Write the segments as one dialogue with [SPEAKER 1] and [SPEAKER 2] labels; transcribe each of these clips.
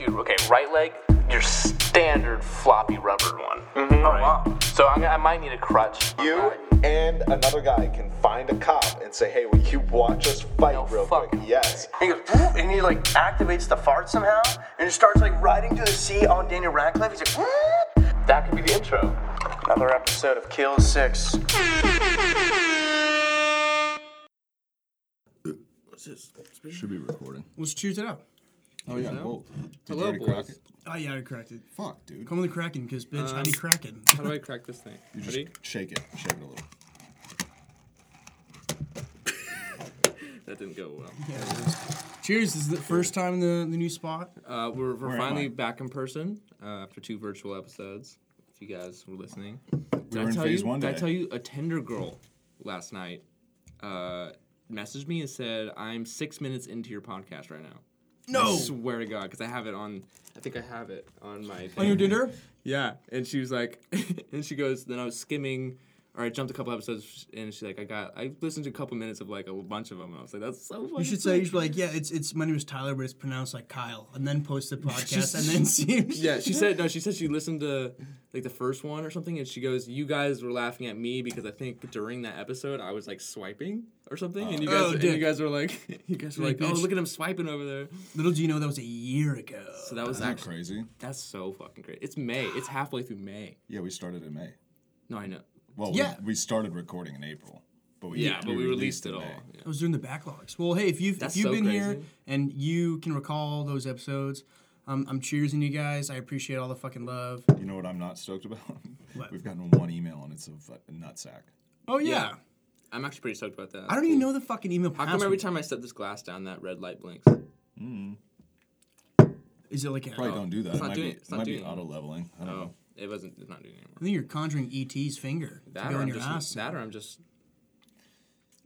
[SPEAKER 1] okay, right leg, your standard floppy rubber one.
[SPEAKER 2] Oh, wow.
[SPEAKER 1] So I'm, gonna- I might need a crutch.
[SPEAKER 3] You and another guy can find a cop and say, "Hey, will you watch us fight
[SPEAKER 1] No,
[SPEAKER 3] real
[SPEAKER 1] fuck.
[SPEAKER 3] quick?" Yes.
[SPEAKER 2] And he goes, "Whoop," and he like activates the fart somehow, and just starts like riding to the sea on Daniel Radcliffe. He's like, "Whoop."
[SPEAKER 1] That could be the intro.
[SPEAKER 2] another episode of Kill Six.
[SPEAKER 4] Should be recording.
[SPEAKER 5] Let's choose it out.
[SPEAKER 4] Oh yeah, both. Did
[SPEAKER 6] Hello,
[SPEAKER 4] already crack
[SPEAKER 6] boys.
[SPEAKER 4] it?
[SPEAKER 5] Oh yeah, I cracked it.
[SPEAKER 4] Fuck, dude.
[SPEAKER 5] Come on the Kraken, cause bitch, I need Kraken.
[SPEAKER 6] How do I crack this thing?
[SPEAKER 4] You just
[SPEAKER 6] Ready?
[SPEAKER 4] shake it, shake it a little.
[SPEAKER 6] That didn't go well.
[SPEAKER 5] Cheers! This is the first time in the, the new spot.
[SPEAKER 6] Uh, we're we're
[SPEAKER 4] Where am I?
[SPEAKER 6] finally back in person uh, after two virtual episodes. If you guys were listening, did
[SPEAKER 4] were in phase
[SPEAKER 6] you,
[SPEAKER 4] one
[SPEAKER 6] Did I
[SPEAKER 4] today.
[SPEAKER 6] tell you a Tinder girl last night uh, messaged me and said, "I'm six minutes into your podcast right now."
[SPEAKER 5] No,
[SPEAKER 6] I swear to God, because I have it on. I think I have it on my.
[SPEAKER 4] Oh,
[SPEAKER 5] on your dinner.
[SPEAKER 6] Yeah, and she was like, and she goes, then I was skimming, or I jumped a couple episodes, and she's like, I got, I listened to a couple minutes of like a bunch of them, and I was like, that's so funny.
[SPEAKER 5] You should say you should be like, yeah, it's it's my name is Tyler, but it's pronounced like Kyle, and then post the podcast, and then see. If
[SPEAKER 6] Yeah, she said no. She said she listened to like the first one or something, and she goes, "You guys were laughing at me because I think during that episode I was like swiping or something, and you guys,
[SPEAKER 5] Oh,
[SPEAKER 6] and you
[SPEAKER 5] dick.
[SPEAKER 6] guys were like, you guys were like,
[SPEAKER 5] Like,
[SPEAKER 6] oh,
[SPEAKER 5] bitch.
[SPEAKER 6] look at him swiping over there.
[SPEAKER 5] Little do you know that was a year ago.
[SPEAKER 6] So that was
[SPEAKER 4] Isn't that
[SPEAKER 6] actually
[SPEAKER 4] crazy?
[SPEAKER 6] that's so fucking great. It's May. It's halfway through May.
[SPEAKER 4] Yeah, we started in May.
[SPEAKER 6] No, I know.
[SPEAKER 4] Well,
[SPEAKER 5] Yeah.
[SPEAKER 4] we, we started recording in April, but we
[SPEAKER 6] Yeah, but we, released, it
[SPEAKER 4] in
[SPEAKER 6] all.
[SPEAKER 4] May.
[SPEAKER 6] Yeah.
[SPEAKER 5] I was doing the backlogs. Well, hey, if you've
[SPEAKER 6] That's
[SPEAKER 5] if you've
[SPEAKER 6] so
[SPEAKER 5] been here
[SPEAKER 6] crazy.
[SPEAKER 5] and you can recall those episodes, um, I'm cheersing you guys. I appreciate all the fucking love.
[SPEAKER 4] You know what I'm not stoked about?
[SPEAKER 5] What?
[SPEAKER 4] We've gotten one email and it's a fu- nutsack.
[SPEAKER 5] Oh yeah,
[SPEAKER 6] Yeah. I'm actually pretty stoked about that.
[SPEAKER 5] I don't even know the fucking email.
[SPEAKER 6] How come
[SPEAKER 5] password.
[SPEAKER 6] every time I set this glass down, that red light blinks?
[SPEAKER 5] is it like a,
[SPEAKER 4] Probably don't do that.
[SPEAKER 6] Oh. it's
[SPEAKER 4] It
[SPEAKER 6] not
[SPEAKER 4] might
[SPEAKER 6] doing
[SPEAKER 4] be,
[SPEAKER 6] it. It's not
[SPEAKER 4] might be
[SPEAKER 6] doing it.
[SPEAKER 4] auto leveling. I don't
[SPEAKER 6] Oh,
[SPEAKER 4] know.
[SPEAKER 6] it wasn't. It's not doing it anymore.
[SPEAKER 5] I think you're conjuring ET's finger
[SPEAKER 6] That
[SPEAKER 5] to
[SPEAKER 6] or
[SPEAKER 5] go in
[SPEAKER 6] I'm
[SPEAKER 5] your
[SPEAKER 6] just,
[SPEAKER 5] ass.
[SPEAKER 6] That or I'm just.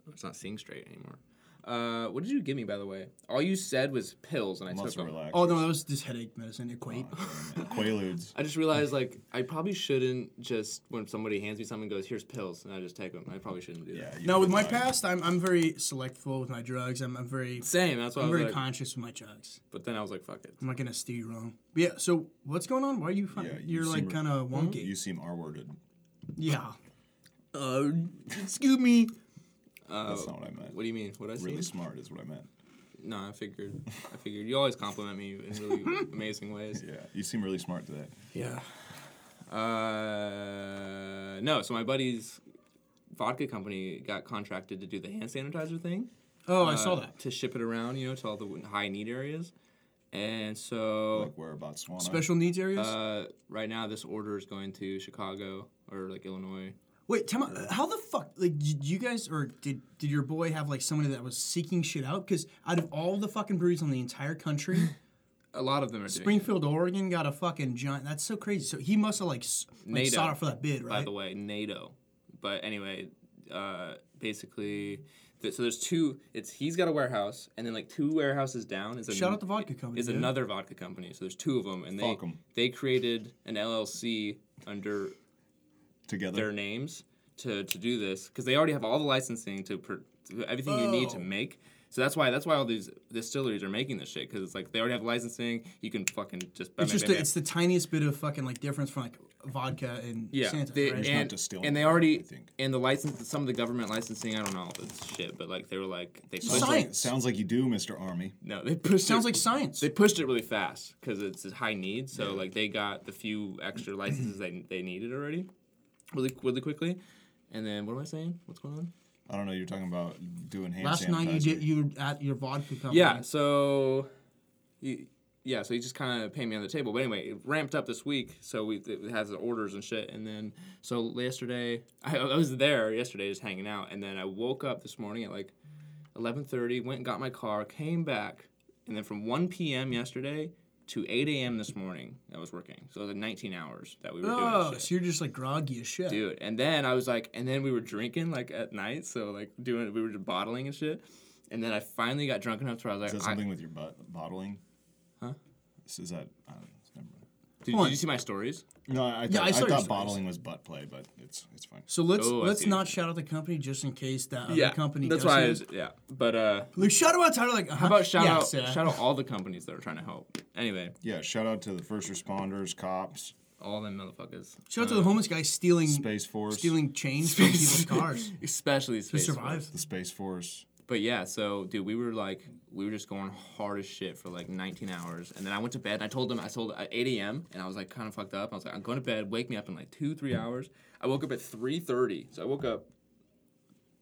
[SPEAKER 6] It's not seeing straight anymore. Uh, what did you give me, by the way? All you said was pills, and I
[SPEAKER 4] Lots
[SPEAKER 6] took
[SPEAKER 4] of
[SPEAKER 6] them.
[SPEAKER 4] relax.
[SPEAKER 5] Oh no, that was just headache medicine. Equate.
[SPEAKER 6] Oh.
[SPEAKER 4] Quaaludes.
[SPEAKER 6] I just realized, like, I probably shouldn't just when somebody hands me something, and goes, "Here's pills," and I just take them. I probably shouldn't do that.
[SPEAKER 4] Yeah. you
[SPEAKER 5] now with my
[SPEAKER 4] relax.
[SPEAKER 5] past, I'm I'm very selectful with my drugs. I'm, I'm very
[SPEAKER 6] Same. That's why i
[SPEAKER 5] I'm
[SPEAKER 6] was
[SPEAKER 5] very
[SPEAKER 6] like.
[SPEAKER 5] conscious with my drugs.
[SPEAKER 6] but then I was like, "Fuck it."
[SPEAKER 5] I'm not gonna steer you wrong. But yeah. So what's going on? Why are you? Fun-
[SPEAKER 4] Yeah, you
[SPEAKER 5] you're like
[SPEAKER 4] seem-
[SPEAKER 5] kind of wonky.
[SPEAKER 4] You seem R-worded.
[SPEAKER 5] yeah. Uh, excuse me.
[SPEAKER 4] That's not what I meant.
[SPEAKER 6] Oh. What do you mean? What I say?
[SPEAKER 4] really smart is what I meant.
[SPEAKER 6] No, I figured. I figured. You always compliment me in really amazing ways.
[SPEAKER 4] Yeah, you seem really smart today.
[SPEAKER 5] Yeah.
[SPEAKER 6] Uh, no. So my buddy's vodka company got contracted to do the hand sanitizer thing.
[SPEAKER 5] Oh, I saw
[SPEAKER 6] uh,
[SPEAKER 5] that.
[SPEAKER 6] to ship it around, you know, to all the high need areas. And so
[SPEAKER 4] Like whereabouts, Swan.
[SPEAKER 5] Special needs areas.
[SPEAKER 6] uh, right now, this order is going to Chicago or like Illinois.
[SPEAKER 5] Wait, tell me how the fuck like did you guys or did did your boy have like somebody that was seeking shit out? Because out of all the fucking breweries on the entire country,
[SPEAKER 6] A lot of them are doing.
[SPEAKER 5] Springfield, Oregon got a fucking giant. That's so crazy. So he must have like, s- like
[SPEAKER 6] NATO,
[SPEAKER 5] sought out for that bid,
[SPEAKER 6] it,
[SPEAKER 5] right?
[SPEAKER 6] By the way, NATO. But anyway, uh, basically, th- so there's two. It's he's got a warehouse, and then like two warehouses down is a,
[SPEAKER 5] Shout out the vodka company,
[SPEAKER 6] Is
[SPEAKER 5] dude.
[SPEAKER 6] another vodka company. So there's two of them, and they
[SPEAKER 4] Fuck 'em.
[SPEAKER 6] they created an LLC under
[SPEAKER 4] together.
[SPEAKER 6] their names to, to do this because they already have all the licensing to, pr- to everything you need to
[SPEAKER 5] Whoa.
[SPEAKER 6] make. So that's why that's why all these distilleries are making this shit because it's like they already have licensing. You can fucking just.
[SPEAKER 5] It's just the, it's the tiniest bit of fucking like difference from like vodka and
[SPEAKER 6] yeah,
[SPEAKER 5] Santa,
[SPEAKER 6] they-
[SPEAKER 5] right?
[SPEAKER 6] and,
[SPEAKER 4] distilling
[SPEAKER 6] and they
[SPEAKER 4] water,
[SPEAKER 6] already
[SPEAKER 4] I think.
[SPEAKER 6] and the license some of the government licensing I don't know all this shit but like they were like they pushed
[SPEAKER 5] Science.
[SPEAKER 6] it,
[SPEAKER 4] Sounds like you do, Mr. Army.
[SPEAKER 6] no they pushed
[SPEAKER 5] sounds
[SPEAKER 6] it,
[SPEAKER 5] like science.
[SPEAKER 6] they pushed it really fast because it's a high need so like they got the few extra licenses they, they needed already really really quickly and then what am I saying what's going on
[SPEAKER 4] I don't know. You're talking about doing hand
[SPEAKER 5] Last
[SPEAKER 4] sanitizer.
[SPEAKER 5] night you did you were at your vodka company.
[SPEAKER 6] Yeah, so he, yeah, so he just kind of paid me on the table. But anyway, it ramped up this week, so we it has the orders and shit. And then so yesterday, I, I was there yesterday just hanging out, and then I woke up this morning at like 11:30, went and got my car, came back, and then from 1 p.m. yesterday to 8 a.m. this morning, I was working. So it was like 19 hours that we were doing.
[SPEAKER 5] Oh,
[SPEAKER 6] shit
[SPEAKER 5] so you're just like groggy as shit.
[SPEAKER 6] dude. And then I was like, and then we were drinking like at night, so like doing we were just bottling and shit. And then I finally got drunk enough to where I was
[SPEAKER 4] Is that
[SPEAKER 6] like, I,
[SPEAKER 4] something with your butt bottling? Huh? Is that? I don't know. Never mind.
[SPEAKER 6] Did,
[SPEAKER 5] Hold
[SPEAKER 6] did
[SPEAKER 5] on.
[SPEAKER 6] you see my stories?
[SPEAKER 4] No, I thought,
[SPEAKER 5] Yeah, I
[SPEAKER 4] I
[SPEAKER 5] saw your
[SPEAKER 4] thought
[SPEAKER 5] stories.
[SPEAKER 4] bottling was butt play, but it's it's fine.
[SPEAKER 5] So let's
[SPEAKER 6] Oh, I
[SPEAKER 5] let's
[SPEAKER 6] see.
[SPEAKER 5] not shout out the company just in case that
[SPEAKER 6] yeah,
[SPEAKER 5] other company.
[SPEAKER 6] That's
[SPEAKER 5] does
[SPEAKER 6] why. I
[SPEAKER 5] hear
[SPEAKER 6] was,
[SPEAKER 5] it.
[SPEAKER 6] yeah, but uh,
[SPEAKER 5] Like shout out Tyler. Like
[SPEAKER 6] how about shout out
[SPEAKER 5] Sarah.
[SPEAKER 6] shout out all the companies that are trying to help? Anyway,
[SPEAKER 4] Yeah, shout out to the first responders, cops,
[SPEAKER 6] all them motherfuckers.
[SPEAKER 5] Shout out to the homeless guy stealing
[SPEAKER 4] Space Force,
[SPEAKER 5] stealing chains from people's cars
[SPEAKER 6] Especially
[SPEAKER 5] to
[SPEAKER 6] space
[SPEAKER 5] survive.
[SPEAKER 4] the Space Force.
[SPEAKER 6] But yeah, so dude, we were like, we were just going hard as shit for like 19 hours, and then I went to bed. I told them I told uh, at 8 a.m. and I was like kind of fucked up. I was like, I'm going to bed. Wake me up in like two, three hours. I woke up at 3:30, so I woke up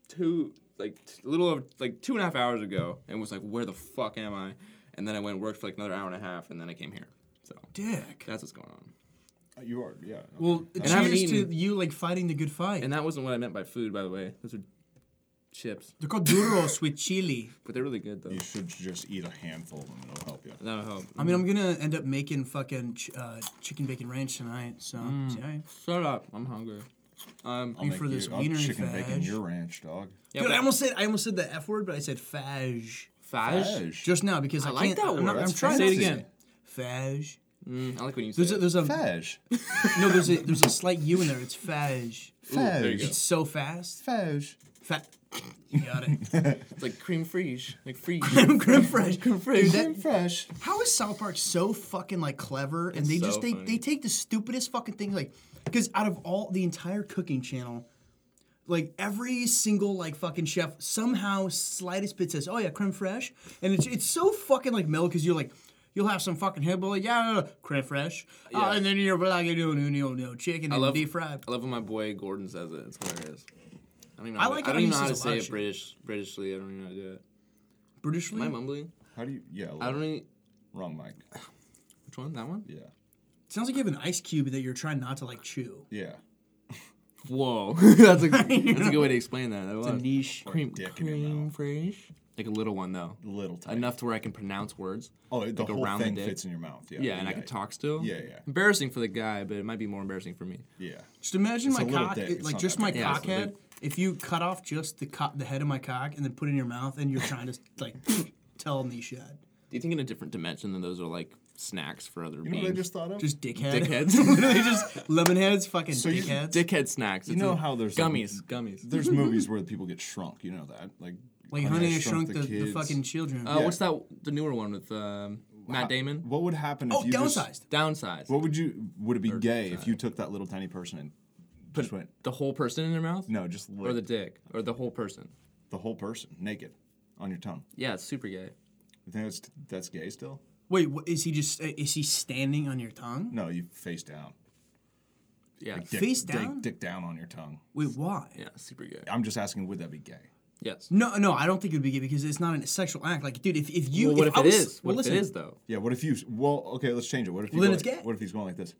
[SPEAKER 6] two, like t- a little over like two and a half hours ago, and was like, where the fuck am I? And then I went and worked for like another hour and a half, and then I came here. So
[SPEAKER 5] Dick.
[SPEAKER 6] that's what's going on.
[SPEAKER 4] Uh, You are, yeah. okay.
[SPEAKER 5] Well,
[SPEAKER 6] I haven't
[SPEAKER 5] cheers to
[SPEAKER 6] eaten-
[SPEAKER 5] you like fighting the good fight.
[SPEAKER 6] And that wasn't what I meant by food, by the way. Those are chips,
[SPEAKER 5] They're called duros with chili.
[SPEAKER 6] but they're really good though.
[SPEAKER 4] you should just eat a handful of them and it'll help you.
[SPEAKER 6] That'll help.
[SPEAKER 5] I mean, I'm gonna end up making fucking ch- uh, chicken bacon ranch tonight. So
[SPEAKER 6] Mm.
[SPEAKER 5] see, I-
[SPEAKER 6] Shut up. I'm hungry. Um,
[SPEAKER 4] I'll make
[SPEAKER 5] for this
[SPEAKER 4] you, I'll
[SPEAKER 5] wiener and
[SPEAKER 4] chicken bacon
[SPEAKER 5] fag.
[SPEAKER 4] your ranch, dog.
[SPEAKER 6] Yeah,
[SPEAKER 5] dude,
[SPEAKER 6] but-
[SPEAKER 5] I almost said I almost said the f word, but I said fage
[SPEAKER 6] Faj?
[SPEAKER 5] just now because I,
[SPEAKER 6] I like
[SPEAKER 5] can't,
[SPEAKER 6] that
[SPEAKER 5] I'm, not-
[SPEAKER 6] word.
[SPEAKER 5] I'm
[SPEAKER 6] That's
[SPEAKER 5] trying.
[SPEAKER 6] fancy.
[SPEAKER 5] to
[SPEAKER 6] Say it again.
[SPEAKER 5] Fage.
[SPEAKER 6] Mm, I like when you say
[SPEAKER 5] There's a,
[SPEAKER 6] it.
[SPEAKER 5] there's a
[SPEAKER 4] Faj.
[SPEAKER 5] no there's a there's a slight u in there. It's fage.
[SPEAKER 6] there you go.
[SPEAKER 5] It's so fast.
[SPEAKER 4] Faj.
[SPEAKER 5] Fat. You got it.
[SPEAKER 6] It's like cream frige. Like frige.
[SPEAKER 5] Grim fresh. Grim fresh.
[SPEAKER 4] Fresh.
[SPEAKER 5] How is South Park so fucking like clever? And they
[SPEAKER 6] so
[SPEAKER 5] just they,
[SPEAKER 6] funny.
[SPEAKER 5] they take the stupidest fucking thing like because out of all the entire cooking channel, like every single like fucking chef somehow slightest bit says, "Oh yeah, creme fraiche," and it's it's so fucking like mellow because you're like. You'll have some fucking hillbilly, yeah, no, no, creme fraiche,
[SPEAKER 6] Yeah.
[SPEAKER 5] uh, and then you're like, no, no, no, no, chicken and
[SPEAKER 6] love-
[SPEAKER 5] deep fried.
[SPEAKER 6] I love when my boy Gordon says it. It's hilarious. I don't even know.
[SPEAKER 5] I
[SPEAKER 6] How, to-
[SPEAKER 5] like it when
[SPEAKER 6] I don't even
[SPEAKER 5] he
[SPEAKER 6] know how to
[SPEAKER 5] says a lot of
[SPEAKER 6] say it
[SPEAKER 5] shit.
[SPEAKER 6] British Britishly. I don't even know how to do it.
[SPEAKER 5] Britishly,
[SPEAKER 6] Am I mumbling?
[SPEAKER 4] How do you? Yeah.
[SPEAKER 6] I don't
[SPEAKER 4] look.
[SPEAKER 6] even.
[SPEAKER 4] Wrong mic.
[SPEAKER 6] Which one? That one?
[SPEAKER 4] Yeah.
[SPEAKER 5] sounds like you have an ice cube that you're trying not to like chew.
[SPEAKER 4] Yeah.
[SPEAKER 6] Whoa. that's, a, that's a good way to explain that. That
[SPEAKER 5] The
[SPEAKER 6] was.
[SPEAKER 5] niche.
[SPEAKER 6] Cream,
[SPEAKER 4] dick in your
[SPEAKER 6] cream
[SPEAKER 4] mouth.
[SPEAKER 6] frige. Like a little one, though.
[SPEAKER 4] Little tiny.
[SPEAKER 6] Enough to where I can pronounce words.
[SPEAKER 4] Oh, the
[SPEAKER 6] like
[SPEAKER 4] whole
[SPEAKER 6] around the
[SPEAKER 4] thing
[SPEAKER 6] dick.
[SPEAKER 4] fits in your mouth. Yeah.
[SPEAKER 6] Yeah, and I can talk still.
[SPEAKER 4] Yeah, yeah.
[SPEAKER 6] Embarrassing for the guy, but it might be more embarrassing for me.
[SPEAKER 4] Yeah.
[SPEAKER 5] Just imagine
[SPEAKER 4] It's a
[SPEAKER 5] my
[SPEAKER 4] little
[SPEAKER 5] cock,
[SPEAKER 4] dick,
[SPEAKER 5] it-
[SPEAKER 4] it's
[SPEAKER 5] like
[SPEAKER 4] not
[SPEAKER 5] just
[SPEAKER 4] that
[SPEAKER 5] my
[SPEAKER 4] big.
[SPEAKER 6] Yeah,
[SPEAKER 5] cock
[SPEAKER 6] it's a
[SPEAKER 5] head. If you cut off just the co- the head of my cock and then put it in your mouth, and you're trying to like tell me shit,
[SPEAKER 6] Do you think in a different dimension than those are like snacks for other
[SPEAKER 4] You know
[SPEAKER 6] beings?
[SPEAKER 4] what I just thought of?
[SPEAKER 5] just dickhead,
[SPEAKER 6] Dickheads.
[SPEAKER 5] literally just lemon heads, fucking
[SPEAKER 4] you-
[SPEAKER 5] dickheads.
[SPEAKER 6] Dickhead snacks.
[SPEAKER 4] You
[SPEAKER 6] It's
[SPEAKER 4] know
[SPEAKER 6] a-
[SPEAKER 4] how there's a-
[SPEAKER 6] gummies, gummies.
[SPEAKER 4] There's movies where people get shrunk. You know that, like
[SPEAKER 5] like honey, I shrunk, the, the,
[SPEAKER 4] Kids.
[SPEAKER 5] fucking children.
[SPEAKER 6] Uh, What's that? The newer one with um, Matt Damon.
[SPEAKER 4] What would happen if
[SPEAKER 5] oh,
[SPEAKER 4] you just-
[SPEAKER 5] downsized.
[SPEAKER 6] Downsize.
[SPEAKER 4] what would you? Would it be gay if you took that little tiny person and just went?
[SPEAKER 6] the whole person in their mouth?
[SPEAKER 4] No, just
[SPEAKER 6] Or the
[SPEAKER 4] licked
[SPEAKER 6] dick? Or the whole person?
[SPEAKER 4] the whole person naked on your tongue.
[SPEAKER 6] Yeah, it's super gay.
[SPEAKER 4] You think that's that's gay still?
[SPEAKER 5] Wait, what, is he just uh, is he standing on your tongue?
[SPEAKER 4] No, you face down.
[SPEAKER 6] Yeah.
[SPEAKER 4] Dick,
[SPEAKER 5] Face
[SPEAKER 4] dick-
[SPEAKER 5] down?
[SPEAKER 4] Dick, down on your tongue.
[SPEAKER 5] Wait, why?
[SPEAKER 6] Yeah, super gay.
[SPEAKER 4] I'm just asking, would that be gay?
[SPEAKER 6] Yes.
[SPEAKER 5] No, no, I don't think it would be gay because it's not a sexual act. Like, dude, if, if you
[SPEAKER 6] well, what if,
[SPEAKER 5] I
[SPEAKER 6] it
[SPEAKER 5] was-
[SPEAKER 6] is?
[SPEAKER 5] well,
[SPEAKER 6] what if it
[SPEAKER 5] listen,
[SPEAKER 6] is though?
[SPEAKER 4] Yeah. What if you? Well, okay, let's change it. What if? you
[SPEAKER 5] Well, then
[SPEAKER 4] go
[SPEAKER 5] it's
[SPEAKER 4] like-
[SPEAKER 5] gay.
[SPEAKER 4] What if he's going like this?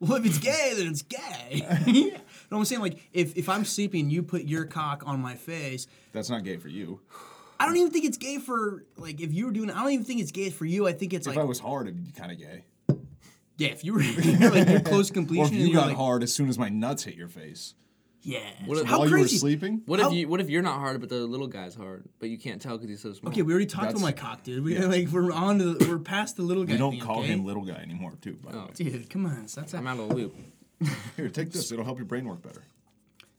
[SPEAKER 5] Well, if it's gay, then it's gay. yeah. No, I'm saying like if, if I'm sleeping, you put your cock on my face.
[SPEAKER 4] That's not gay for you.
[SPEAKER 5] I don't even think it's gay for like if you were doing. it, I don't even think it's gay for you. I think it's
[SPEAKER 4] If
[SPEAKER 5] like
[SPEAKER 4] I was hard, it'd be kind of gay.
[SPEAKER 5] yeah, if you were like you're close to
[SPEAKER 4] Or
[SPEAKER 5] completion. and
[SPEAKER 4] if you
[SPEAKER 5] you're
[SPEAKER 4] got
[SPEAKER 5] like,
[SPEAKER 4] hard as soon as my nuts hit your face
[SPEAKER 5] Yeah.
[SPEAKER 6] if-
[SPEAKER 5] How
[SPEAKER 4] while
[SPEAKER 5] crazy?
[SPEAKER 4] you were sleeping.
[SPEAKER 6] What
[SPEAKER 5] How-
[SPEAKER 6] if you? What if you're not hard, but the little guy's hard, but you can't tell because he's so small?
[SPEAKER 5] Okay, we already talked about
[SPEAKER 4] That's-
[SPEAKER 5] my cock, dude. We like we're on to the, we're past the little guy.
[SPEAKER 4] You don't
[SPEAKER 5] thing,
[SPEAKER 4] call
[SPEAKER 5] okay?
[SPEAKER 4] him little guy anymore, too. By the way,
[SPEAKER 5] Dude, come on, so that's
[SPEAKER 6] I'm
[SPEAKER 5] a,
[SPEAKER 6] out of the loop.
[SPEAKER 4] here, take this. It'll help your brain work better.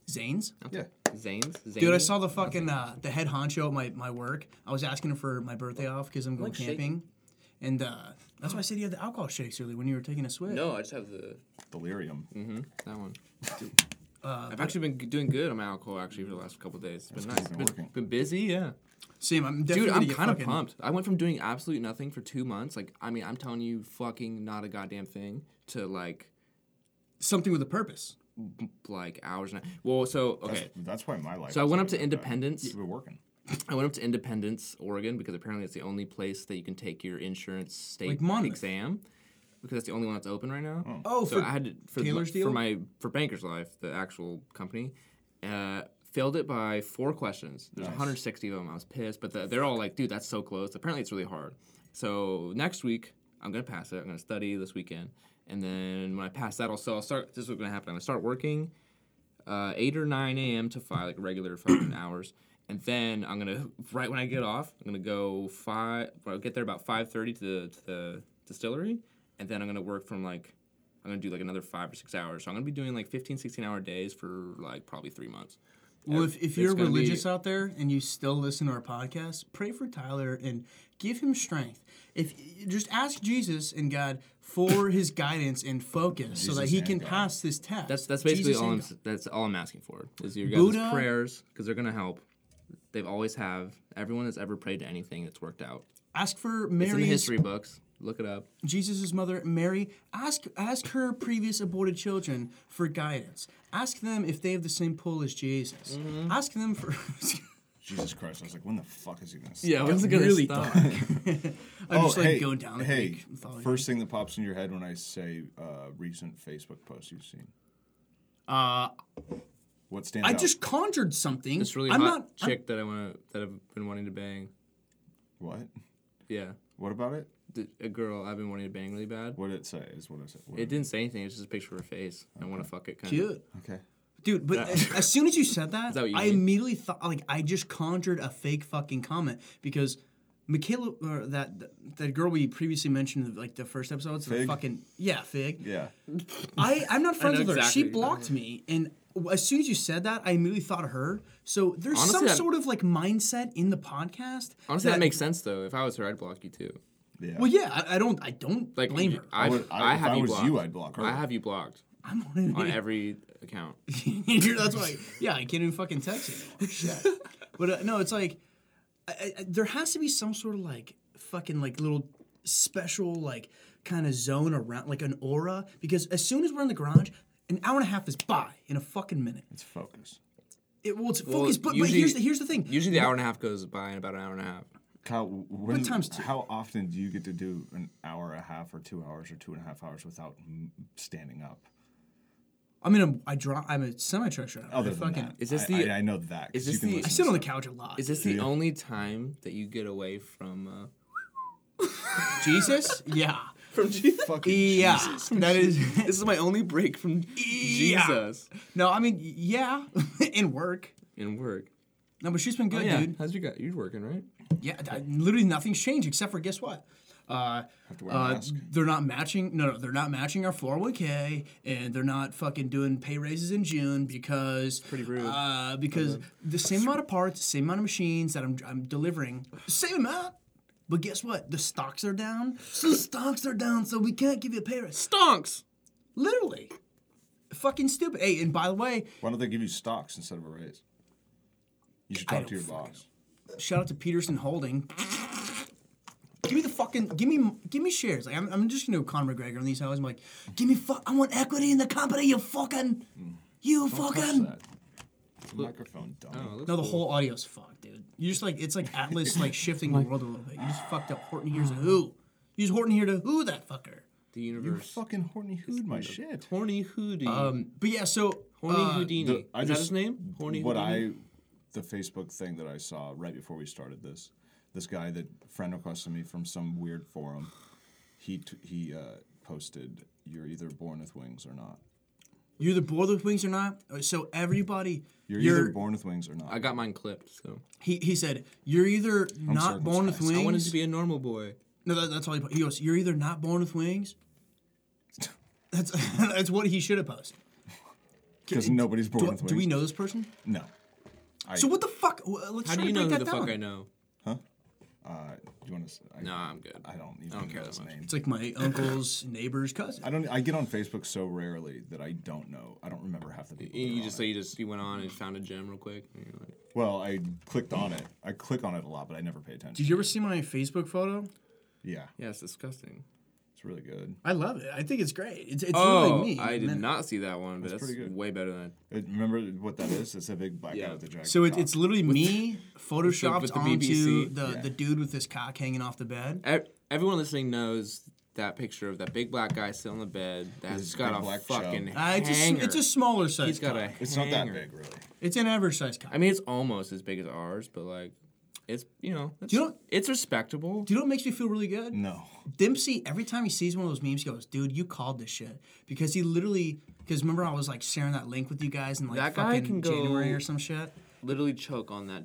[SPEAKER 5] Zane's.
[SPEAKER 4] Yeah.
[SPEAKER 6] Zane's. Zane?
[SPEAKER 5] Dude, I saw the fucking uh, the head honcho at my, my work. I was asking him for my birthday off because I'm going
[SPEAKER 6] like shaking.
[SPEAKER 5] camping, and uh, that's why I said you had the alcohol shakes earlier when you were taking a swig.
[SPEAKER 6] No, I just have the
[SPEAKER 4] Delirium.
[SPEAKER 5] Mm-hmm.
[SPEAKER 6] that one. I've actually been g- doing good on my alcohol actually for the last couple days. It's been nice.
[SPEAKER 4] you've been
[SPEAKER 6] Been,
[SPEAKER 4] working.
[SPEAKER 6] been busy, yeah.
[SPEAKER 5] Same. I'm definitely
[SPEAKER 6] Dude,
[SPEAKER 5] gonna
[SPEAKER 6] I'm
[SPEAKER 5] get
[SPEAKER 6] kind of
[SPEAKER 5] fucking-
[SPEAKER 6] pumped. I went from doing absolutely nothing for two months, like I mean, I'm telling you, fucking not a goddamn thing, to like
[SPEAKER 5] Something with a purpose.
[SPEAKER 6] like hours and well, so okay.
[SPEAKER 4] That's why my life.
[SPEAKER 6] So I went up
[SPEAKER 4] is
[SPEAKER 6] to
[SPEAKER 4] like that.
[SPEAKER 6] Independence.
[SPEAKER 4] We're working.
[SPEAKER 6] I went up to Independence, Oregon, because apparently it's the only place that you can take your insurance state
[SPEAKER 5] Like Monmouth.
[SPEAKER 6] exam. Because that's the only one that's open right now.
[SPEAKER 5] Oh,
[SPEAKER 6] so
[SPEAKER 5] for
[SPEAKER 6] I had to, for,
[SPEAKER 5] Taylor's
[SPEAKER 6] my,
[SPEAKER 5] deal?
[SPEAKER 6] for my for Banker's Life, the actual company, uh, failed it by four questions. There's 160 of them. I was pissed, but the, they're all like, "Dude, that's so close." Apparently, it's really hard. So next week, I'm gonna pass it. I'm gonna study this weekend, and then when I pass that, I'll so I'll start. This is what's gonna happen. I'm gonna start working uh, 8 or 9 a.m. to 5, like regular fucking hours. And then I'm gonna, right when I get off, I'm gonna go five. I'll get there about 5:30 to the to the distillery, and then I'm gonna work from like I'm gonna do like another five or six hours. So I'm gonna be doing like 15, 16 hour days for like probably three months.
[SPEAKER 5] Well, if,
[SPEAKER 6] it's
[SPEAKER 5] if you're
[SPEAKER 6] gonna be-
[SPEAKER 5] religious out there and you still listen to our podcast, pray for Tyler and give him strength. If just ask Jesus and God for his guidance and focus so that
[SPEAKER 4] Jesus
[SPEAKER 5] he
[SPEAKER 4] and
[SPEAKER 5] can
[SPEAKER 4] God.
[SPEAKER 5] pass this test.
[SPEAKER 6] That's that's basically
[SPEAKER 5] Jesus
[SPEAKER 6] all I'm
[SPEAKER 5] and
[SPEAKER 6] s- that's all I'm asking for is your
[SPEAKER 5] Buddha-
[SPEAKER 6] guys' prayers because they're gonna help. They've always have everyone that's ever prayed to anything that's worked out.
[SPEAKER 5] ask for
[SPEAKER 6] It's in the
[SPEAKER 5] Mary's
[SPEAKER 6] history books. Look it up.
[SPEAKER 5] Jesus' mother Mary, ask ask her previous aborted children for guidance. Ask them if they have the same pull as Jesus.
[SPEAKER 6] Mm-hmm.
[SPEAKER 5] Ask them for
[SPEAKER 4] Jesus Christ. I was like, when the fuck is he going to
[SPEAKER 6] when's it gonna stop?
[SPEAKER 5] I'm
[SPEAKER 4] oh,
[SPEAKER 5] just like
[SPEAKER 4] hey,
[SPEAKER 5] going down the
[SPEAKER 4] hey,
[SPEAKER 5] Greek mythology.
[SPEAKER 4] first thing that pops in your head when I say uh, recent Facebook post you've seen. Uh, what stands
[SPEAKER 5] I
[SPEAKER 4] out?
[SPEAKER 5] just conjured something.
[SPEAKER 6] this really
[SPEAKER 5] I'm
[SPEAKER 6] hot
[SPEAKER 5] not I'm-
[SPEAKER 6] chick that I want to that I've been wanting to bang.
[SPEAKER 4] what?
[SPEAKER 6] Yeah,
[SPEAKER 4] What about it?
[SPEAKER 6] Th- a girl I've been wanting to bang really bad.
[SPEAKER 4] What did it say? Is what I said. What
[SPEAKER 6] It didn't say anything. It's just a picture of her face. I want to fuck it. Kind
[SPEAKER 5] cute.
[SPEAKER 4] Okay.
[SPEAKER 5] Dude, but as, as soon as you said that,
[SPEAKER 6] that what you
[SPEAKER 5] I
[SPEAKER 6] mean?
[SPEAKER 5] immediately thought like I just conjured a fake fucking comment because Michaela or that that girl we previously mentioned like the first episode, the
[SPEAKER 4] Fig?
[SPEAKER 5] fucking yeah, fig.
[SPEAKER 4] Yeah.
[SPEAKER 5] I I'm not friends
[SPEAKER 6] know
[SPEAKER 5] with her.
[SPEAKER 6] exactly
[SPEAKER 5] she
[SPEAKER 6] what you're talking
[SPEAKER 5] blocked me, and w- as soon as you said that, I immediately thought of her. So there's
[SPEAKER 6] Honestly,
[SPEAKER 5] some
[SPEAKER 6] that-
[SPEAKER 5] sort of like mindset in the podcast.
[SPEAKER 6] Honestly, that, makes sense though. If I was her, I'd block you too.
[SPEAKER 4] Yeah.
[SPEAKER 5] Well, yeah, I, I don't I don't
[SPEAKER 6] Like
[SPEAKER 5] blame
[SPEAKER 6] you-
[SPEAKER 5] her.
[SPEAKER 6] I,
[SPEAKER 4] I would- I-
[SPEAKER 6] I
[SPEAKER 4] if
[SPEAKER 6] have
[SPEAKER 4] I
[SPEAKER 6] you
[SPEAKER 4] was
[SPEAKER 6] blocked.
[SPEAKER 4] you, I'd block her.
[SPEAKER 6] I have you blocked
[SPEAKER 5] I'm one of
[SPEAKER 6] on
[SPEAKER 5] the-
[SPEAKER 6] every account.
[SPEAKER 5] You're- that's why. Yeah, I can't even fucking text anymore. Shit. But uh, no, it's like I, I, I- there has to be some sort of like fucking like little special like kind of zone around like an aura because as soon as we're in the garage, an hour and a half is by in a fucking minute.
[SPEAKER 4] It's focus.
[SPEAKER 5] It well, it's
[SPEAKER 6] Well,
[SPEAKER 5] focus. But, but
[SPEAKER 6] usually-
[SPEAKER 5] here's the here's the thing.
[SPEAKER 6] Usually, the hour and a half goes by in about an hour and a half.
[SPEAKER 4] Kyle, w- when,
[SPEAKER 5] But times two.
[SPEAKER 4] how often do you get to do an hour and a half or two hours or two and a half hours without m- standing up?
[SPEAKER 5] I mean, I'm, I draw. I'm a semi truck driver.
[SPEAKER 4] Other
[SPEAKER 5] I
[SPEAKER 4] than
[SPEAKER 5] fucking,
[SPEAKER 4] that,
[SPEAKER 6] Is this
[SPEAKER 4] I-
[SPEAKER 6] the-
[SPEAKER 4] I, I know that. 'cause
[SPEAKER 6] is this
[SPEAKER 4] you can
[SPEAKER 6] the-
[SPEAKER 4] listen
[SPEAKER 5] I
[SPEAKER 4] to
[SPEAKER 5] sit on the
[SPEAKER 4] stuff.
[SPEAKER 5] couch a lot.
[SPEAKER 6] Is this the only time that you get away from uh,
[SPEAKER 5] Jesus? yeah.
[SPEAKER 6] from Jesus?
[SPEAKER 4] Fucking
[SPEAKER 5] Yeah. That is.
[SPEAKER 6] this is my only break from
[SPEAKER 5] Yeah.
[SPEAKER 6] Jesus
[SPEAKER 5] No, I mean, yeah, in work.
[SPEAKER 6] in work.
[SPEAKER 5] No, but she's been good,
[SPEAKER 6] Oh, yeah,
[SPEAKER 5] dude.
[SPEAKER 6] how's your guy? You're working right?
[SPEAKER 5] Yeah, I- literally nothing's changed except for guess what? Uh,
[SPEAKER 4] to wear a
[SPEAKER 5] uh,
[SPEAKER 4] mask.
[SPEAKER 5] they're not matching. No, no, they're not matching our 401k, and they're not fucking doing pay raises in June because pretty
[SPEAKER 6] rude.
[SPEAKER 5] Uh, because the same amount of parts, same amount of machines that I'm, I'm delivering, same amount. But guess what? The stocks are down. So the stocks are down, so we can't give you a pay raise.
[SPEAKER 6] Stonks.
[SPEAKER 5] Literally, fucking stupid. Hey, and by the way,
[SPEAKER 4] Why don't they give you stocks instead of a raise? You should
[SPEAKER 5] I
[SPEAKER 4] talk to your
[SPEAKER 5] don't
[SPEAKER 4] boss.
[SPEAKER 5] shout out to Peterson Holding. Give me the fucking give me give me shares. Like I'm, I'm just gonna go Conor McGregor on these hours. I'm like, give me fuck. I want equity in the company. You fucking, you
[SPEAKER 4] Touch
[SPEAKER 5] fucking.
[SPEAKER 4] that. It's a microphone, dummy.
[SPEAKER 6] Oh,
[SPEAKER 5] No, the whole audio's fucked, dude. You just like it's like Atlas like shifting the world a little bit. You just fucked up Horton here's a who. You just Horton here to who that fucker.
[SPEAKER 6] The
[SPEAKER 4] you
[SPEAKER 6] universe.
[SPEAKER 4] fucking horny hood my shit.
[SPEAKER 6] Horny Houdini.
[SPEAKER 5] Um, but yeah, so
[SPEAKER 6] Horny
[SPEAKER 5] uh,
[SPEAKER 6] Houdini.
[SPEAKER 4] The- I
[SPEAKER 6] is that
[SPEAKER 4] just-
[SPEAKER 6] his name? Horny
[SPEAKER 4] what
[SPEAKER 6] Houdini.
[SPEAKER 4] I the Facebook thing that I saw right before we started this this guy that friend requested me from some weird forum he t- he uh, posted you're either born with wings or not
[SPEAKER 5] you're the boy with wings or not? uh, So everybody,
[SPEAKER 4] you're, either born with wings or not
[SPEAKER 6] I got mine clipped, so
[SPEAKER 5] he, he said you're either not born with
[SPEAKER 4] circumcised.
[SPEAKER 5] wings.
[SPEAKER 6] I wanted to be a normal boy.
[SPEAKER 5] No, that, that's all he put. He goes, "You're either not born with wings." That's that's what he should have posted.
[SPEAKER 4] because nobody's born
[SPEAKER 5] Do,
[SPEAKER 4] with wings
[SPEAKER 5] do we know this person?
[SPEAKER 4] no
[SPEAKER 5] So what the fuck? Well, let's
[SPEAKER 6] How
[SPEAKER 5] try
[SPEAKER 6] do you
[SPEAKER 5] to
[SPEAKER 6] know
[SPEAKER 5] break that
[SPEAKER 6] who the
[SPEAKER 5] down.
[SPEAKER 6] fuck I know?
[SPEAKER 4] uh, do you want to I,
[SPEAKER 6] No, I'm good.
[SPEAKER 4] I don't even
[SPEAKER 6] I don't care
[SPEAKER 4] know
[SPEAKER 6] that
[SPEAKER 4] his
[SPEAKER 6] much.
[SPEAKER 4] name
[SPEAKER 5] It's like my uncle's neighbor's cousin.
[SPEAKER 4] I don't I get on Facebook so rarely that I don't know I don't remember half the people
[SPEAKER 6] You,
[SPEAKER 4] that are
[SPEAKER 6] you
[SPEAKER 4] on
[SPEAKER 6] just
[SPEAKER 4] it.
[SPEAKER 6] so you just you went on and found a gem real quick. And you're like,
[SPEAKER 4] well I clicked on it I click on it a lot but I never pay attention
[SPEAKER 5] Did you ever see my Facebook photo?
[SPEAKER 4] yeah
[SPEAKER 6] yeah, it's disgusting.
[SPEAKER 4] it's really good
[SPEAKER 5] I love it. I think it's great. It's it's
[SPEAKER 6] Oh,
[SPEAKER 5] literally me.
[SPEAKER 6] I
[SPEAKER 5] And
[SPEAKER 6] did
[SPEAKER 5] then-
[SPEAKER 6] not see that one, but that's,
[SPEAKER 4] pretty good.
[SPEAKER 6] way better than
[SPEAKER 4] It- remember what that is? It's a big black
[SPEAKER 6] Yeah.
[SPEAKER 4] guy with a jacket.
[SPEAKER 5] So it,
[SPEAKER 4] top.
[SPEAKER 5] it's literally me photoshopped
[SPEAKER 6] with the
[SPEAKER 5] onto
[SPEAKER 6] BBC.
[SPEAKER 5] the, the dude with his cock hanging off the bed.
[SPEAKER 6] Ev- everyone listening knows that picture of that big black guy sitting on the bed that's
[SPEAKER 4] his
[SPEAKER 6] got
[SPEAKER 4] big
[SPEAKER 6] a
[SPEAKER 4] black
[SPEAKER 6] fucking
[SPEAKER 4] chub.
[SPEAKER 5] Uh, it's a s-
[SPEAKER 6] hanger.
[SPEAKER 5] it's a smaller size.
[SPEAKER 6] He's got
[SPEAKER 5] cock.
[SPEAKER 6] a.
[SPEAKER 4] It's not that
[SPEAKER 6] hanger.
[SPEAKER 4] big, really.
[SPEAKER 5] It's an average size cock.
[SPEAKER 6] I mean, it's almost as big as ours, but like, it's you know, it's,
[SPEAKER 5] you know-
[SPEAKER 6] it's respectable.
[SPEAKER 5] do you know what makes me feel really good?
[SPEAKER 4] No.
[SPEAKER 5] Dempsey, every time he sees one of those memes, he goes, "Dude, you called this shit." Because he literally, because remember I was like sharing that link with you guys in like
[SPEAKER 6] That guy
[SPEAKER 5] fucking
[SPEAKER 6] can go-
[SPEAKER 5] January or some shit.
[SPEAKER 6] Literally choke on that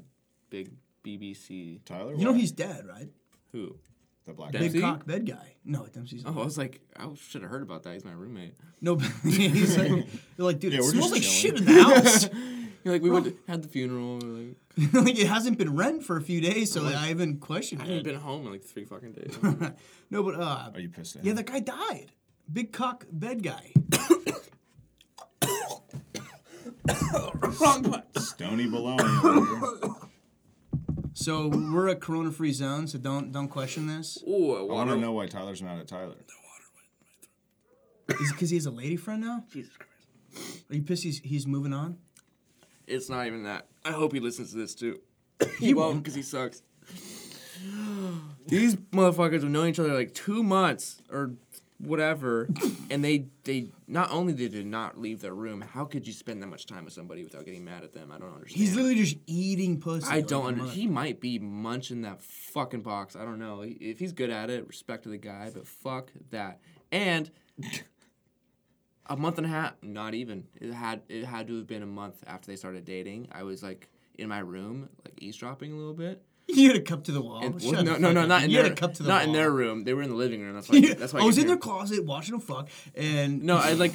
[SPEAKER 6] big BBC.
[SPEAKER 4] Tyler?
[SPEAKER 5] You know
[SPEAKER 4] why?
[SPEAKER 5] he's dead, right?
[SPEAKER 6] Who?
[SPEAKER 4] the black
[SPEAKER 6] Dempsey?
[SPEAKER 4] guy.
[SPEAKER 5] Big cock bed guy. No, Dempsey's.
[SPEAKER 6] Oh, I was like, I should have heard about that. He's my roommate.
[SPEAKER 5] No, but he's like, you're like, dude,
[SPEAKER 4] Yeah,
[SPEAKER 5] it
[SPEAKER 4] we're
[SPEAKER 5] smells
[SPEAKER 4] just
[SPEAKER 5] like shit
[SPEAKER 4] chilling.
[SPEAKER 5] in the house.
[SPEAKER 6] You're like, we went to, had the funeral. We're like,
[SPEAKER 5] like it hasn't been rent for a few days, so I haven't questioned
[SPEAKER 6] I
[SPEAKER 5] it.
[SPEAKER 6] haven't been home in like three fucking days.
[SPEAKER 5] No, but uh,
[SPEAKER 4] Are you pissed at
[SPEAKER 5] yeah,
[SPEAKER 4] him?
[SPEAKER 5] that guy died. Big cock bed guy.
[SPEAKER 6] Wrong button.
[SPEAKER 4] Stony baloney. over here.
[SPEAKER 5] So we're a corona-free zone, so don't don't question this.
[SPEAKER 6] Ooh,
[SPEAKER 4] I want to
[SPEAKER 6] water.
[SPEAKER 4] know why Tyler's mad at Tyler.
[SPEAKER 5] Is because he has a lady friend now?
[SPEAKER 6] Jesus Christ.
[SPEAKER 5] Are you pissed? He's, he's moving on.
[SPEAKER 6] It's not even that. I hope he listens to this too. he won't because he sucks. These motherfuckers have known each other like two months or whatever, and they they not only they did not leave their room. How could you spend that much time with somebody without getting mad at them? I don't understand.
[SPEAKER 5] He's literally just eating pussy.
[SPEAKER 6] I
[SPEAKER 5] like
[SPEAKER 6] don't
[SPEAKER 5] a
[SPEAKER 6] under.
[SPEAKER 5] mother-
[SPEAKER 6] He might be munching that fucking box. I don't know. If he's good at it, respect to the guy, but fuck that. And a month and a half, not even. It had it had to have been a month after they started dating. I was like in my room, like eavesdropping a little bit.
[SPEAKER 5] You had a cup to the wall.
[SPEAKER 6] And,
[SPEAKER 5] Oh, Shut
[SPEAKER 6] well, no,
[SPEAKER 5] the
[SPEAKER 6] no,
[SPEAKER 5] fuck
[SPEAKER 6] no,
[SPEAKER 5] up.
[SPEAKER 6] not in
[SPEAKER 5] you
[SPEAKER 6] their
[SPEAKER 5] had a cup to the
[SPEAKER 6] not
[SPEAKER 5] wall.
[SPEAKER 6] in their room. They were in the living room. That's why. that's why.
[SPEAKER 5] I was in their
[SPEAKER 6] their.
[SPEAKER 5] closet watching them fuck, and
[SPEAKER 6] No, I like,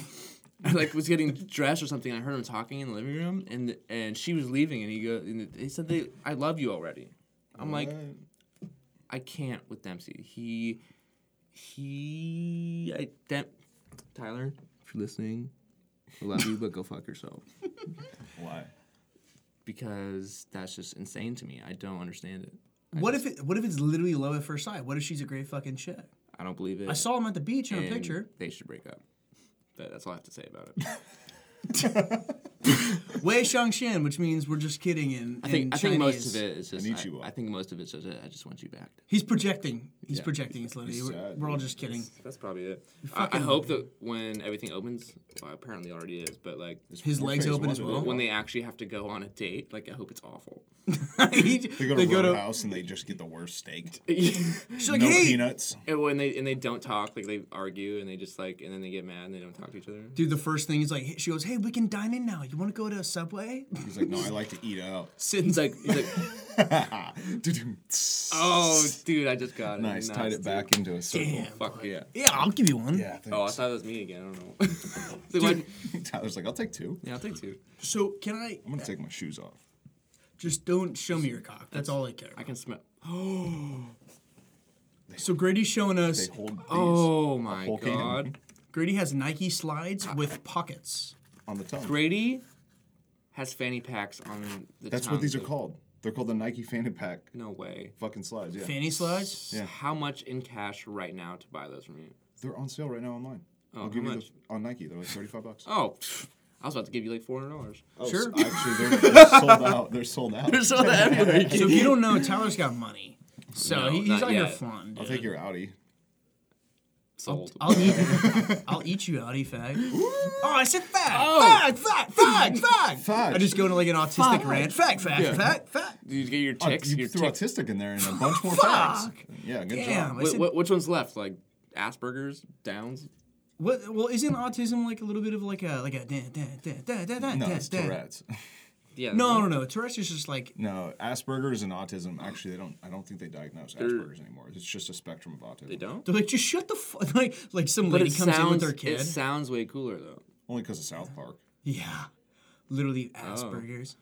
[SPEAKER 6] I like was getting dressed or something. I heard him talking in the living room, and and she was leaving, and he go, and he said, "They, I love you already." I'm like, I can't with Dempsey. He, he, I, Dem- Tyler, if you're listening, I love you, but go fuck yourself
[SPEAKER 4] Why?
[SPEAKER 6] because that's just insane to me. I don't understand it.
[SPEAKER 5] what if it? What if it's literally love at first sight? What if she's a great fucking chick?
[SPEAKER 6] I don't believe it.
[SPEAKER 5] I saw him at the beach in a
[SPEAKER 6] and
[SPEAKER 5] picture.
[SPEAKER 6] They should break up. That, that's all I have to say about it.
[SPEAKER 5] Wei Shangshan, which means we're just kidding. In,
[SPEAKER 6] I think
[SPEAKER 5] in
[SPEAKER 6] I think most
[SPEAKER 5] Chinese.
[SPEAKER 6] of it is just.
[SPEAKER 4] need you all.
[SPEAKER 6] I, I think most of it's just. I just want you back.
[SPEAKER 5] He's projecting. He's
[SPEAKER 6] Yeah.
[SPEAKER 5] projecting. It's literally.
[SPEAKER 4] He's
[SPEAKER 5] We're,
[SPEAKER 4] sad,
[SPEAKER 5] we're all
[SPEAKER 4] dude.
[SPEAKER 5] just kidding.
[SPEAKER 6] That's probably it. I, I
[SPEAKER 5] fucking-
[SPEAKER 6] hope that when everything opens, well, apparently it already is, but like
[SPEAKER 5] His
[SPEAKER 4] We're
[SPEAKER 5] legs
[SPEAKER 4] phase
[SPEAKER 5] open
[SPEAKER 4] one
[SPEAKER 5] as
[SPEAKER 4] of it.
[SPEAKER 5] well.
[SPEAKER 6] when they actually have to go on a date, like I hope it's awful.
[SPEAKER 5] He-
[SPEAKER 4] They go to Roadhouse and they just get the worst steak.
[SPEAKER 5] She's like,
[SPEAKER 4] no
[SPEAKER 5] hey,
[SPEAKER 4] peanuts.
[SPEAKER 6] and when they and they don't talk, like they argue and they just like and then they get mad and they don't talk to each other.
[SPEAKER 5] dude. The first thing is like, she goes, hey, we can dine in now. You want to go to Subway?
[SPEAKER 4] He's like, no, I like to eat out.
[SPEAKER 6] He's like, he's like,
[SPEAKER 4] Doo-doo.
[SPEAKER 6] oh, dude, I just got it.
[SPEAKER 4] nice. Tied it back into a circle.
[SPEAKER 5] Damn.
[SPEAKER 6] Fuck yeah.
[SPEAKER 5] Yeah, I'll give you one.
[SPEAKER 4] Yeah.
[SPEAKER 6] Oh, I
[SPEAKER 4] Thanks.
[SPEAKER 6] thought it was me again. I don't know. It's like, why-
[SPEAKER 4] Tyler's like, I'll take two.
[SPEAKER 6] yeah, I'll take two.
[SPEAKER 5] So can I
[SPEAKER 4] I'm gonna take my shoes off.
[SPEAKER 5] just don't show me your cock? That's all I care.
[SPEAKER 6] I
[SPEAKER 5] About.
[SPEAKER 6] can smell.
[SPEAKER 5] So Grady's showing us.
[SPEAKER 4] They hold these
[SPEAKER 6] Oh my
[SPEAKER 4] whole can.
[SPEAKER 6] god.
[SPEAKER 5] Grady has Nike slides with pockets.
[SPEAKER 4] on the tongue.
[SPEAKER 6] Grady has fanny packs on the.
[SPEAKER 4] That's what these are
[SPEAKER 6] tongues of-
[SPEAKER 4] called. They're called the Nike Fanny Pack
[SPEAKER 6] No way.
[SPEAKER 4] fucking slides. Yeah.
[SPEAKER 5] Fanny slides.
[SPEAKER 4] Yeah.
[SPEAKER 6] How much in cash right now to buy those from you? Oh,
[SPEAKER 4] They're on sale right now online.
[SPEAKER 6] how
[SPEAKER 4] I'll give you
[SPEAKER 6] much?
[SPEAKER 4] the, on Nike. They're like 35 bucks.
[SPEAKER 6] Oh, pff, I was about to give you like four hundred dollars.
[SPEAKER 4] Oh,
[SPEAKER 5] Sure.
[SPEAKER 4] s- Actually, they're, they're sold out. They're sold out.
[SPEAKER 6] sold that everywhere.
[SPEAKER 5] So if you don't know, Tyler's got money. So
[SPEAKER 6] No,
[SPEAKER 5] he- he's
[SPEAKER 6] not
[SPEAKER 5] on your
[SPEAKER 6] yet.
[SPEAKER 5] fun.
[SPEAKER 4] I'll
[SPEAKER 5] dude.
[SPEAKER 4] take your Audi.
[SPEAKER 6] Sold.
[SPEAKER 5] I'll eat. I'll eat you out, fag. Oh, I said fag, fag, fag, fag, fag,
[SPEAKER 4] Fag.
[SPEAKER 5] I just go into like an autistic
[SPEAKER 4] Fag.
[SPEAKER 5] rant. Fag, fag, fag, fag.
[SPEAKER 6] Did you get your
[SPEAKER 4] Oh,
[SPEAKER 6] ticks?
[SPEAKER 4] you
[SPEAKER 6] your
[SPEAKER 4] threw
[SPEAKER 6] ticks.
[SPEAKER 4] autistic in there and a bunch more facts.
[SPEAKER 5] Fuck.
[SPEAKER 4] Yeah, good
[SPEAKER 5] Damn.
[SPEAKER 4] job.
[SPEAKER 5] I
[SPEAKER 6] Wh-
[SPEAKER 5] said,
[SPEAKER 6] wh- which one's left? Like Asperger's, Downs.
[SPEAKER 5] what, well, isn't autism like a little bit of like a like a da, da, da, da, da, da,
[SPEAKER 4] No,
[SPEAKER 5] da,
[SPEAKER 4] it's
[SPEAKER 5] da.
[SPEAKER 4] Tourette's.
[SPEAKER 6] Yeah.
[SPEAKER 5] No, no, no. Tourette's is just like
[SPEAKER 4] No, Asperger's and autism. Actually, they don't. I don't think they diagnose Asperger's anymore. It's just a spectrum of autism.
[SPEAKER 6] They don't.
[SPEAKER 5] they're like just shut the fuck. Like like some
[SPEAKER 6] But
[SPEAKER 5] lady
[SPEAKER 6] it
[SPEAKER 5] comes
[SPEAKER 6] sounds.
[SPEAKER 5] in with her kid.
[SPEAKER 6] It sounds way cooler though.
[SPEAKER 4] Only because of South Park.
[SPEAKER 5] yeah, literally Asperger's.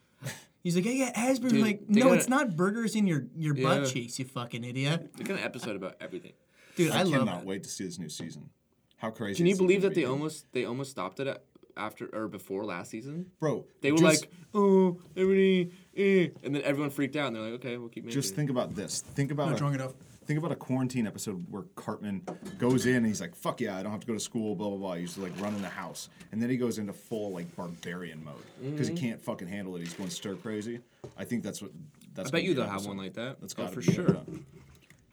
[SPEAKER 5] He's like, yeah, yeah, Asperger's.
[SPEAKER 6] Oh. Dude,
[SPEAKER 5] like,
[SPEAKER 6] they
[SPEAKER 5] no,
[SPEAKER 6] gotta-
[SPEAKER 5] it's not burgers in your your butt
[SPEAKER 6] Yeah.
[SPEAKER 5] cheeks, you fucking idiot.
[SPEAKER 6] They got an episode about everything.
[SPEAKER 5] Dude, I,
[SPEAKER 4] I,
[SPEAKER 5] love
[SPEAKER 4] cannot
[SPEAKER 5] it.
[SPEAKER 4] wait to see this new season. How crazy!
[SPEAKER 6] Can you
[SPEAKER 4] it's gonna
[SPEAKER 6] believe that
[SPEAKER 4] be.
[SPEAKER 6] they almost they almost stopped it at, after or before last season?
[SPEAKER 4] bro?
[SPEAKER 6] They were
[SPEAKER 4] just-
[SPEAKER 6] like, oh, everybody, eh. and then everyone freaked out, and they're like, okay, we'll keep making.
[SPEAKER 4] just
[SPEAKER 6] it.
[SPEAKER 4] think about this. Think about
[SPEAKER 5] Not
[SPEAKER 4] a-
[SPEAKER 5] drunk enough.
[SPEAKER 4] Think about a quarantine episode where Cartman goes in and he's like, "Fuck yeah, I don't have to go to school." Blah blah blah. He's like running the house, and then he goes into full like barbarian mode because
[SPEAKER 6] Mm-hmm.
[SPEAKER 4] he can't fucking handle it. He's going stir crazy. I think that's what. That's
[SPEAKER 6] I bet
[SPEAKER 4] gonna
[SPEAKER 6] you
[SPEAKER 4] be
[SPEAKER 6] they'll
[SPEAKER 4] the
[SPEAKER 6] have
[SPEAKER 4] episode.
[SPEAKER 6] one like that.
[SPEAKER 4] That's
[SPEAKER 6] oh,
[SPEAKER 4] gotta
[SPEAKER 6] for
[SPEAKER 4] be it,
[SPEAKER 6] sure.
[SPEAKER 4] yeah.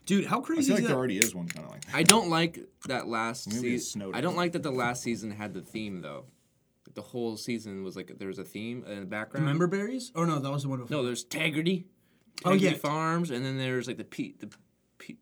[SPEAKER 5] Dude, how
[SPEAKER 4] I
[SPEAKER 5] crazy
[SPEAKER 4] feel
[SPEAKER 5] is
[SPEAKER 4] like there
[SPEAKER 5] that?
[SPEAKER 4] already is one kind of like that.
[SPEAKER 6] I don't like that last
[SPEAKER 4] Maybe it's
[SPEAKER 6] season.
[SPEAKER 4] snowed
[SPEAKER 6] I don't
[SPEAKER 4] out.
[SPEAKER 6] like that the last season had the theme though. Like, The whole season was like there was a theme in the background.
[SPEAKER 5] Remember berries? Oh no, that was the one before.
[SPEAKER 6] No, there's Taggarty.
[SPEAKER 5] Oh,
[SPEAKER 6] Taggarty
[SPEAKER 5] yeah.
[SPEAKER 6] Farms, and then there's like the Pete, the Pete,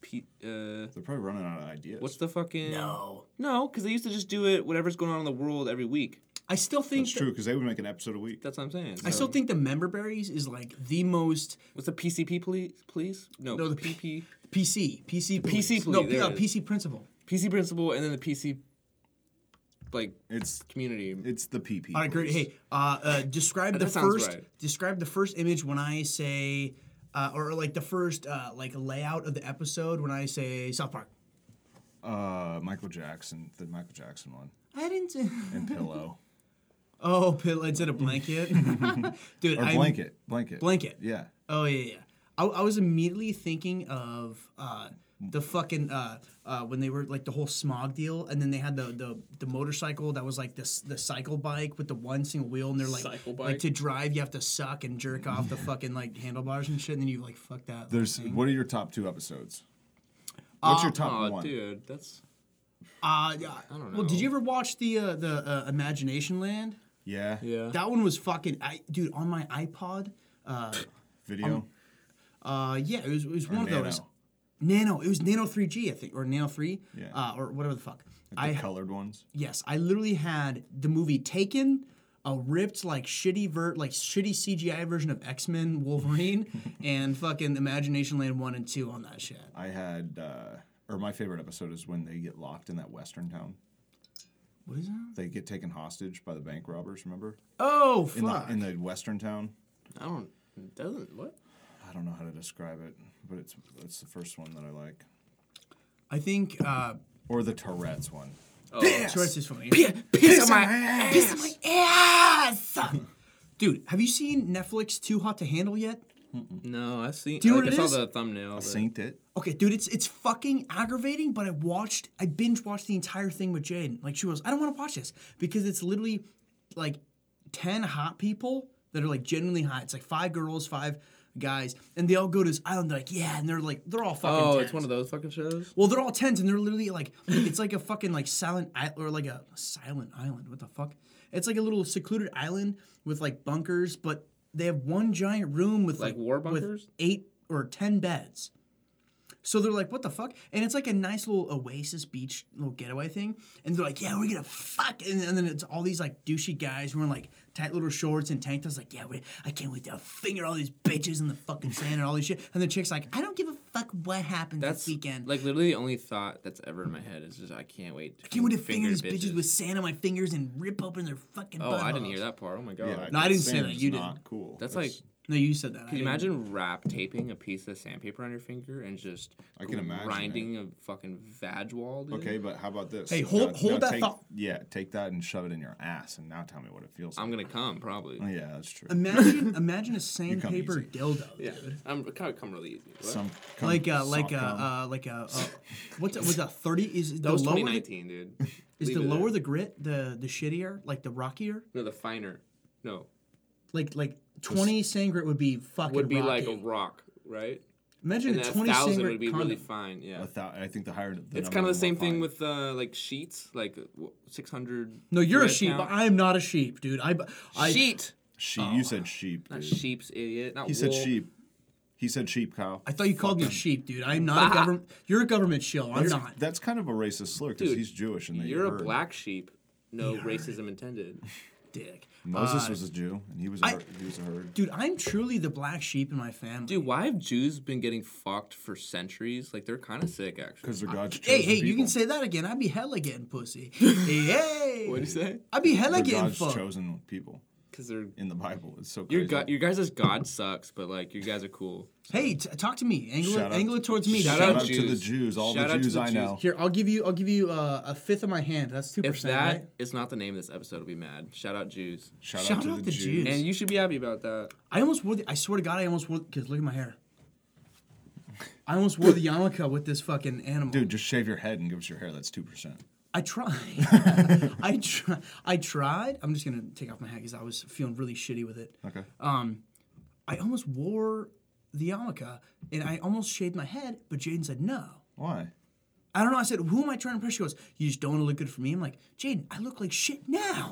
[SPEAKER 6] Pete. Uh,
[SPEAKER 4] They're probably running out of ideas.
[SPEAKER 6] what's the fucking?
[SPEAKER 5] No.
[SPEAKER 6] No, because they used to just do it whatever's going on in the world every week.
[SPEAKER 5] I still think
[SPEAKER 4] It's
[SPEAKER 5] that-
[SPEAKER 4] true because they would make an episode a week.
[SPEAKER 6] That's what I'm saying.
[SPEAKER 5] I still think the member berries is like the most
[SPEAKER 6] What's the PCP, please? Please? No,
[SPEAKER 5] No, the P-
[SPEAKER 6] PP.
[SPEAKER 5] PC PC
[SPEAKER 6] PC
[SPEAKER 5] no
[SPEAKER 6] police, there
[SPEAKER 5] uh,
[SPEAKER 6] it is.
[SPEAKER 5] PC principle.
[SPEAKER 6] PC principle, and then the PC, like
[SPEAKER 4] It's
[SPEAKER 6] community.
[SPEAKER 4] it's the PP.
[SPEAKER 5] All right, great. Hey, uh, uh, describe the
[SPEAKER 6] Oh, That sounds
[SPEAKER 5] first
[SPEAKER 6] right.
[SPEAKER 5] describe the first image when I say, uh, or like the first uh, like layout of the episode when I say South Park.
[SPEAKER 4] Uh, Michael Jackson, the Michael Jackson one,
[SPEAKER 5] I didn't.
[SPEAKER 4] and pillow
[SPEAKER 5] Oh, pillow instead of blanket, dude.
[SPEAKER 4] or
[SPEAKER 5] I'm-
[SPEAKER 4] blanket, blanket,
[SPEAKER 5] Blanket.
[SPEAKER 4] Yeah,
[SPEAKER 5] Oh yeah, yeah. I, I was immediately thinking of uh, the fucking uh, uh, when they were like the whole smog deal, and then they had the the, the motorcycle that was like this the cycle bike with the one single wheel, and they're like
[SPEAKER 6] Cycle
[SPEAKER 5] like
[SPEAKER 6] bike.
[SPEAKER 5] to drive you have to suck and jerk off the fucking like handlebars and shit, and then you like fuck that.
[SPEAKER 4] There's what are your top two episodes? What's your top
[SPEAKER 6] Aw,
[SPEAKER 4] one?
[SPEAKER 6] dude, that's
[SPEAKER 5] uh, yeah. I
[SPEAKER 6] don't
[SPEAKER 5] Well, did
[SPEAKER 6] know.
[SPEAKER 5] you ever watch the uh, the uh, Imagination Land?
[SPEAKER 4] Yeah,
[SPEAKER 6] yeah.
[SPEAKER 5] That one was fucking I dude on my iPod. Uh,
[SPEAKER 4] Video.
[SPEAKER 5] Uh, yeah, it was, it was one
[SPEAKER 4] Nano.
[SPEAKER 5] of those. Nano. It was Nano 3G, I think, or Nano 3,
[SPEAKER 4] Yeah.
[SPEAKER 5] uh, or whatever the fuck.
[SPEAKER 4] the
[SPEAKER 5] I
[SPEAKER 4] colored ones.
[SPEAKER 5] yes, I literally had the movie Taken, a ripped like shitty ver like shitty CGI version of X Men Wolverine, and fucking Imagination Land one and two on that shit.
[SPEAKER 4] I had, uh, or my favorite episode is when they get locked in that western town.
[SPEAKER 5] What is that?
[SPEAKER 4] They get taken hostage by the bank robbers. Remember
[SPEAKER 5] Oh
[SPEAKER 4] in
[SPEAKER 5] fuck!
[SPEAKER 4] the in the western town.
[SPEAKER 6] I don't. Doesn't what?
[SPEAKER 4] I don't know how to describe it, but it's it's the first one that I like,
[SPEAKER 5] I think uh,
[SPEAKER 4] or the Tourette's one.
[SPEAKER 5] Oh. Tourette's is funny.
[SPEAKER 6] Piss on my
[SPEAKER 5] Piss on my ass, dude. Have you seen Netflix Too Hot to Handle yet?
[SPEAKER 6] No, I've seen.
[SPEAKER 5] Do you know
[SPEAKER 6] like,
[SPEAKER 5] what it
[SPEAKER 6] I
[SPEAKER 5] is?
[SPEAKER 6] saw the thumbnail. but-
[SPEAKER 4] Saint it.
[SPEAKER 5] Okay, dude, it's it's fucking aggravating, but I watched I binge watched the entire thing with Jaden. Like she was, I don't want to watch this because it's literally like 10 hot people that are like genuinely hot. It's like five girls, five guys, and they all go to this island. They're like, yeah, and they're like, they're all fucking.
[SPEAKER 6] Oh,
[SPEAKER 5] tense.
[SPEAKER 6] it's one of those fucking shows.
[SPEAKER 5] Well, they're all tense, and they're literally like, it's like a fucking like silent i- or like a silent island. What the fuck? It's like a little secluded island with like bunkers, but they have one giant room with like,
[SPEAKER 6] Like war
[SPEAKER 5] with
[SPEAKER 6] bunkers?
[SPEAKER 5] eight or ten beds. So they're like, what the fuck? And it's like a nice little oasis beach little getaway thing. And they're like, yeah, we're gonna fuck. And, and then it's all these like douchey guys wearing like tight little shorts and tank tops. Like, yeah, we, I can't wait to finger all these bitches in the fucking sand and all this shit. And the chick's like, I don't give a fuck what happens
[SPEAKER 6] That's
[SPEAKER 5] this weekend.
[SPEAKER 6] Like literally, the only thought that's ever in my head is just I can't wait. I
[SPEAKER 5] Can't wait to finger these bitches with sand on my fingers and rip open their fucking.
[SPEAKER 6] Oh, I didn't hear that part. Oh my god.
[SPEAKER 5] No, I didn't say
[SPEAKER 4] Sand
[SPEAKER 5] that,
[SPEAKER 4] is
[SPEAKER 5] you
[SPEAKER 4] not
[SPEAKER 5] didn't.
[SPEAKER 4] Cool.
[SPEAKER 6] That's like, can
[SPEAKER 5] No, you said that. I
[SPEAKER 6] you
[SPEAKER 5] didn't.
[SPEAKER 6] imagine wrap taping a piece of sandpaper on your finger and just
[SPEAKER 4] I can imagine
[SPEAKER 6] grinding a fucking vag wall? Dude?
[SPEAKER 4] Okay, but how about this?
[SPEAKER 5] Hey, hold- hold that
[SPEAKER 4] take,
[SPEAKER 5] thought.
[SPEAKER 4] Yeah, take that and shove it in your ass, and now tell me what it feels like. Oh,
[SPEAKER 6] I'm gonna come probably.
[SPEAKER 4] yeah, that's true.
[SPEAKER 5] Imagine, imagine a sandpaper
[SPEAKER 4] easy.
[SPEAKER 5] dildo.
[SPEAKER 6] Yeah,
[SPEAKER 5] dude.
[SPEAKER 6] I'm kind of come really easy. What?
[SPEAKER 4] Some cum-
[SPEAKER 5] Like a,
[SPEAKER 4] soft
[SPEAKER 5] like a,
[SPEAKER 4] cum.
[SPEAKER 5] uh, like a, uh, what's that, was that thirty? Is it
[SPEAKER 6] that
[SPEAKER 5] the
[SPEAKER 6] was
[SPEAKER 5] lower, the,
[SPEAKER 6] 2019, dude.
[SPEAKER 5] is
[SPEAKER 6] Leave
[SPEAKER 5] the
[SPEAKER 6] it
[SPEAKER 5] lower
[SPEAKER 6] there.
[SPEAKER 5] the grit, the the shittier, like the rockier,
[SPEAKER 6] no the finer no
[SPEAKER 5] like like twenty sand grit would be fucking.
[SPEAKER 6] would be like a
[SPEAKER 5] rocky.
[SPEAKER 6] rock, right?
[SPEAKER 5] imagine
[SPEAKER 6] And
[SPEAKER 5] a
[SPEAKER 6] that
[SPEAKER 5] twenty sand
[SPEAKER 6] thousand
[SPEAKER 5] grit
[SPEAKER 6] would be
[SPEAKER 5] condom.
[SPEAKER 6] really fine. Yeah.
[SPEAKER 4] a thou- I think the higher. The
[SPEAKER 6] It's
[SPEAKER 4] number,
[SPEAKER 6] kind of the
[SPEAKER 4] more
[SPEAKER 6] same thing
[SPEAKER 4] fine.
[SPEAKER 6] with uh, like sheets, like six hundred.
[SPEAKER 5] No, you're a sheep. I am not a sheep, dude. I, I
[SPEAKER 6] sheet,
[SPEAKER 4] sheep. You said sheep.
[SPEAKER 6] Oh, not
[SPEAKER 4] dude.
[SPEAKER 6] sheep's idiot. Not
[SPEAKER 4] He said
[SPEAKER 6] wool.
[SPEAKER 4] sheep. He said sheep, Kyle.
[SPEAKER 5] I thought you called me a sheep, dude. I am not a government. You're a government shill. I'm not.
[SPEAKER 4] That's kind of a racist slur because
[SPEAKER 6] Dude,
[SPEAKER 4] he's Jewish and they
[SPEAKER 6] You're a
[SPEAKER 4] heard.
[SPEAKER 6] black sheep. No racism intended.
[SPEAKER 5] Dick.
[SPEAKER 4] Moses was a Jew and he was a,
[SPEAKER 5] I-
[SPEAKER 4] herd- he was a herd.
[SPEAKER 5] Dude, I'm truly the black sheep in my family.
[SPEAKER 6] Dude, why have Jews been getting fucked for centuries? Like they're kind of sick, actually.
[SPEAKER 4] Because they're God's
[SPEAKER 5] hey,
[SPEAKER 4] chosen
[SPEAKER 5] hey, you can
[SPEAKER 4] people.
[SPEAKER 5] say that again. I'd be hella getting pussy. hey,
[SPEAKER 6] What do
[SPEAKER 5] hey.
[SPEAKER 6] you say?
[SPEAKER 5] I'd be hella
[SPEAKER 4] They're
[SPEAKER 5] getting
[SPEAKER 4] God's
[SPEAKER 5] fucked.
[SPEAKER 4] chosen people
[SPEAKER 6] Because they're
[SPEAKER 4] in the Bible. It's so
[SPEAKER 6] your
[SPEAKER 4] crazy.
[SPEAKER 6] god, your guys' god sucks, but like you guys are cool.
[SPEAKER 5] Hey, t- talk to me. Angle,
[SPEAKER 4] Shout
[SPEAKER 5] it,
[SPEAKER 4] out-
[SPEAKER 5] angle it towards me.
[SPEAKER 4] Shout,
[SPEAKER 5] dude.
[SPEAKER 4] out, to the Jews, all
[SPEAKER 6] Shout
[SPEAKER 4] the
[SPEAKER 6] out to
[SPEAKER 4] Jews
[SPEAKER 6] the
[SPEAKER 4] I
[SPEAKER 6] Jews.
[SPEAKER 4] know.
[SPEAKER 5] Here, I'll give you. I'll give you uh, a fifth of my hand. That's two
[SPEAKER 6] If
[SPEAKER 5] percent.
[SPEAKER 6] that is
[SPEAKER 5] right?
[SPEAKER 6] not the name of this episode, I'll be mad. Shout out Jews.
[SPEAKER 4] Shout,
[SPEAKER 5] Shout
[SPEAKER 4] out to
[SPEAKER 5] out
[SPEAKER 4] the,
[SPEAKER 5] the
[SPEAKER 4] Jews.
[SPEAKER 5] Jews.
[SPEAKER 6] And you should be happy about that.
[SPEAKER 5] I almost wore. The, I swear to God, I almost wore. Cause look at my hair. I almost wore the yarmulke with this fucking animal.
[SPEAKER 4] Dude, just shave your head and give us your hair. That's 2%.
[SPEAKER 5] I tried. I try. I tried. I'm just gonna take off my hat because I was feeling really shitty with it. Um,
[SPEAKER 4] Okay.
[SPEAKER 5] I almost wore the yarmulke and I almost shaved my head, but Jaden said no.
[SPEAKER 4] Why?
[SPEAKER 5] I don't know. I said, who am I trying to impress? She goes, you just don't want to look good for me. I'm like, Jaden, I look like shit now.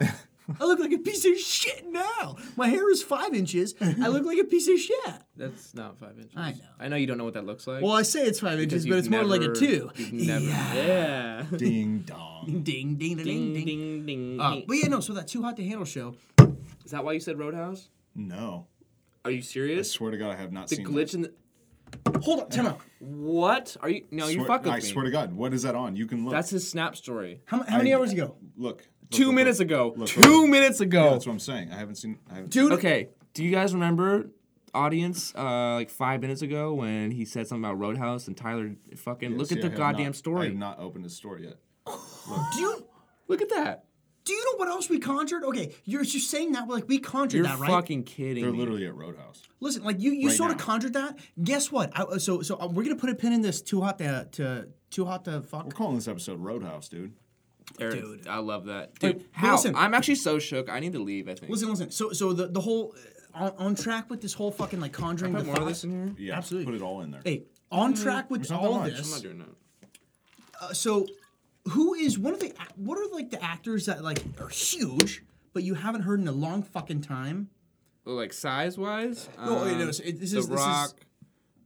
[SPEAKER 5] I look like a piece of shit now. My hair is five inches. I look like a piece of shit.
[SPEAKER 6] That's not five inches.
[SPEAKER 5] I know.
[SPEAKER 6] I know you don't know what that looks like.
[SPEAKER 5] Well, I say it's five
[SPEAKER 6] because
[SPEAKER 5] inches,
[SPEAKER 6] you've
[SPEAKER 5] but it's more like a
[SPEAKER 6] never-
[SPEAKER 5] two.
[SPEAKER 6] you've Never,
[SPEAKER 5] Yeah.
[SPEAKER 6] yeah.
[SPEAKER 4] Ding dong.
[SPEAKER 5] Ding, ding, da, ding, ding.
[SPEAKER 6] ding, ding.
[SPEAKER 5] Uh, but yeah, no. So that too hot to handle show.
[SPEAKER 6] Is that why you said Roadhouse?
[SPEAKER 4] No,
[SPEAKER 6] Are you
[SPEAKER 4] I
[SPEAKER 6] serious?
[SPEAKER 4] swear to God, I have not
[SPEAKER 6] The
[SPEAKER 4] seen
[SPEAKER 6] glitch in the
[SPEAKER 5] Hold on, time out.
[SPEAKER 6] what? Are you? No,
[SPEAKER 4] That.
[SPEAKER 6] Oh, you
[SPEAKER 4] Swear-
[SPEAKER 6] fuck with
[SPEAKER 4] I
[SPEAKER 6] me.
[SPEAKER 4] swear to God, what is that on? You can look.
[SPEAKER 6] That's his snap story.
[SPEAKER 5] How, how many
[SPEAKER 4] I-
[SPEAKER 5] hours ago?
[SPEAKER 4] look. look,
[SPEAKER 6] Two
[SPEAKER 4] look,
[SPEAKER 6] minutes
[SPEAKER 4] look.
[SPEAKER 6] ago.
[SPEAKER 4] Look,
[SPEAKER 6] Two
[SPEAKER 4] look.
[SPEAKER 6] minutes
[SPEAKER 4] Yeah,
[SPEAKER 6] ago.
[SPEAKER 4] that's what I'm saying. I haven't seen. I haven't.
[SPEAKER 5] Dude,
[SPEAKER 6] okay. Do you guys remember audience uh, like five minutes ago when he said something about Roadhouse and Tyler fucking
[SPEAKER 4] seen,
[SPEAKER 6] look
[SPEAKER 4] see,
[SPEAKER 6] at
[SPEAKER 4] I
[SPEAKER 6] the
[SPEAKER 4] have
[SPEAKER 6] goddamn
[SPEAKER 4] not- I
[SPEAKER 6] story.
[SPEAKER 4] have not opened his story yet.
[SPEAKER 5] do you
[SPEAKER 6] Look at that.
[SPEAKER 5] do you know what else we conjured? Okay, you're just saying that like we conjured
[SPEAKER 6] You're
[SPEAKER 5] that, right?
[SPEAKER 6] fucking kidding
[SPEAKER 4] They're
[SPEAKER 6] me.
[SPEAKER 4] literally at Roadhouse.
[SPEAKER 5] Listen, like you, you
[SPEAKER 4] Right
[SPEAKER 5] sort of
[SPEAKER 4] now.
[SPEAKER 5] conjured that. Guess what? I, uh, so so uh, we're gonna put a pin in this. Too hot to to too hot to fuck.
[SPEAKER 4] We're calling this episode Roadhouse, dude.
[SPEAKER 6] Eric,
[SPEAKER 5] Dude.
[SPEAKER 6] I love that. Dude,
[SPEAKER 5] Wait,
[SPEAKER 6] how?
[SPEAKER 5] listen.
[SPEAKER 6] I'm actually so shook. I need to leave. I think.
[SPEAKER 5] Listen, listen. So so the the whole uh, on, on track with this whole fucking like conjuring
[SPEAKER 6] Put
[SPEAKER 5] the
[SPEAKER 6] more of
[SPEAKER 5] thoughts-
[SPEAKER 6] this in here.
[SPEAKER 4] Yeah,
[SPEAKER 5] Absolutely.
[SPEAKER 4] Put it all in there.
[SPEAKER 5] Hey, on track with
[SPEAKER 4] There's not that
[SPEAKER 5] all
[SPEAKER 4] much.
[SPEAKER 5] this.
[SPEAKER 6] I'm not doing that.
[SPEAKER 5] so who is one of the ac- what are like the actors that like are huge but you haven't heard in a long fucking time
[SPEAKER 6] Well, like size wise.
[SPEAKER 5] No, wait, no, so it- this is-
[SPEAKER 6] Uh, The
[SPEAKER 5] this is-
[SPEAKER 6] Rock.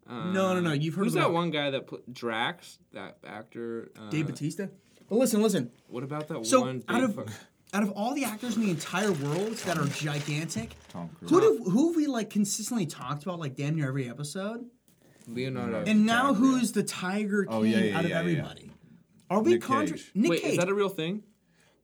[SPEAKER 6] uh,
[SPEAKER 5] no no no you've heard
[SPEAKER 6] Who's
[SPEAKER 5] of
[SPEAKER 6] that
[SPEAKER 5] like,
[SPEAKER 6] one guy that put Drax? That actor. Uh,
[SPEAKER 5] dave batista well listen listen
[SPEAKER 6] What about that
[SPEAKER 5] so
[SPEAKER 6] one?
[SPEAKER 5] out
[SPEAKER 6] big
[SPEAKER 5] of
[SPEAKER 6] fuck-
[SPEAKER 5] out of all the actors in the entire world that are gigantic
[SPEAKER 4] Tom Cruise.
[SPEAKER 5] who do who have we like consistently talked about like damn near every episode
[SPEAKER 6] Leonardo.
[SPEAKER 5] and now who's the tiger king
[SPEAKER 4] Oh, yeah, yeah,
[SPEAKER 5] out of
[SPEAKER 4] yeah, yeah.
[SPEAKER 5] everybody are we
[SPEAKER 4] Nick
[SPEAKER 5] conjuring
[SPEAKER 4] Cage.
[SPEAKER 5] nick
[SPEAKER 6] Wait,
[SPEAKER 5] cage
[SPEAKER 6] is that a real thing?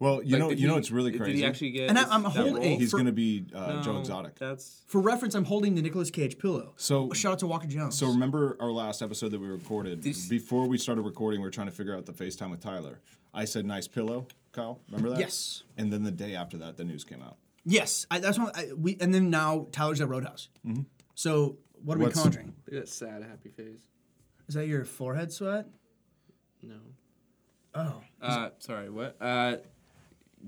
[SPEAKER 4] Well, you
[SPEAKER 6] Like,
[SPEAKER 4] know,
[SPEAKER 6] did
[SPEAKER 4] you know,
[SPEAKER 6] he-
[SPEAKER 4] it's really
[SPEAKER 6] did
[SPEAKER 4] crazy.
[SPEAKER 6] he actually get?
[SPEAKER 5] And I-
[SPEAKER 6] this-
[SPEAKER 5] I'm
[SPEAKER 6] that
[SPEAKER 5] holding-
[SPEAKER 6] role?
[SPEAKER 5] hey,
[SPEAKER 4] He's
[SPEAKER 5] for-
[SPEAKER 4] going to be uh, Joe
[SPEAKER 6] No,
[SPEAKER 4] Exotic.
[SPEAKER 6] That's
[SPEAKER 5] for reference i'm holding the Nicolas cage pillow
[SPEAKER 4] So-
[SPEAKER 5] shout out to walker jones
[SPEAKER 4] So remember our last episode that we recorded?
[SPEAKER 6] This-
[SPEAKER 4] Before we started recording, we were trying to figure out the FaceTime with Tyler. I said, "Nice pillow, Kyle." Remember that?
[SPEAKER 5] Yes.
[SPEAKER 4] And then the day after that, the news came out.
[SPEAKER 5] Yes, I, that's what I, we. And then now Tyler's at Roadhouse. So what are
[SPEAKER 4] Mm-hmm. What's-
[SPEAKER 5] we conjuring?
[SPEAKER 6] look at that sad happy face.
[SPEAKER 5] Is that your forehead sweat?
[SPEAKER 6] No.
[SPEAKER 5] Oh,
[SPEAKER 6] Uh, sorry. What? Uh.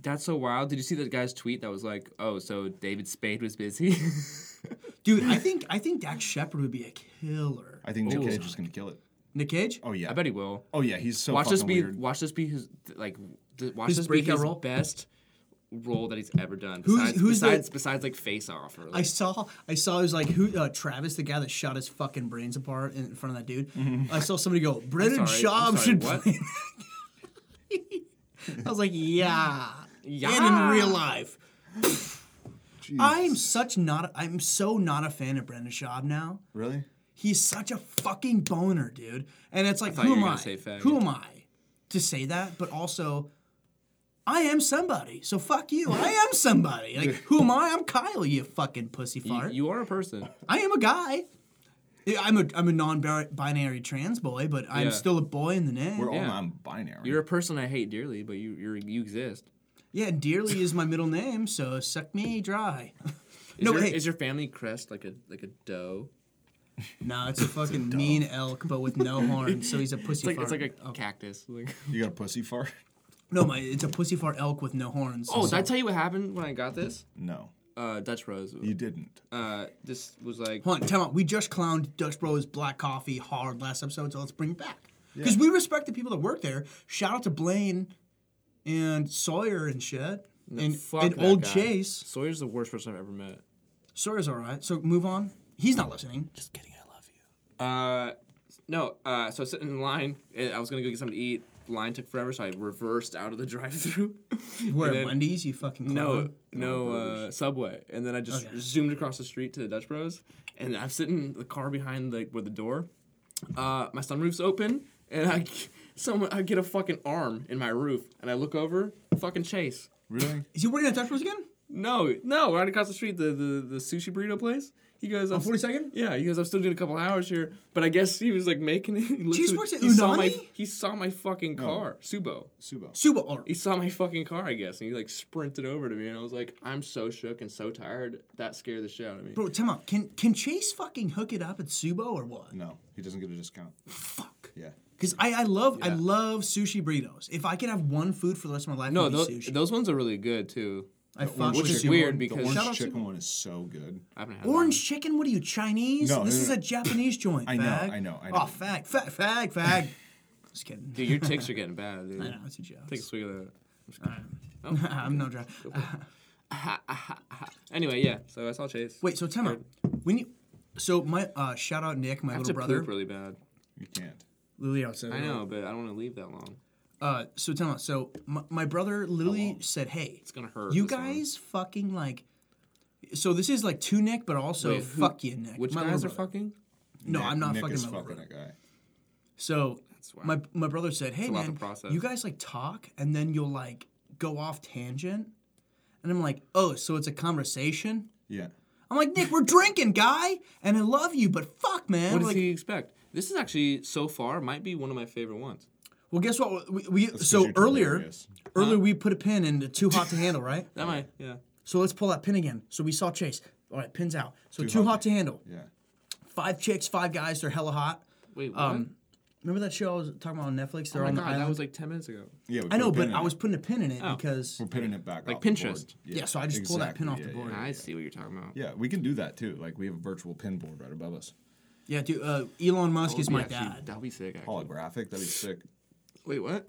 [SPEAKER 6] That's so wild. Did you see that guy's tweet that was like, "Oh, so David Spade was busy."
[SPEAKER 5] dude, I think I think Dax Shepard would be a killer.
[SPEAKER 4] I think Nick Cage is going to kill it.
[SPEAKER 5] Nick Cage.
[SPEAKER 4] Oh yeah.
[SPEAKER 6] I bet he will.
[SPEAKER 4] Oh yeah, he's so
[SPEAKER 6] watch
[SPEAKER 4] fucking
[SPEAKER 6] this be
[SPEAKER 4] weird.
[SPEAKER 6] watch this be his th- like th- watch
[SPEAKER 5] His
[SPEAKER 6] this be
[SPEAKER 5] breakout
[SPEAKER 6] his
[SPEAKER 5] role?
[SPEAKER 6] best role that he's ever done.
[SPEAKER 5] Who's-
[SPEAKER 6] Besides,
[SPEAKER 5] who's the-
[SPEAKER 6] besides, besides like Face Off or
[SPEAKER 5] I
[SPEAKER 6] like,
[SPEAKER 5] saw I saw it was like who uh, Travis, the guy that shot his fucking brains apart in front of that dude. I saw somebody go, Brendan
[SPEAKER 6] sorry,
[SPEAKER 5] Schaub
[SPEAKER 6] I'm sorry,
[SPEAKER 5] should
[SPEAKER 6] what?"
[SPEAKER 5] play. I was like, yeah, yeah, and in
[SPEAKER 6] Yeah.
[SPEAKER 5] real life.
[SPEAKER 4] Jeez.
[SPEAKER 5] I'm such not I'm so not a fan of Brendan Schaub now.
[SPEAKER 4] really.
[SPEAKER 5] He's such a fucking boner, dude. And it's like,
[SPEAKER 6] thought
[SPEAKER 5] who
[SPEAKER 6] you were
[SPEAKER 5] am I?
[SPEAKER 6] gonna say faggot.
[SPEAKER 5] Who am I to say that? But also, I am somebody. So fuck you. I am somebody. Like, who am I? I'm Kyle. You fucking pussy
[SPEAKER 6] you,
[SPEAKER 5] fart.
[SPEAKER 6] you are a person.
[SPEAKER 5] I am a guy. Yeah, I'm a I'm a non-binary trans boy, but I'm
[SPEAKER 6] Yeah.
[SPEAKER 5] still a boy in the name.
[SPEAKER 4] We're all
[SPEAKER 6] Yeah.
[SPEAKER 4] non-binary.
[SPEAKER 6] You're a person I hate dearly, but you you're, you exist.
[SPEAKER 5] yeah, and dearly is my middle name, so suck me dry.
[SPEAKER 6] Is
[SPEAKER 5] No,
[SPEAKER 6] your,
[SPEAKER 5] but hey-
[SPEAKER 6] is your family crest like a like a doe?
[SPEAKER 5] no, it's a fucking mean elk, but with no horn, so he's a
[SPEAKER 6] It's
[SPEAKER 5] pussy
[SPEAKER 6] like
[SPEAKER 5] fart.
[SPEAKER 6] it's like a cactus. Like.
[SPEAKER 4] You got a pussy fart?
[SPEAKER 5] no, my it's a pussy fart elk with no horns.
[SPEAKER 6] Oh,
[SPEAKER 5] so-
[SPEAKER 6] did I tell you what happened when I got this?
[SPEAKER 4] No,
[SPEAKER 6] Uh, Dutch Rose.
[SPEAKER 4] you didn't.
[SPEAKER 6] Uh, this was like
[SPEAKER 5] Hold on, time out. We just clowned Dutch Bros Black Coffee hard last episode, so let's bring it back. Because we respect the people that work there. Shout out to Blaine and Sawyer and shit. and
[SPEAKER 6] fuck
[SPEAKER 5] and
[SPEAKER 6] that
[SPEAKER 5] old
[SPEAKER 6] guy.
[SPEAKER 5] Chase.
[SPEAKER 6] Sawyer's the worst person I've ever met.
[SPEAKER 5] Sawyer's all right. So move on. He's not listening.
[SPEAKER 6] Just kidding, I love you. Uh, no. Uh, so I was sitting in line. And I was gonna go get something to eat. Line took forever, so I reversed out of the drive-through.
[SPEAKER 5] We're
[SPEAKER 6] And
[SPEAKER 5] at
[SPEAKER 6] then-
[SPEAKER 5] Wendy's, you fucking clown.
[SPEAKER 6] No, no uh, subway. And then I just
[SPEAKER 5] Okay.
[SPEAKER 6] zoomed across the street to the Dutch Bros, and I'm sitting in the car behind like where the door. Uh, my sunroof's open, and I someone I get a fucking arm in my roof, and I look over, fucking Chase.
[SPEAKER 4] Really?
[SPEAKER 5] Is he working at Dutch Bros again?
[SPEAKER 6] No, no, right across the street, the the, the sushi burrito place. He goes, I'm
[SPEAKER 5] 42nd?
[SPEAKER 6] Yeah, he goes, I'm still doing a couple hours here, but I guess he was like making it. He looked
[SPEAKER 5] Cheese
[SPEAKER 6] at-
[SPEAKER 5] works at Oh.
[SPEAKER 6] he saw my
[SPEAKER 5] Unagi?
[SPEAKER 6] he saw my fucking car, Subo.
[SPEAKER 4] Subo.
[SPEAKER 5] Suba or
[SPEAKER 6] He saw my fucking car, I guess, and he like sprinted over to me, and I was like, I'm so shook and so tired. That scared the shit out of me.
[SPEAKER 5] Bro, time out. Can can Chase fucking hook it up at Subo or what?
[SPEAKER 4] No, he doesn't get a discount.
[SPEAKER 5] Fuck.
[SPEAKER 4] Yeah.
[SPEAKER 5] Because I, I love I
[SPEAKER 4] Yeah.
[SPEAKER 5] love sushi burritos. If I could have one food for the rest of my life,
[SPEAKER 6] no,
[SPEAKER 5] it'd be
[SPEAKER 6] those,
[SPEAKER 5] sushi.
[SPEAKER 6] those ones are really good too.
[SPEAKER 5] I fuck
[SPEAKER 6] Which
[SPEAKER 5] with
[SPEAKER 6] is
[SPEAKER 5] sushi.
[SPEAKER 6] weird
[SPEAKER 4] The
[SPEAKER 6] because
[SPEAKER 5] Shout out
[SPEAKER 4] orange
[SPEAKER 5] to-
[SPEAKER 4] chicken one is so good.
[SPEAKER 6] I haven't had that
[SPEAKER 5] Orange chicken? What are you Chinese?
[SPEAKER 4] No, no,
[SPEAKER 5] this
[SPEAKER 4] no,
[SPEAKER 5] is
[SPEAKER 4] no.
[SPEAKER 5] a Japanese joint.
[SPEAKER 4] I know,
[SPEAKER 5] fag.
[SPEAKER 4] I know, I
[SPEAKER 5] Oh,
[SPEAKER 4] know.
[SPEAKER 5] fag, fag, fag, fag. Just kidding.
[SPEAKER 6] one. dude. Your ticks are getting bad, dude.
[SPEAKER 5] I know it's a joke.
[SPEAKER 4] Oh.
[SPEAKER 6] Take a swig of that.
[SPEAKER 5] I'm not driving.
[SPEAKER 6] Anyway, yeah. So I saw Chase.
[SPEAKER 5] Wait, so time out. When you, so my uh, shout out Nick, my
[SPEAKER 6] I have
[SPEAKER 5] little
[SPEAKER 6] to
[SPEAKER 5] brother.
[SPEAKER 6] poop really bad.
[SPEAKER 4] You can't.
[SPEAKER 5] Literally outside.
[SPEAKER 6] I know, but I don't want to leave that long.
[SPEAKER 5] Uh, so time out. So my, my brother literally said, "Hey, it's
[SPEAKER 6] gonna hurt,
[SPEAKER 5] You
[SPEAKER 6] this one."
[SPEAKER 5] guys fucking like." So this is like to Nick, but also
[SPEAKER 6] Wait, who-
[SPEAKER 5] fuck you, Nick.
[SPEAKER 6] Which
[SPEAKER 5] my
[SPEAKER 6] guys
[SPEAKER 5] little
[SPEAKER 6] are
[SPEAKER 5] brother.
[SPEAKER 6] fucking?
[SPEAKER 5] No,
[SPEAKER 4] Nick-
[SPEAKER 5] I'm not
[SPEAKER 4] Nick
[SPEAKER 5] fucking
[SPEAKER 4] is
[SPEAKER 5] my little
[SPEAKER 4] fucking
[SPEAKER 5] brother.
[SPEAKER 4] that guy.
[SPEAKER 5] So
[SPEAKER 6] wild.
[SPEAKER 5] my my brother said, "Hey
[SPEAKER 6] a lot to
[SPEAKER 5] man,
[SPEAKER 6] process.
[SPEAKER 5] you guys like talk, and then you'll like go off tangent." And I'm like, "Oh, so it's a conversation."
[SPEAKER 4] Yeah.
[SPEAKER 5] I'm like, "Nick, we're drinking, guy, and I love you, but fuck, man."
[SPEAKER 6] What
[SPEAKER 5] We're
[SPEAKER 6] does
[SPEAKER 5] like,
[SPEAKER 6] he expect? This is actually so far might be one of my favorite ones.
[SPEAKER 5] well, guess what? We, we
[SPEAKER 4] 'cause
[SPEAKER 5] so
[SPEAKER 4] you're
[SPEAKER 5] earlier,
[SPEAKER 4] delirious.
[SPEAKER 5] earlier we put a pin in the too hot to handle, right?
[SPEAKER 6] That might, yeah.
[SPEAKER 5] So let's pull that pin again. So we saw Chase. All right, pins out. So too, hot, to handle.
[SPEAKER 4] Yeah.
[SPEAKER 5] Five chicks, five guys. They're hella hot.
[SPEAKER 6] Wait, what?
[SPEAKER 5] Um, remember that show I was talking about on Netflix? They're
[SPEAKER 6] oh my
[SPEAKER 5] on the
[SPEAKER 6] god,
[SPEAKER 5] island.
[SPEAKER 6] that was like ten minutes ago.
[SPEAKER 4] Yeah. we
[SPEAKER 5] I
[SPEAKER 4] put
[SPEAKER 5] know,
[SPEAKER 4] a pin
[SPEAKER 5] but
[SPEAKER 4] in
[SPEAKER 5] I
[SPEAKER 4] it.
[SPEAKER 5] was putting a pin in it
[SPEAKER 6] Oh.
[SPEAKER 5] because
[SPEAKER 4] We're pinning it back.
[SPEAKER 6] Like
[SPEAKER 4] off the board.
[SPEAKER 6] Pinterest.
[SPEAKER 5] Yeah, so I just pulled that pin off the
[SPEAKER 4] yeah,
[SPEAKER 5] board.
[SPEAKER 4] Yeah,
[SPEAKER 6] I see what you're talking about.
[SPEAKER 4] Yeah, we can do that too. Like we have a virtual pin board right above us.
[SPEAKER 5] yeah, dude, uh, Elon Musk
[SPEAKER 6] Oh,
[SPEAKER 5] is my dad. Oh.
[SPEAKER 6] That'll be sick. Actually.
[SPEAKER 4] Holographic. That'd be sick.
[SPEAKER 6] Wait, what?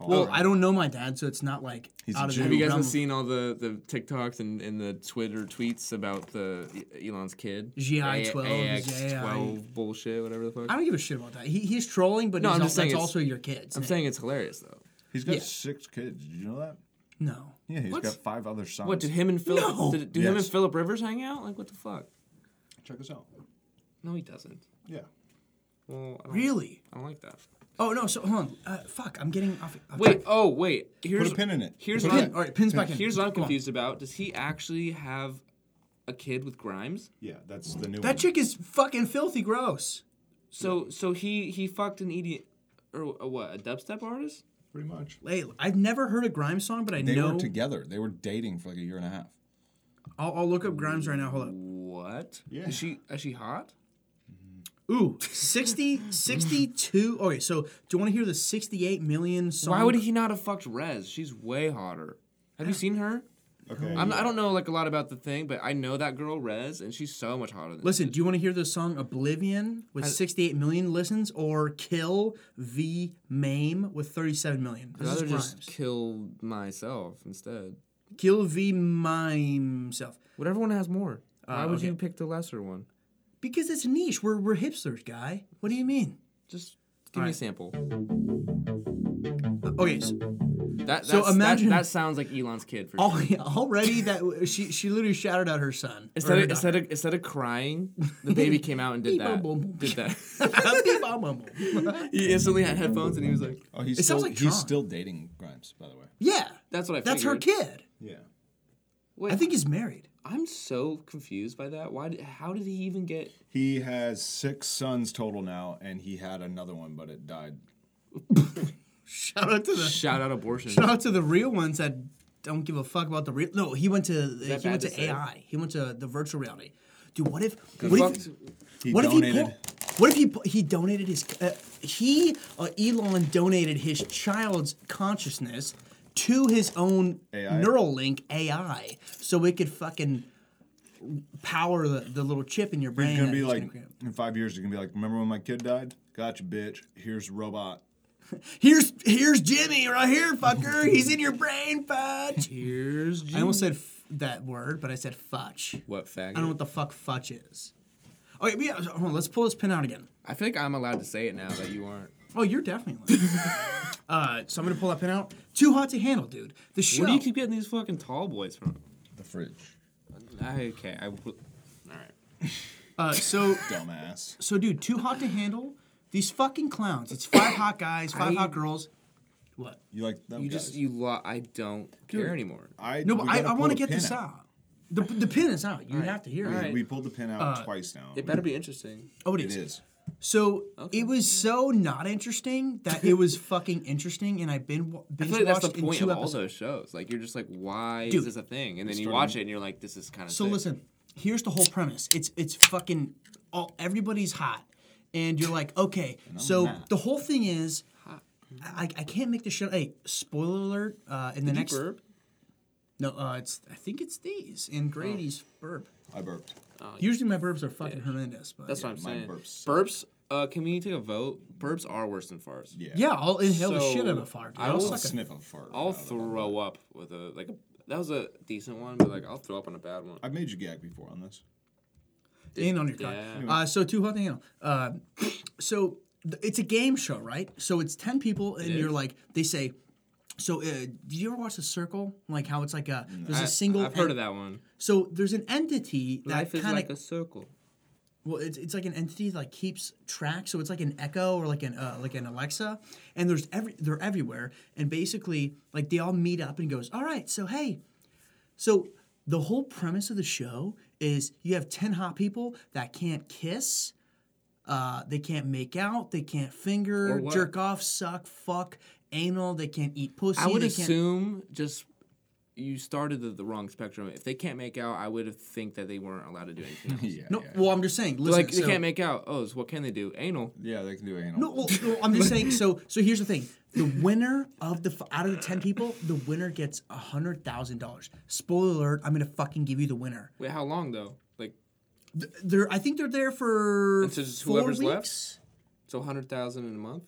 [SPEAKER 5] Well, I don't know my dad, so it's not like
[SPEAKER 4] He's a
[SPEAKER 5] out of
[SPEAKER 4] Jew.
[SPEAKER 5] the
[SPEAKER 6] Have you guys
[SPEAKER 5] realm
[SPEAKER 6] been
[SPEAKER 5] of-
[SPEAKER 6] seeing all the, the TikToks and, and the Twitter tweets about the E- Elon's kid?
[SPEAKER 5] GI
[SPEAKER 6] A-
[SPEAKER 5] 12,
[SPEAKER 6] AX12
[SPEAKER 5] GI.
[SPEAKER 6] bullshit, whatever the fuck.
[SPEAKER 5] I don't give a shit about that. He, he's trolling, but
[SPEAKER 6] No,
[SPEAKER 5] he's
[SPEAKER 6] I'm
[SPEAKER 5] al-
[SPEAKER 6] just saying
[SPEAKER 5] that's
[SPEAKER 6] it's-
[SPEAKER 5] also your kids.
[SPEAKER 6] I'm
[SPEAKER 5] Nick.
[SPEAKER 6] saying it's hilarious though.
[SPEAKER 4] He's got
[SPEAKER 5] yeah.
[SPEAKER 4] six kids. Did you know that?
[SPEAKER 5] no.
[SPEAKER 4] Yeah, he's
[SPEAKER 6] What?
[SPEAKER 4] got five other sons.
[SPEAKER 6] What did him and Philip?
[SPEAKER 5] No!
[SPEAKER 6] Did, do him and
[SPEAKER 4] Yes.
[SPEAKER 6] Philip Rivers hang out? Like what the fuck?
[SPEAKER 4] Check this out.
[SPEAKER 6] No, he doesn't.
[SPEAKER 4] Yeah.
[SPEAKER 6] Well, I don't,
[SPEAKER 5] Really?
[SPEAKER 6] I don't like that.
[SPEAKER 5] Oh no. So hold on. Uh, fuck, I'm getting off. off
[SPEAKER 6] Wait. Oh, wait. Here's
[SPEAKER 4] Put a pin in it.
[SPEAKER 6] Here's
[SPEAKER 4] Put
[SPEAKER 6] what
[SPEAKER 4] a
[SPEAKER 5] Pin.
[SPEAKER 6] I-
[SPEAKER 5] All right, pins back in.
[SPEAKER 6] Here's what I'm
[SPEAKER 5] Come on.
[SPEAKER 6] confused about. Does he actually have a kid with Grimes?
[SPEAKER 4] Yeah, that's the new one.
[SPEAKER 5] That chick is fucking filthy gross.
[SPEAKER 6] So so he he fucked an idiot or a, what? A dubstep artist?
[SPEAKER 4] Pretty much.
[SPEAKER 5] Hey, I've never heard a Grimes song, but I
[SPEAKER 4] They
[SPEAKER 5] know.
[SPEAKER 4] were together. They were dating for like a year and a half.
[SPEAKER 5] I'll, I'll look up Grimes right now. Hold up.
[SPEAKER 6] What?
[SPEAKER 4] Yeah.
[SPEAKER 6] Is she is she hot?
[SPEAKER 5] Ooh, 60, 62. Okay, so do you want to hear the 68 million song?
[SPEAKER 6] Why would he not have fucked Rez? She's way hotter. Have you seen her?
[SPEAKER 4] Okay.
[SPEAKER 6] I'm, I don't know like a lot about the thing, but I know that girl Rez, and she's so much hotter than.
[SPEAKER 5] Listen, do you want to hear the song Oblivion with 68 million listens or Kill V Mame with 37 million?
[SPEAKER 6] I'd
[SPEAKER 5] This is
[SPEAKER 6] rather
[SPEAKER 5] Grimes.
[SPEAKER 6] just kill myself instead.
[SPEAKER 5] Kill V Myself.
[SPEAKER 6] Whatever one has more. Why
[SPEAKER 5] Uh,
[SPEAKER 6] would
[SPEAKER 5] okay.
[SPEAKER 6] you pick the lesser one?
[SPEAKER 5] Because it's niche. We're, we're hipsters, guy. What do you mean?
[SPEAKER 6] Just give me a
[SPEAKER 5] Alright.
[SPEAKER 6] sample.
[SPEAKER 5] Okay, so
[SPEAKER 6] That,
[SPEAKER 5] So
[SPEAKER 6] so
[SPEAKER 5] imagine-
[SPEAKER 6] imagine that, sounds like Elon's kid for sure.
[SPEAKER 5] al- already that she she literally shouted out her son.
[SPEAKER 6] Instead of, instead, of, instead of crying, the baby came out and did
[SPEAKER 5] Beep, boom,
[SPEAKER 6] that.
[SPEAKER 5] boom.
[SPEAKER 6] Did that.
[SPEAKER 5] of
[SPEAKER 6] he instantly had headphones and he was like,
[SPEAKER 4] Oh, he's
[SPEAKER 5] It
[SPEAKER 4] still,
[SPEAKER 5] sounds like
[SPEAKER 4] he's
[SPEAKER 5] Tron.
[SPEAKER 4] still dating Grimes, by the way.
[SPEAKER 5] Yeah.
[SPEAKER 6] "That's what I."
[SPEAKER 5] That's her
[SPEAKER 6] figured.
[SPEAKER 5] kid.
[SPEAKER 4] Yeah.
[SPEAKER 6] Wait,
[SPEAKER 5] I think he's married.
[SPEAKER 6] I'm so confused by that. Why? Did, how did he even get?
[SPEAKER 4] He has six sons total now, and he had another one, but it died.
[SPEAKER 5] Shout out to the
[SPEAKER 6] Shout out abortion.
[SPEAKER 5] shout out to the real ones that don't give a fuck about the real. No, he went to he went
[SPEAKER 6] that bad
[SPEAKER 5] to
[SPEAKER 6] to say?
[SPEAKER 5] AI. He went to the virtual reality. Dude, what if what
[SPEAKER 6] Fuck.
[SPEAKER 5] if
[SPEAKER 4] He
[SPEAKER 5] what if he
[SPEAKER 4] donated.
[SPEAKER 5] pull- what if he pu- he donated his uh, he uh, Elon donated his child's consciousness to his own
[SPEAKER 4] AI?
[SPEAKER 5] Neuralink AI so it could fucking power the, the little chip in your brain.
[SPEAKER 4] He's gonna
[SPEAKER 5] that
[SPEAKER 4] be
[SPEAKER 5] it's
[SPEAKER 4] like
[SPEAKER 5] create.
[SPEAKER 4] in five years. He's gonna be like, remember when my kid died? Gotcha, bitch. Here's robot.
[SPEAKER 5] here's here's Jimmy right here, fucker. He's in your brain, fudge.
[SPEAKER 6] Here's
[SPEAKER 5] I almost said f- that word, but I said fudge.
[SPEAKER 6] what faggot. I,
[SPEAKER 5] I don't know what the fuck fudge is. Okay, but yeah, so- hold on, let's pull this pin out again.
[SPEAKER 6] feel like I'm allowed to say it now that you aren't.
[SPEAKER 5] Oh, you're definitely. uh, so I'm gonna pull that pin out. Too hot to handle, dude. The show.
[SPEAKER 6] Where do you keep getting these fucking tall boys from?
[SPEAKER 4] The fridge.
[SPEAKER 6] I, okay, I. w- All right.
[SPEAKER 5] uh, so
[SPEAKER 4] Dumbass.
[SPEAKER 5] so dude, too hot to handle. These fucking clowns. It's five hot guys, five
[SPEAKER 6] I-
[SPEAKER 5] hot girls. What?
[SPEAKER 4] You like them
[SPEAKER 6] You
[SPEAKER 4] guys.
[SPEAKER 6] just you. Lo- I don't care anymore.
[SPEAKER 4] I
[SPEAKER 5] No,
[SPEAKER 4] we
[SPEAKER 5] but I,
[SPEAKER 4] gotta
[SPEAKER 5] I want
[SPEAKER 4] pull
[SPEAKER 5] to
[SPEAKER 4] the
[SPEAKER 5] get
[SPEAKER 4] pin
[SPEAKER 5] this out. The, the pin is out. You have to hear
[SPEAKER 6] All
[SPEAKER 5] it.
[SPEAKER 6] right.
[SPEAKER 4] We pulled the pin out
[SPEAKER 5] Uh,
[SPEAKER 4] twice now.
[SPEAKER 6] It better be interesting.
[SPEAKER 5] Oh,
[SPEAKER 4] It is.
[SPEAKER 5] So it was so not interesting that it was fucking interesting, and I've been
[SPEAKER 6] I
[SPEAKER 5] binge
[SPEAKER 6] feel like that's
[SPEAKER 5] watched
[SPEAKER 6] the
[SPEAKER 5] in
[SPEAKER 6] point
[SPEAKER 5] two
[SPEAKER 6] of
[SPEAKER 5] episodes.
[SPEAKER 6] all those shows. Like you're just like, why
[SPEAKER 5] Dude.
[SPEAKER 6] is this a thing? And then you watch it and you're like, this is kind of.
[SPEAKER 5] So listen, here's the whole premise. It's it's fucking all everybody's hot, and you're like, okay. So
[SPEAKER 4] not.
[SPEAKER 5] the whole thing is, I, I can't make the show. Hey, spoiler alert! Uh, in the next
[SPEAKER 6] burp?
[SPEAKER 5] no, uh, it's I think it's these and
[SPEAKER 6] Oh.
[SPEAKER 5] Grady's burp.
[SPEAKER 4] I burped.
[SPEAKER 5] Usually my burps are fucking horrendous, but
[SPEAKER 6] That's what I'm
[SPEAKER 4] mine
[SPEAKER 6] saying.
[SPEAKER 4] burps.
[SPEAKER 6] Burps. burps uh, can we take a vote? Burps are worse than farts.
[SPEAKER 4] Yeah.
[SPEAKER 5] yeah, I'll inhale the
[SPEAKER 6] So,
[SPEAKER 5] shit out of a fart. dude.
[SPEAKER 6] I
[SPEAKER 5] I'll
[SPEAKER 6] will
[SPEAKER 5] suck
[SPEAKER 4] I'll
[SPEAKER 5] a-
[SPEAKER 4] sniff a fart. out
[SPEAKER 6] I'll
[SPEAKER 4] of it.
[SPEAKER 6] throw up with a like a That was a decent one, but like I'll throw up on a bad one.
[SPEAKER 4] I've made you gag before on this.
[SPEAKER 5] in on your cock.
[SPEAKER 6] Yeah.
[SPEAKER 5] Uh, so too hot to handle. Uh, so th- it's a game show, right? So it's ten people, and you're
[SPEAKER 6] is.
[SPEAKER 5] like, they say. So uh, did you ever watch The Circle? Like how it's like a there's a single.
[SPEAKER 6] I've heard
[SPEAKER 5] en-
[SPEAKER 6] of that one.
[SPEAKER 5] So there's an entity that
[SPEAKER 6] Life is
[SPEAKER 5] kind
[SPEAKER 6] like
[SPEAKER 5] of
[SPEAKER 6] a circle.
[SPEAKER 5] well, it's, it's like an entity that like, keeps track. So it's like an Echo or like an uh, like an Alexa, and there's every they're everywhere. And basically, like they all meet up and goes, all right, so hey, so the whole premise of the show is you have ten hot people that can't kiss. Uh, they can't make out. They can't
[SPEAKER 6] Or
[SPEAKER 5] finger,
[SPEAKER 6] what?
[SPEAKER 5] jerk off, suck, fuck, anal. They can't eat pussy.
[SPEAKER 6] I would
[SPEAKER 5] they can't-
[SPEAKER 6] assume just you started the, the wrong spectrum. If they can't make out, I would think that they weren't allowed to do anything else.
[SPEAKER 4] Yeah,
[SPEAKER 5] No, well, I'm just saying. Listen,
[SPEAKER 6] like they
[SPEAKER 5] so-
[SPEAKER 6] can't make out. Oh, so what can they do? Anal.
[SPEAKER 4] yeah, they can do anal.
[SPEAKER 5] No, well, no, I'm just saying. So, so here's the thing: the winner of the f- out of the ten people, the winner gets a hundred thousand dollars. Spoiler alert: I'm gonna fucking give you the winner.
[SPEAKER 6] Wait, how long though? Like
[SPEAKER 5] They're, I think they're there for
[SPEAKER 6] And so just
[SPEAKER 5] four
[SPEAKER 6] whoever's
[SPEAKER 5] weeks.
[SPEAKER 6] left? so hundred thousand in a month.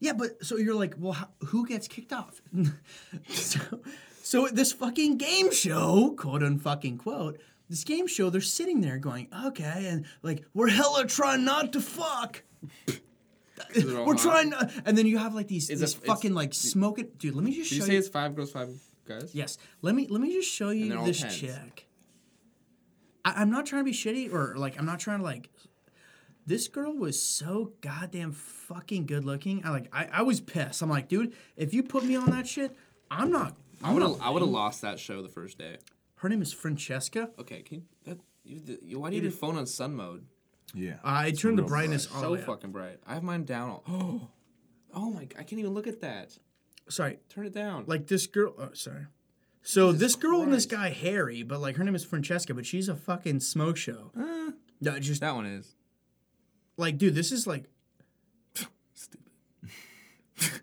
[SPEAKER 5] Yeah, but so you're like, well, how, who gets kicked off? so, so this fucking game show, quote unfucking quote, this game show, they're sitting there going, okay, and like we're hella trying not to fuck.
[SPEAKER 6] it all
[SPEAKER 5] We're
[SPEAKER 6] hot?
[SPEAKER 5] trying, to, and then you have like these,
[SPEAKER 6] Is
[SPEAKER 5] these
[SPEAKER 6] it- it's-
[SPEAKER 5] fucking like smoking. Dude, let me just
[SPEAKER 6] Did
[SPEAKER 5] show
[SPEAKER 6] you say it's five girls, five guys?
[SPEAKER 5] Yes. Let me let me just show you
[SPEAKER 6] they're all
[SPEAKER 5] this
[SPEAKER 6] tens.
[SPEAKER 5] chick. I, I'm not trying to be shitty or like I'm not trying to like. This girl was so goddamn fucking good looking. I like I, I was pissed. I'm like, dude, if you put me on that shit, I'm not.
[SPEAKER 6] I
[SPEAKER 5] I'm
[SPEAKER 6] would
[SPEAKER 5] not.
[SPEAKER 6] have I would have lost that show the first day.
[SPEAKER 5] Her name is Francesca.
[SPEAKER 6] Okay, can you, that you, the, you, why do you have your phone on sun mode?
[SPEAKER 4] Yeah.
[SPEAKER 5] I
[SPEAKER 4] It's
[SPEAKER 5] turned the
[SPEAKER 4] real
[SPEAKER 5] brightness
[SPEAKER 4] bright.
[SPEAKER 5] all the
[SPEAKER 6] so
[SPEAKER 5] way up.
[SPEAKER 6] fucking bright. I have mine down. All, oh, oh my! I can't even look at that.
[SPEAKER 5] Sorry,
[SPEAKER 6] Turn it down.
[SPEAKER 5] like this girl. Oh, sorry. So this girl and this guy Harry, but like her name is Francesca, but she's a fucking smoke show.
[SPEAKER 6] Eh.
[SPEAKER 5] no, just
[SPEAKER 6] that one is
[SPEAKER 5] like dude this is like
[SPEAKER 6] stupid.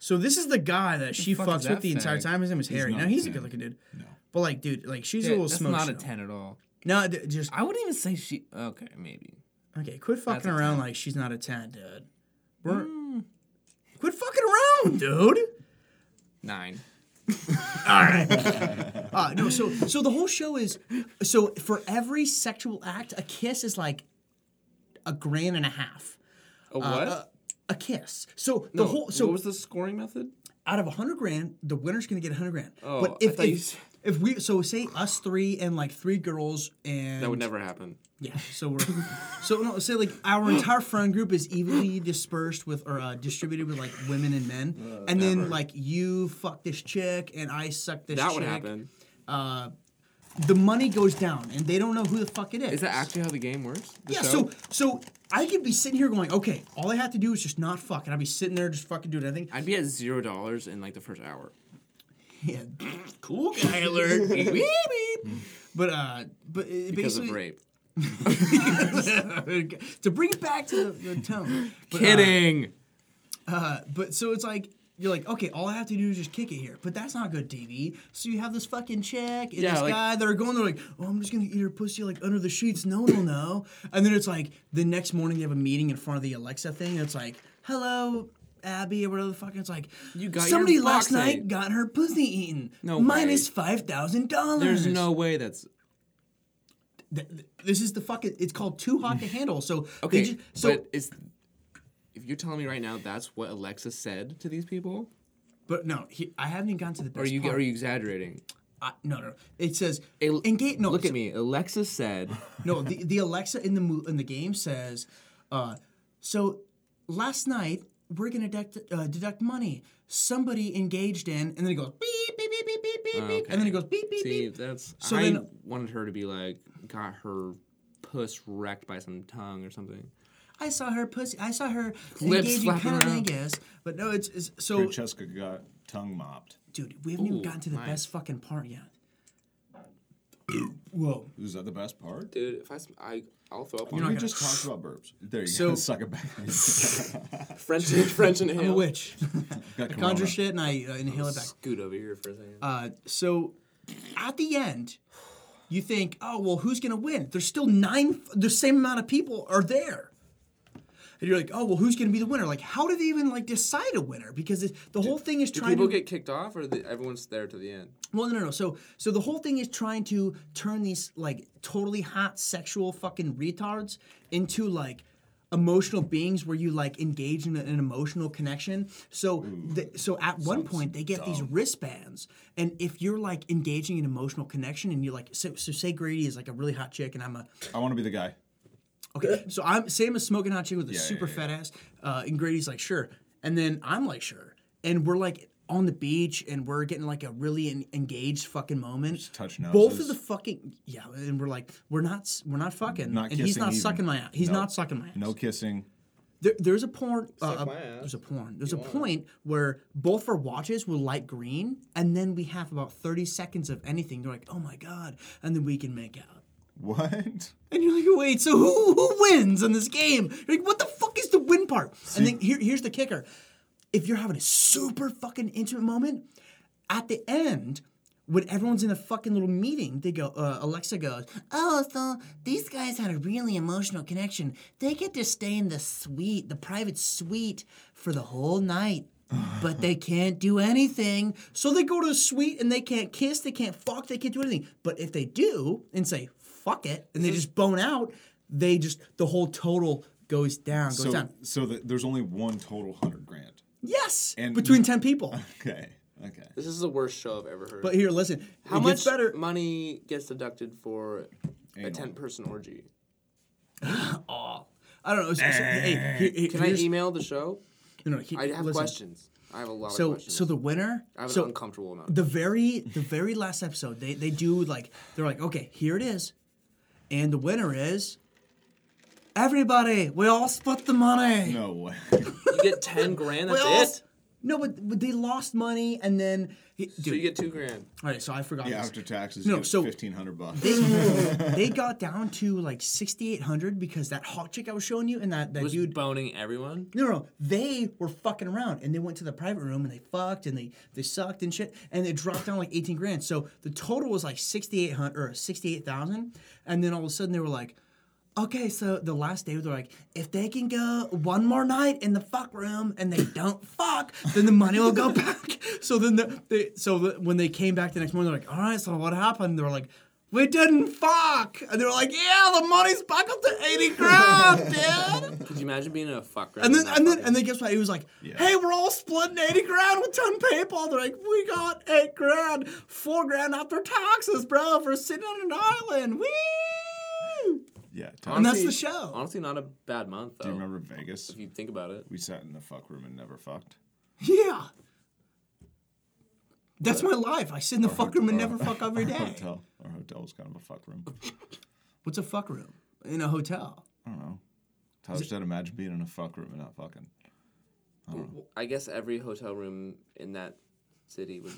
[SPEAKER 5] so this is the guy that she
[SPEAKER 6] fuck is
[SPEAKER 5] fucks
[SPEAKER 6] that
[SPEAKER 5] with the entire
[SPEAKER 6] fag?
[SPEAKER 5] time his name is harry
[SPEAKER 4] not
[SPEAKER 5] now
[SPEAKER 4] a
[SPEAKER 5] he's a
[SPEAKER 4] ten.
[SPEAKER 5] good looking dude
[SPEAKER 4] No.
[SPEAKER 5] but like dude like she's a
[SPEAKER 6] Yeah,
[SPEAKER 5] little
[SPEAKER 6] that's
[SPEAKER 5] smoke
[SPEAKER 6] not
[SPEAKER 5] show.
[SPEAKER 6] a ten at all.
[SPEAKER 5] no d- just
[SPEAKER 6] I wouldn't even say she. Okay, maybe.
[SPEAKER 5] okay quit fucking
[SPEAKER 6] a Mm.
[SPEAKER 5] around like she's not a 10 dude We're, quit fucking around dude
[SPEAKER 6] Nine.
[SPEAKER 5] uh, no so so the whole show is so for every sexual act a kiss is like a grand and a half
[SPEAKER 6] A what?
[SPEAKER 5] a kiss so the
[SPEAKER 6] No,
[SPEAKER 5] whole so
[SPEAKER 6] what was the scoring method?
[SPEAKER 5] out of a 100 grand, the winner's going to get a 100 grand.
[SPEAKER 6] Oh,
[SPEAKER 5] but
[SPEAKER 6] I
[SPEAKER 5] if,
[SPEAKER 6] thought you
[SPEAKER 5] if,
[SPEAKER 6] said-
[SPEAKER 5] if we, so say us three and like three girls and.
[SPEAKER 6] That would never happen.
[SPEAKER 5] Yeah. So we're, so no, say like our entire friend group is evenly dispersed with, or uh, distributed with like women and men.
[SPEAKER 6] Uh,
[SPEAKER 5] and then like you fuck this chick and I suck this
[SPEAKER 6] That
[SPEAKER 5] chick. uh,
[SPEAKER 6] would happen.
[SPEAKER 5] The money goes down and they don't know who the fuck it is.
[SPEAKER 6] Is that actually how the game works? The
[SPEAKER 5] Yeah,
[SPEAKER 6] show?
[SPEAKER 5] so so I could be sitting here going, okay, all I have to do is just not fuck, and I'd be sitting there just fucking doing anything.
[SPEAKER 6] I'd be at zero dollars in like the first hour.
[SPEAKER 5] Yeah, cool guy alert. Beep, beep, beep. But uh, but it
[SPEAKER 6] Because
[SPEAKER 5] basically
[SPEAKER 6] of rape.
[SPEAKER 5] to bring it back to the, the tone. But, uh,
[SPEAKER 6] Kidding.
[SPEAKER 5] but so it's like you're like, okay, all I have to do is just kick it here. But that's not good TV. So you have this fucking chick and
[SPEAKER 6] Yeah,
[SPEAKER 5] this
[SPEAKER 6] like-
[SPEAKER 5] guy that are going there like, oh, I'm just gonna eat her pussy like under the sheets. No one will know. And then it's like the next morning they have a meeting in front of the Alexa thing. It's like, hello. Abby or whatever the fuck it's like.
[SPEAKER 6] You got your
[SPEAKER 5] somebody last
[SPEAKER 6] box
[SPEAKER 5] night
[SPEAKER 6] ate."
[SPEAKER 5] got her pussy eaten.
[SPEAKER 6] No
[SPEAKER 5] minus
[SPEAKER 6] way.
[SPEAKER 5] five thousand dollars.
[SPEAKER 6] There's no way that's
[SPEAKER 5] Th- th- this is the fucking. It's called too hot to handle. So
[SPEAKER 6] okay.
[SPEAKER 5] They just, so
[SPEAKER 6] but it's if you're telling me right now that's what Alexa said to these people,
[SPEAKER 5] But no, he, I haven't even gotten to the
[SPEAKER 6] or are
[SPEAKER 5] best
[SPEAKER 6] you
[SPEAKER 5] part.
[SPEAKER 6] are you exaggerating?
[SPEAKER 5] I- no, no. It says
[SPEAKER 6] Al-
[SPEAKER 5] engage. No,
[SPEAKER 6] Look
[SPEAKER 5] it's-
[SPEAKER 6] at me. Alexa said,
[SPEAKER 5] No, the, the Alexa in the mo- in the game says, uh, so last night we're gonna deduct uh, deduct money. Somebody engaged in, and then it goes beep beep beep beep beep beep, beep, and then it goes beep beep
[SPEAKER 6] "See,
[SPEAKER 5] beep.
[SPEAKER 6] that's."
[SPEAKER 5] So
[SPEAKER 6] I
[SPEAKER 5] then-
[SPEAKER 6] wanted her to be like, got her puss wrecked by some tongue or something.
[SPEAKER 5] I saw her pussy. I saw her
[SPEAKER 6] Lips
[SPEAKER 5] engaging
[SPEAKER 6] flapping around.
[SPEAKER 5] cunnilingus. But no, it's, it's so
[SPEAKER 4] Francesca got tongue mopped.
[SPEAKER 5] dude. We haven't even
[SPEAKER 6] Ooh,
[SPEAKER 5] gotten to the
[SPEAKER 6] nice.
[SPEAKER 5] best fucking part yet. Whoa.
[SPEAKER 4] Is that the best part?
[SPEAKER 6] Dude, if I, sm- I I'll throw
[SPEAKER 5] not
[SPEAKER 6] up on
[SPEAKER 4] We
[SPEAKER 5] gonna-
[SPEAKER 4] just talked about burps. There you
[SPEAKER 5] So-
[SPEAKER 4] go. Suck it back.
[SPEAKER 6] French French and
[SPEAKER 5] I'm a witch.
[SPEAKER 4] Got
[SPEAKER 5] I
[SPEAKER 4] corona.
[SPEAKER 5] conjure shit and I uh, inhale it back.
[SPEAKER 6] Scoot over here for a second.
[SPEAKER 5] Uh, so at the end, you think, oh well, who's gonna win? There's still nine. The same amount of people are there. and you're like, oh well, who's going to be the winner? Like, how do they even like decide a winner? Because it, the whole thing is
[SPEAKER 6] Do
[SPEAKER 5] trying
[SPEAKER 6] people
[SPEAKER 5] to
[SPEAKER 6] get kicked off, or the, everyone's there to the end?
[SPEAKER 5] well, no, no, no. So, so the whole thing is trying to turn these like totally hot sexual fucking retards into like emotional beings where you like engage in a- an emotional connection. So, the, so at one point they get these wristbands, and if you're like engaging in emotional connection, and you're like, so, so say Grady is like a really hot chick, and I'm a
[SPEAKER 4] I want to be the guy.
[SPEAKER 5] Okay, so I'm Sam is smoking hot chicken with a
[SPEAKER 4] yeah,
[SPEAKER 5] super
[SPEAKER 4] yeah,
[SPEAKER 5] fat ass, uh, and Grady's like sure, and then I'm like sure, and we're like on the beach and we're getting like a really en- engaged fucking moment.
[SPEAKER 4] touch
[SPEAKER 5] Both of
[SPEAKER 4] noses.
[SPEAKER 5] the fucking yeah, and we're like we're not s- we're not fucking,
[SPEAKER 4] Not
[SPEAKER 5] and he's
[SPEAKER 4] kissing
[SPEAKER 5] not
[SPEAKER 4] even.
[SPEAKER 5] sucking my ass. He's
[SPEAKER 4] No.
[SPEAKER 5] not sucking my ass.
[SPEAKER 4] No kissing.
[SPEAKER 5] There, there's a porn. Uh,
[SPEAKER 3] my
[SPEAKER 5] a-
[SPEAKER 3] ass.
[SPEAKER 5] there's a porn. There's a point where both our watches will light green, and then we have about 30 seconds of anything. They're like, oh my god, and then we can make out.
[SPEAKER 4] What?
[SPEAKER 5] And you're like, wait, so who, who wins in this game? You're like, what the fuck is the win part? and then here, here's the kicker. If you're having a super fucking intimate moment, at the end, when everyone's in a fucking little meeting, they go, uh, Alexa goes, oh, so these guys had a really emotional connection. They get to stay in the suite, the private suite, for the whole night. But they can't do anything. So they go to the suite and they can't kiss, they can't fuck, they can't do anything. But if they do and say, fuck it, and they just bone out, they just, the whole total goes down, goes
[SPEAKER 4] So,
[SPEAKER 5] down.
[SPEAKER 4] so that there's only one total hundred grand.
[SPEAKER 5] Yes!
[SPEAKER 4] And-
[SPEAKER 5] between 10 people.
[SPEAKER 4] Okay. Okay.
[SPEAKER 6] This is the worst show I've ever heard.
[SPEAKER 5] But here, listen.
[SPEAKER 6] How
[SPEAKER 5] it
[SPEAKER 6] much
[SPEAKER 5] gets better?
[SPEAKER 6] money gets deducted for a
[SPEAKER 4] Anal.
[SPEAKER 6] ten-person orgy?
[SPEAKER 5] I don't know. So, so, hey, here- here-
[SPEAKER 6] Can I
[SPEAKER 5] here's-
[SPEAKER 6] email the show?
[SPEAKER 5] No, no, he,
[SPEAKER 6] I have
[SPEAKER 5] listen.
[SPEAKER 6] questions. I have a lot of
[SPEAKER 5] So,
[SPEAKER 6] questions.
[SPEAKER 5] so the winner.
[SPEAKER 6] I have
[SPEAKER 5] so
[SPEAKER 6] an uncomfortable amount.
[SPEAKER 5] the very, the very last episode, they they do like they're like, okay, here it is, and the winner is. Everybody, we all split the money.
[SPEAKER 4] No way.
[SPEAKER 6] you get ten grand.
[SPEAKER 5] we
[SPEAKER 6] That's
[SPEAKER 5] all.
[SPEAKER 6] it.
[SPEAKER 5] No, but, but they lost money, and then he- dude.
[SPEAKER 6] So you get two grand.
[SPEAKER 5] all right, so I forgot.
[SPEAKER 4] Yeah,
[SPEAKER 5] this.
[SPEAKER 4] after taxes,
[SPEAKER 5] No,
[SPEAKER 4] you get
[SPEAKER 5] so-
[SPEAKER 4] fifteen hundred bucks.
[SPEAKER 5] they got down to like sixty eight hundred because that hot chick I was showing you and that that
[SPEAKER 6] Was
[SPEAKER 5] dude
[SPEAKER 6] boning everyone?
[SPEAKER 5] No, no, they were fucking around, and they went to the private room and they fucked and they they sucked and shit, and it dropped down like eighteen grand. So the total was like sixty eight hundred or sixty eight thousand, and then all of a sudden they were like, okay, so the last day they're like, if they can go one more night in the fuck room and they don't fuck, then the money will go back. So then the, they so the, when they came back the next morning, they're like, all right, so what happened? They were like. We didn't fuck, and they were like, "Yeah, the money's back up to eighty grand, dude."
[SPEAKER 6] Could you imagine being in a fuck round?
[SPEAKER 5] And then and then and then guess what? He was like, "Hey, we're all splitting eighty grand with ten people." They're like, "We got eight grand, four grand after taxes, bro, for sitting on an island." Woo!
[SPEAKER 4] yeah.
[SPEAKER 5] And
[SPEAKER 4] Taxes.
[SPEAKER 5] that's the show.
[SPEAKER 6] Honestly, not a bad month though.
[SPEAKER 4] Do you remember Vegas?
[SPEAKER 6] If you think about it,
[SPEAKER 4] We sat in the fuck room and never fucked.
[SPEAKER 5] Yeah, that's my life. I sit in the fuck room and never fuck every
[SPEAKER 4] Our
[SPEAKER 5] day.
[SPEAKER 4] hotel. Our hotel was kind of a fuck room.
[SPEAKER 5] What's a fuck room in a hotel?
[SPEAKER 4] Tyler said, "Imagine being in a fuck room and not fucking."
[SPEAKER 6] I guess every hotel room in that city would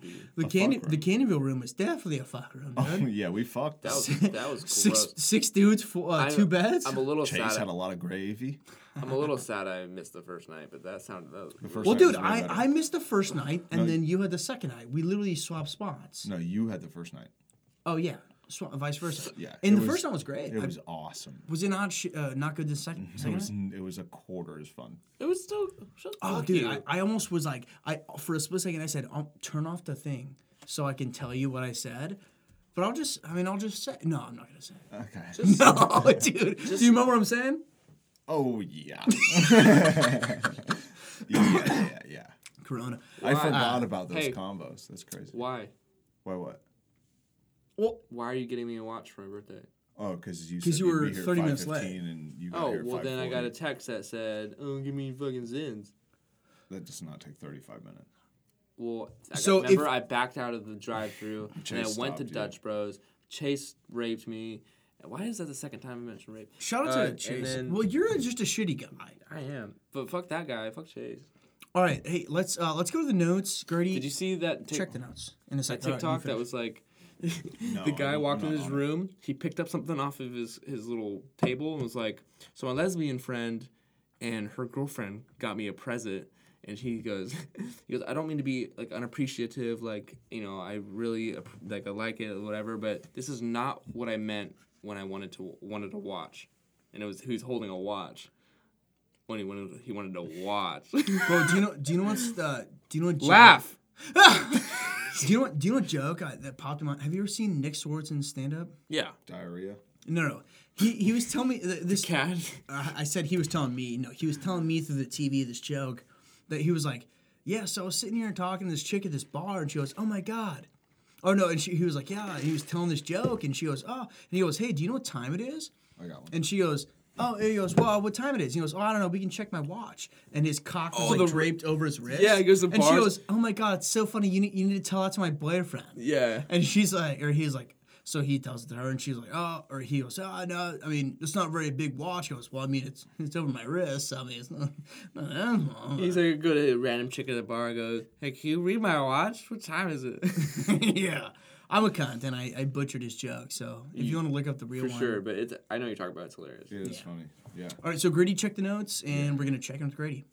[SPEAKER 6] be.
[SPEAKER 5] The
[SPEAKER 4] fuck
[SPEAKER 5] candy,
[SPEAKER 4] room.
[SPEAKER 5] the Candyville room is definitely a fuck room, dude.
[SPEAKER 4] yeah, we fucked.
[SPEAKER 6] That was that was gross.
[SPEAKER 5] Six six dudes, four, uh,
[SPEAKER 6] I'm-
[SPEAKER 5] two beds.
[SPEAKER 6] I'm a little
[SPEAKER 4] Chase
[SPEAKER 6] sad.
[SPEAKER 4] had a lot of gravy.
[SPEAKER 6] I'm a little sad I missed the first night, but that sounded that was
[SPEAKER 4] The first
[SPEAKER 5] well,
[SPEAKER 4] night
[SPEAKER 5] dude,
[SPEAKER 4] was way
[SPEAKER 5] I,
[SPEAKER 4] better.
[SPEAKER 5] I missed the first night, and then you had the second night. We literally swapped spots.
[SPEAKER 4] No, you had the first night.
[SPEAKER 5] Oh yeah, Sw- vice versa.
[SPEAKER 4] Yeah,
[SPEAKER 5] and
[SPEAKER 4] it
[SPEAKER 5] the
[SPEAKER 4] was-
[SPEAKER 5] first one was great.
[SPEAKER 4] It
[SPEAKER 5] I-
[SPEAKER 4] was Mm-hmm. awesome.
[SPEAKER 5] was it not sh- uh, not good the second?
[SPEAKER 4] It
[SPEAKER 5] second
[SPEAKER 4] was
[SPEAKER 5] one?
[SPEAKER 4] n- it was a quarter as fun.
[SPEAKER 6] It was still. shut the
[SPEAKER 5] Oh,
[SPEAKER 6] fuck
[SPEAKER 5] dude,
[SPEAKER 6] you.
[SPEAKER 5] I, I almost was like, I for a split second I said, I'll turn off the thing so I can tell you what I said. But I'll just, I mean, I'll just say. No, I'm not gonna say. it.
[SPEAKER 4] Okay.
[SPEAKER 5] No, dude. Do you remember what I'm saying?
[SPEAKER 4] oh yeah. yeah, yeah, yeah.
[SPEAKER 5] Corona.
[SPEAKER 4] I forgot about those
[SPEAKER 6] Uh, hey.
[SPEAKER 4] combos. That's crazy.
[SPEAKER 6] Why?
[SPEAKER 4] Why what?
[SPEAKER 5] Well,
[SPEAKER 6] Why are you getting me a watch for my birthday?
[SPEAKER 4] Oh, because you
[SPEAKER 5] 'Cause
[SPEAKER 4] said
[SPEAKER 5] you
[SPEAKER 4] you'd
[SPEAKER 5] were
[SPEAKER 4] be here
[SPEAKER 5] 30 minutes
[SPEAKER 4] 5:15
[SPEAKER 5] late.
[SPEAKER 4] And you got
[SPEAKER 6] Oh
[SPEAKER 4] here at
[SPEAKER 6] well, then I got a
[SPEAKER 4] 5:40.
[SPEAKER 6] text that said, "Oh, give me fucking zins."
[SPEAKER 4] That does not take thirty-five minutes.
[SPEAKER 6] Well, I got-
[SPEAKER 5] So if-
[SPEAKER 6] remember I backed out of the drive-through and I
[SPEAKER 4] Chase
[SPEAKER 6] went to
[SPEAKER 4] stopped you.
[SPEAKER 6] Dutch Bros. Chase raped me. Why is that the second time I mentioned rape?
[SPEAKER 5] shout out
[SPEAKER 6] Uh,
[SPEAKER 5] to
[SPEAKER 6] and
[SPEAKER 5] Chase.
[SPEAKER 6] then-
[SPEAKER 5] Well, you're just a shitty guy.
[SPEAKER 6] I am, but fuck that guy. Fuck Chase.
[SPEAKER 5] All right, hey, let's uh, let's go to the notes, Gertie.
[SPEAKER 6] Did you see that tic-
[SPEAKER 5] check the notes in a second? All right, you
[SPEAKER 6] TikTok that
[SPEAKER 5] finish.
[SPEAKER 6] was like
[SPEAKER 4] No,
[SPEAKER 6] the guy
[SPEAKER 4] I'm-
[SPEAKER 6] walked
[SPEAKER 4] I'm
[SPEAKER 6] in
[SPEAKER 4] not
[SPEAKER 6] his
[SPEAKER 4] on it.
[SPEAKER 6] room. He picked up something off of his his little table and was like, "So my lesbian friend and her girlfriend got me a present." And he goes, he goes, I don't mean to be like unappreciative, like you know, I really app- like I like it or whatever, but this is not what I meant when I wanted to wanted to watch, and it was who's holding a watch. when he wanted he wanted to watch.
[SPEAKER 5] Bro, do you know? Do you know what's the? Do you know? What joke-
[SPEAKER 6] Laugh.
[SPEAKER 5] Do you know what? Do you know what joke I, that popped in my? Have you ever seen Nick Swartz in stand up?
[SPEAKER 6] Yeah.
[SPEAKER 4] Diarrhea.
[SPEAKER 5] No, no. He he was telling me th- this. uh,
[SPEAKER 6] Cat.
[SPEAKER 5] I I said he was telling me. No, he was telling me through the TV this joke that he was like, yeah. So I was sitting here and talking to this chick at this bar, and she goes, "Oh my god." Oh no, and she, he was like, yeah, and he was telling this joke, and she goes, oh, and he goes, hey, do you know what time it is?
[SPEAKER 4] I got one.
[SPEAKER 5] And she goes, oh, and he goes, well, what time it is? He goes, oh, I don't know, we can check my watch. And his cock was
[SPEAKER 6] Oh,
[SPEAKER 5] like
[SPEAKER 6] the-
[SPEAKER 5] draped over his wrist.
[SPEAKER 6] Yeah, he goes to
[SPEAKER 5] And she
[SPEAKER 6] bars.
[SPEAKER 5] goes, oh my god, it's so funny. You need, you need to tell that to my boyfriend.
[SPEAKER 6] Yeah.
[SPEAKER 5] And she's like, or he's like, so he tells it to her, and she's like, oh, or he goes, oh, no, I mean, it's not very big watch. He goes, well, I mean, it's it's over my wrist. I mean, it's not, not that long.
[SPEAKER 6] He's like a good uh, random chick at the bar and goes, Hey, can you read my watch? What time is it?
[SPEAKER 5] yeah. I'm a cunt, and I, I butchered his joke, so if you want to look up the real
[SPEAKER 6] For
[SPEAKER 5] one.
[SPEAKER 6] sure, but it's I know you're talking about it's hilarious.
[SPEAKER 4] It is funny. Yeah.
[SPEAKER 5] All right, so Grady checked the notes, and we're going to check in with Grady.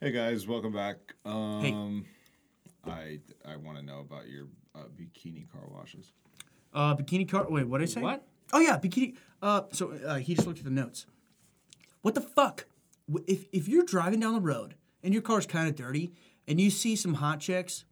[SPEAKER 4] Hey guys, welcome back. Um, I I want to know about your uh, bikini car washes.
[SPEAKER 5] Uh, bikini car. Wait, what did I say?
[SPEAKER 6] What?
[SPEAKER 5] Oh yeah, bikini. Uh, so uh, he just looked at the notes. What the fuck? Wh- If if you're driving down the road and your car's kind of dirty and you see some hot chicks,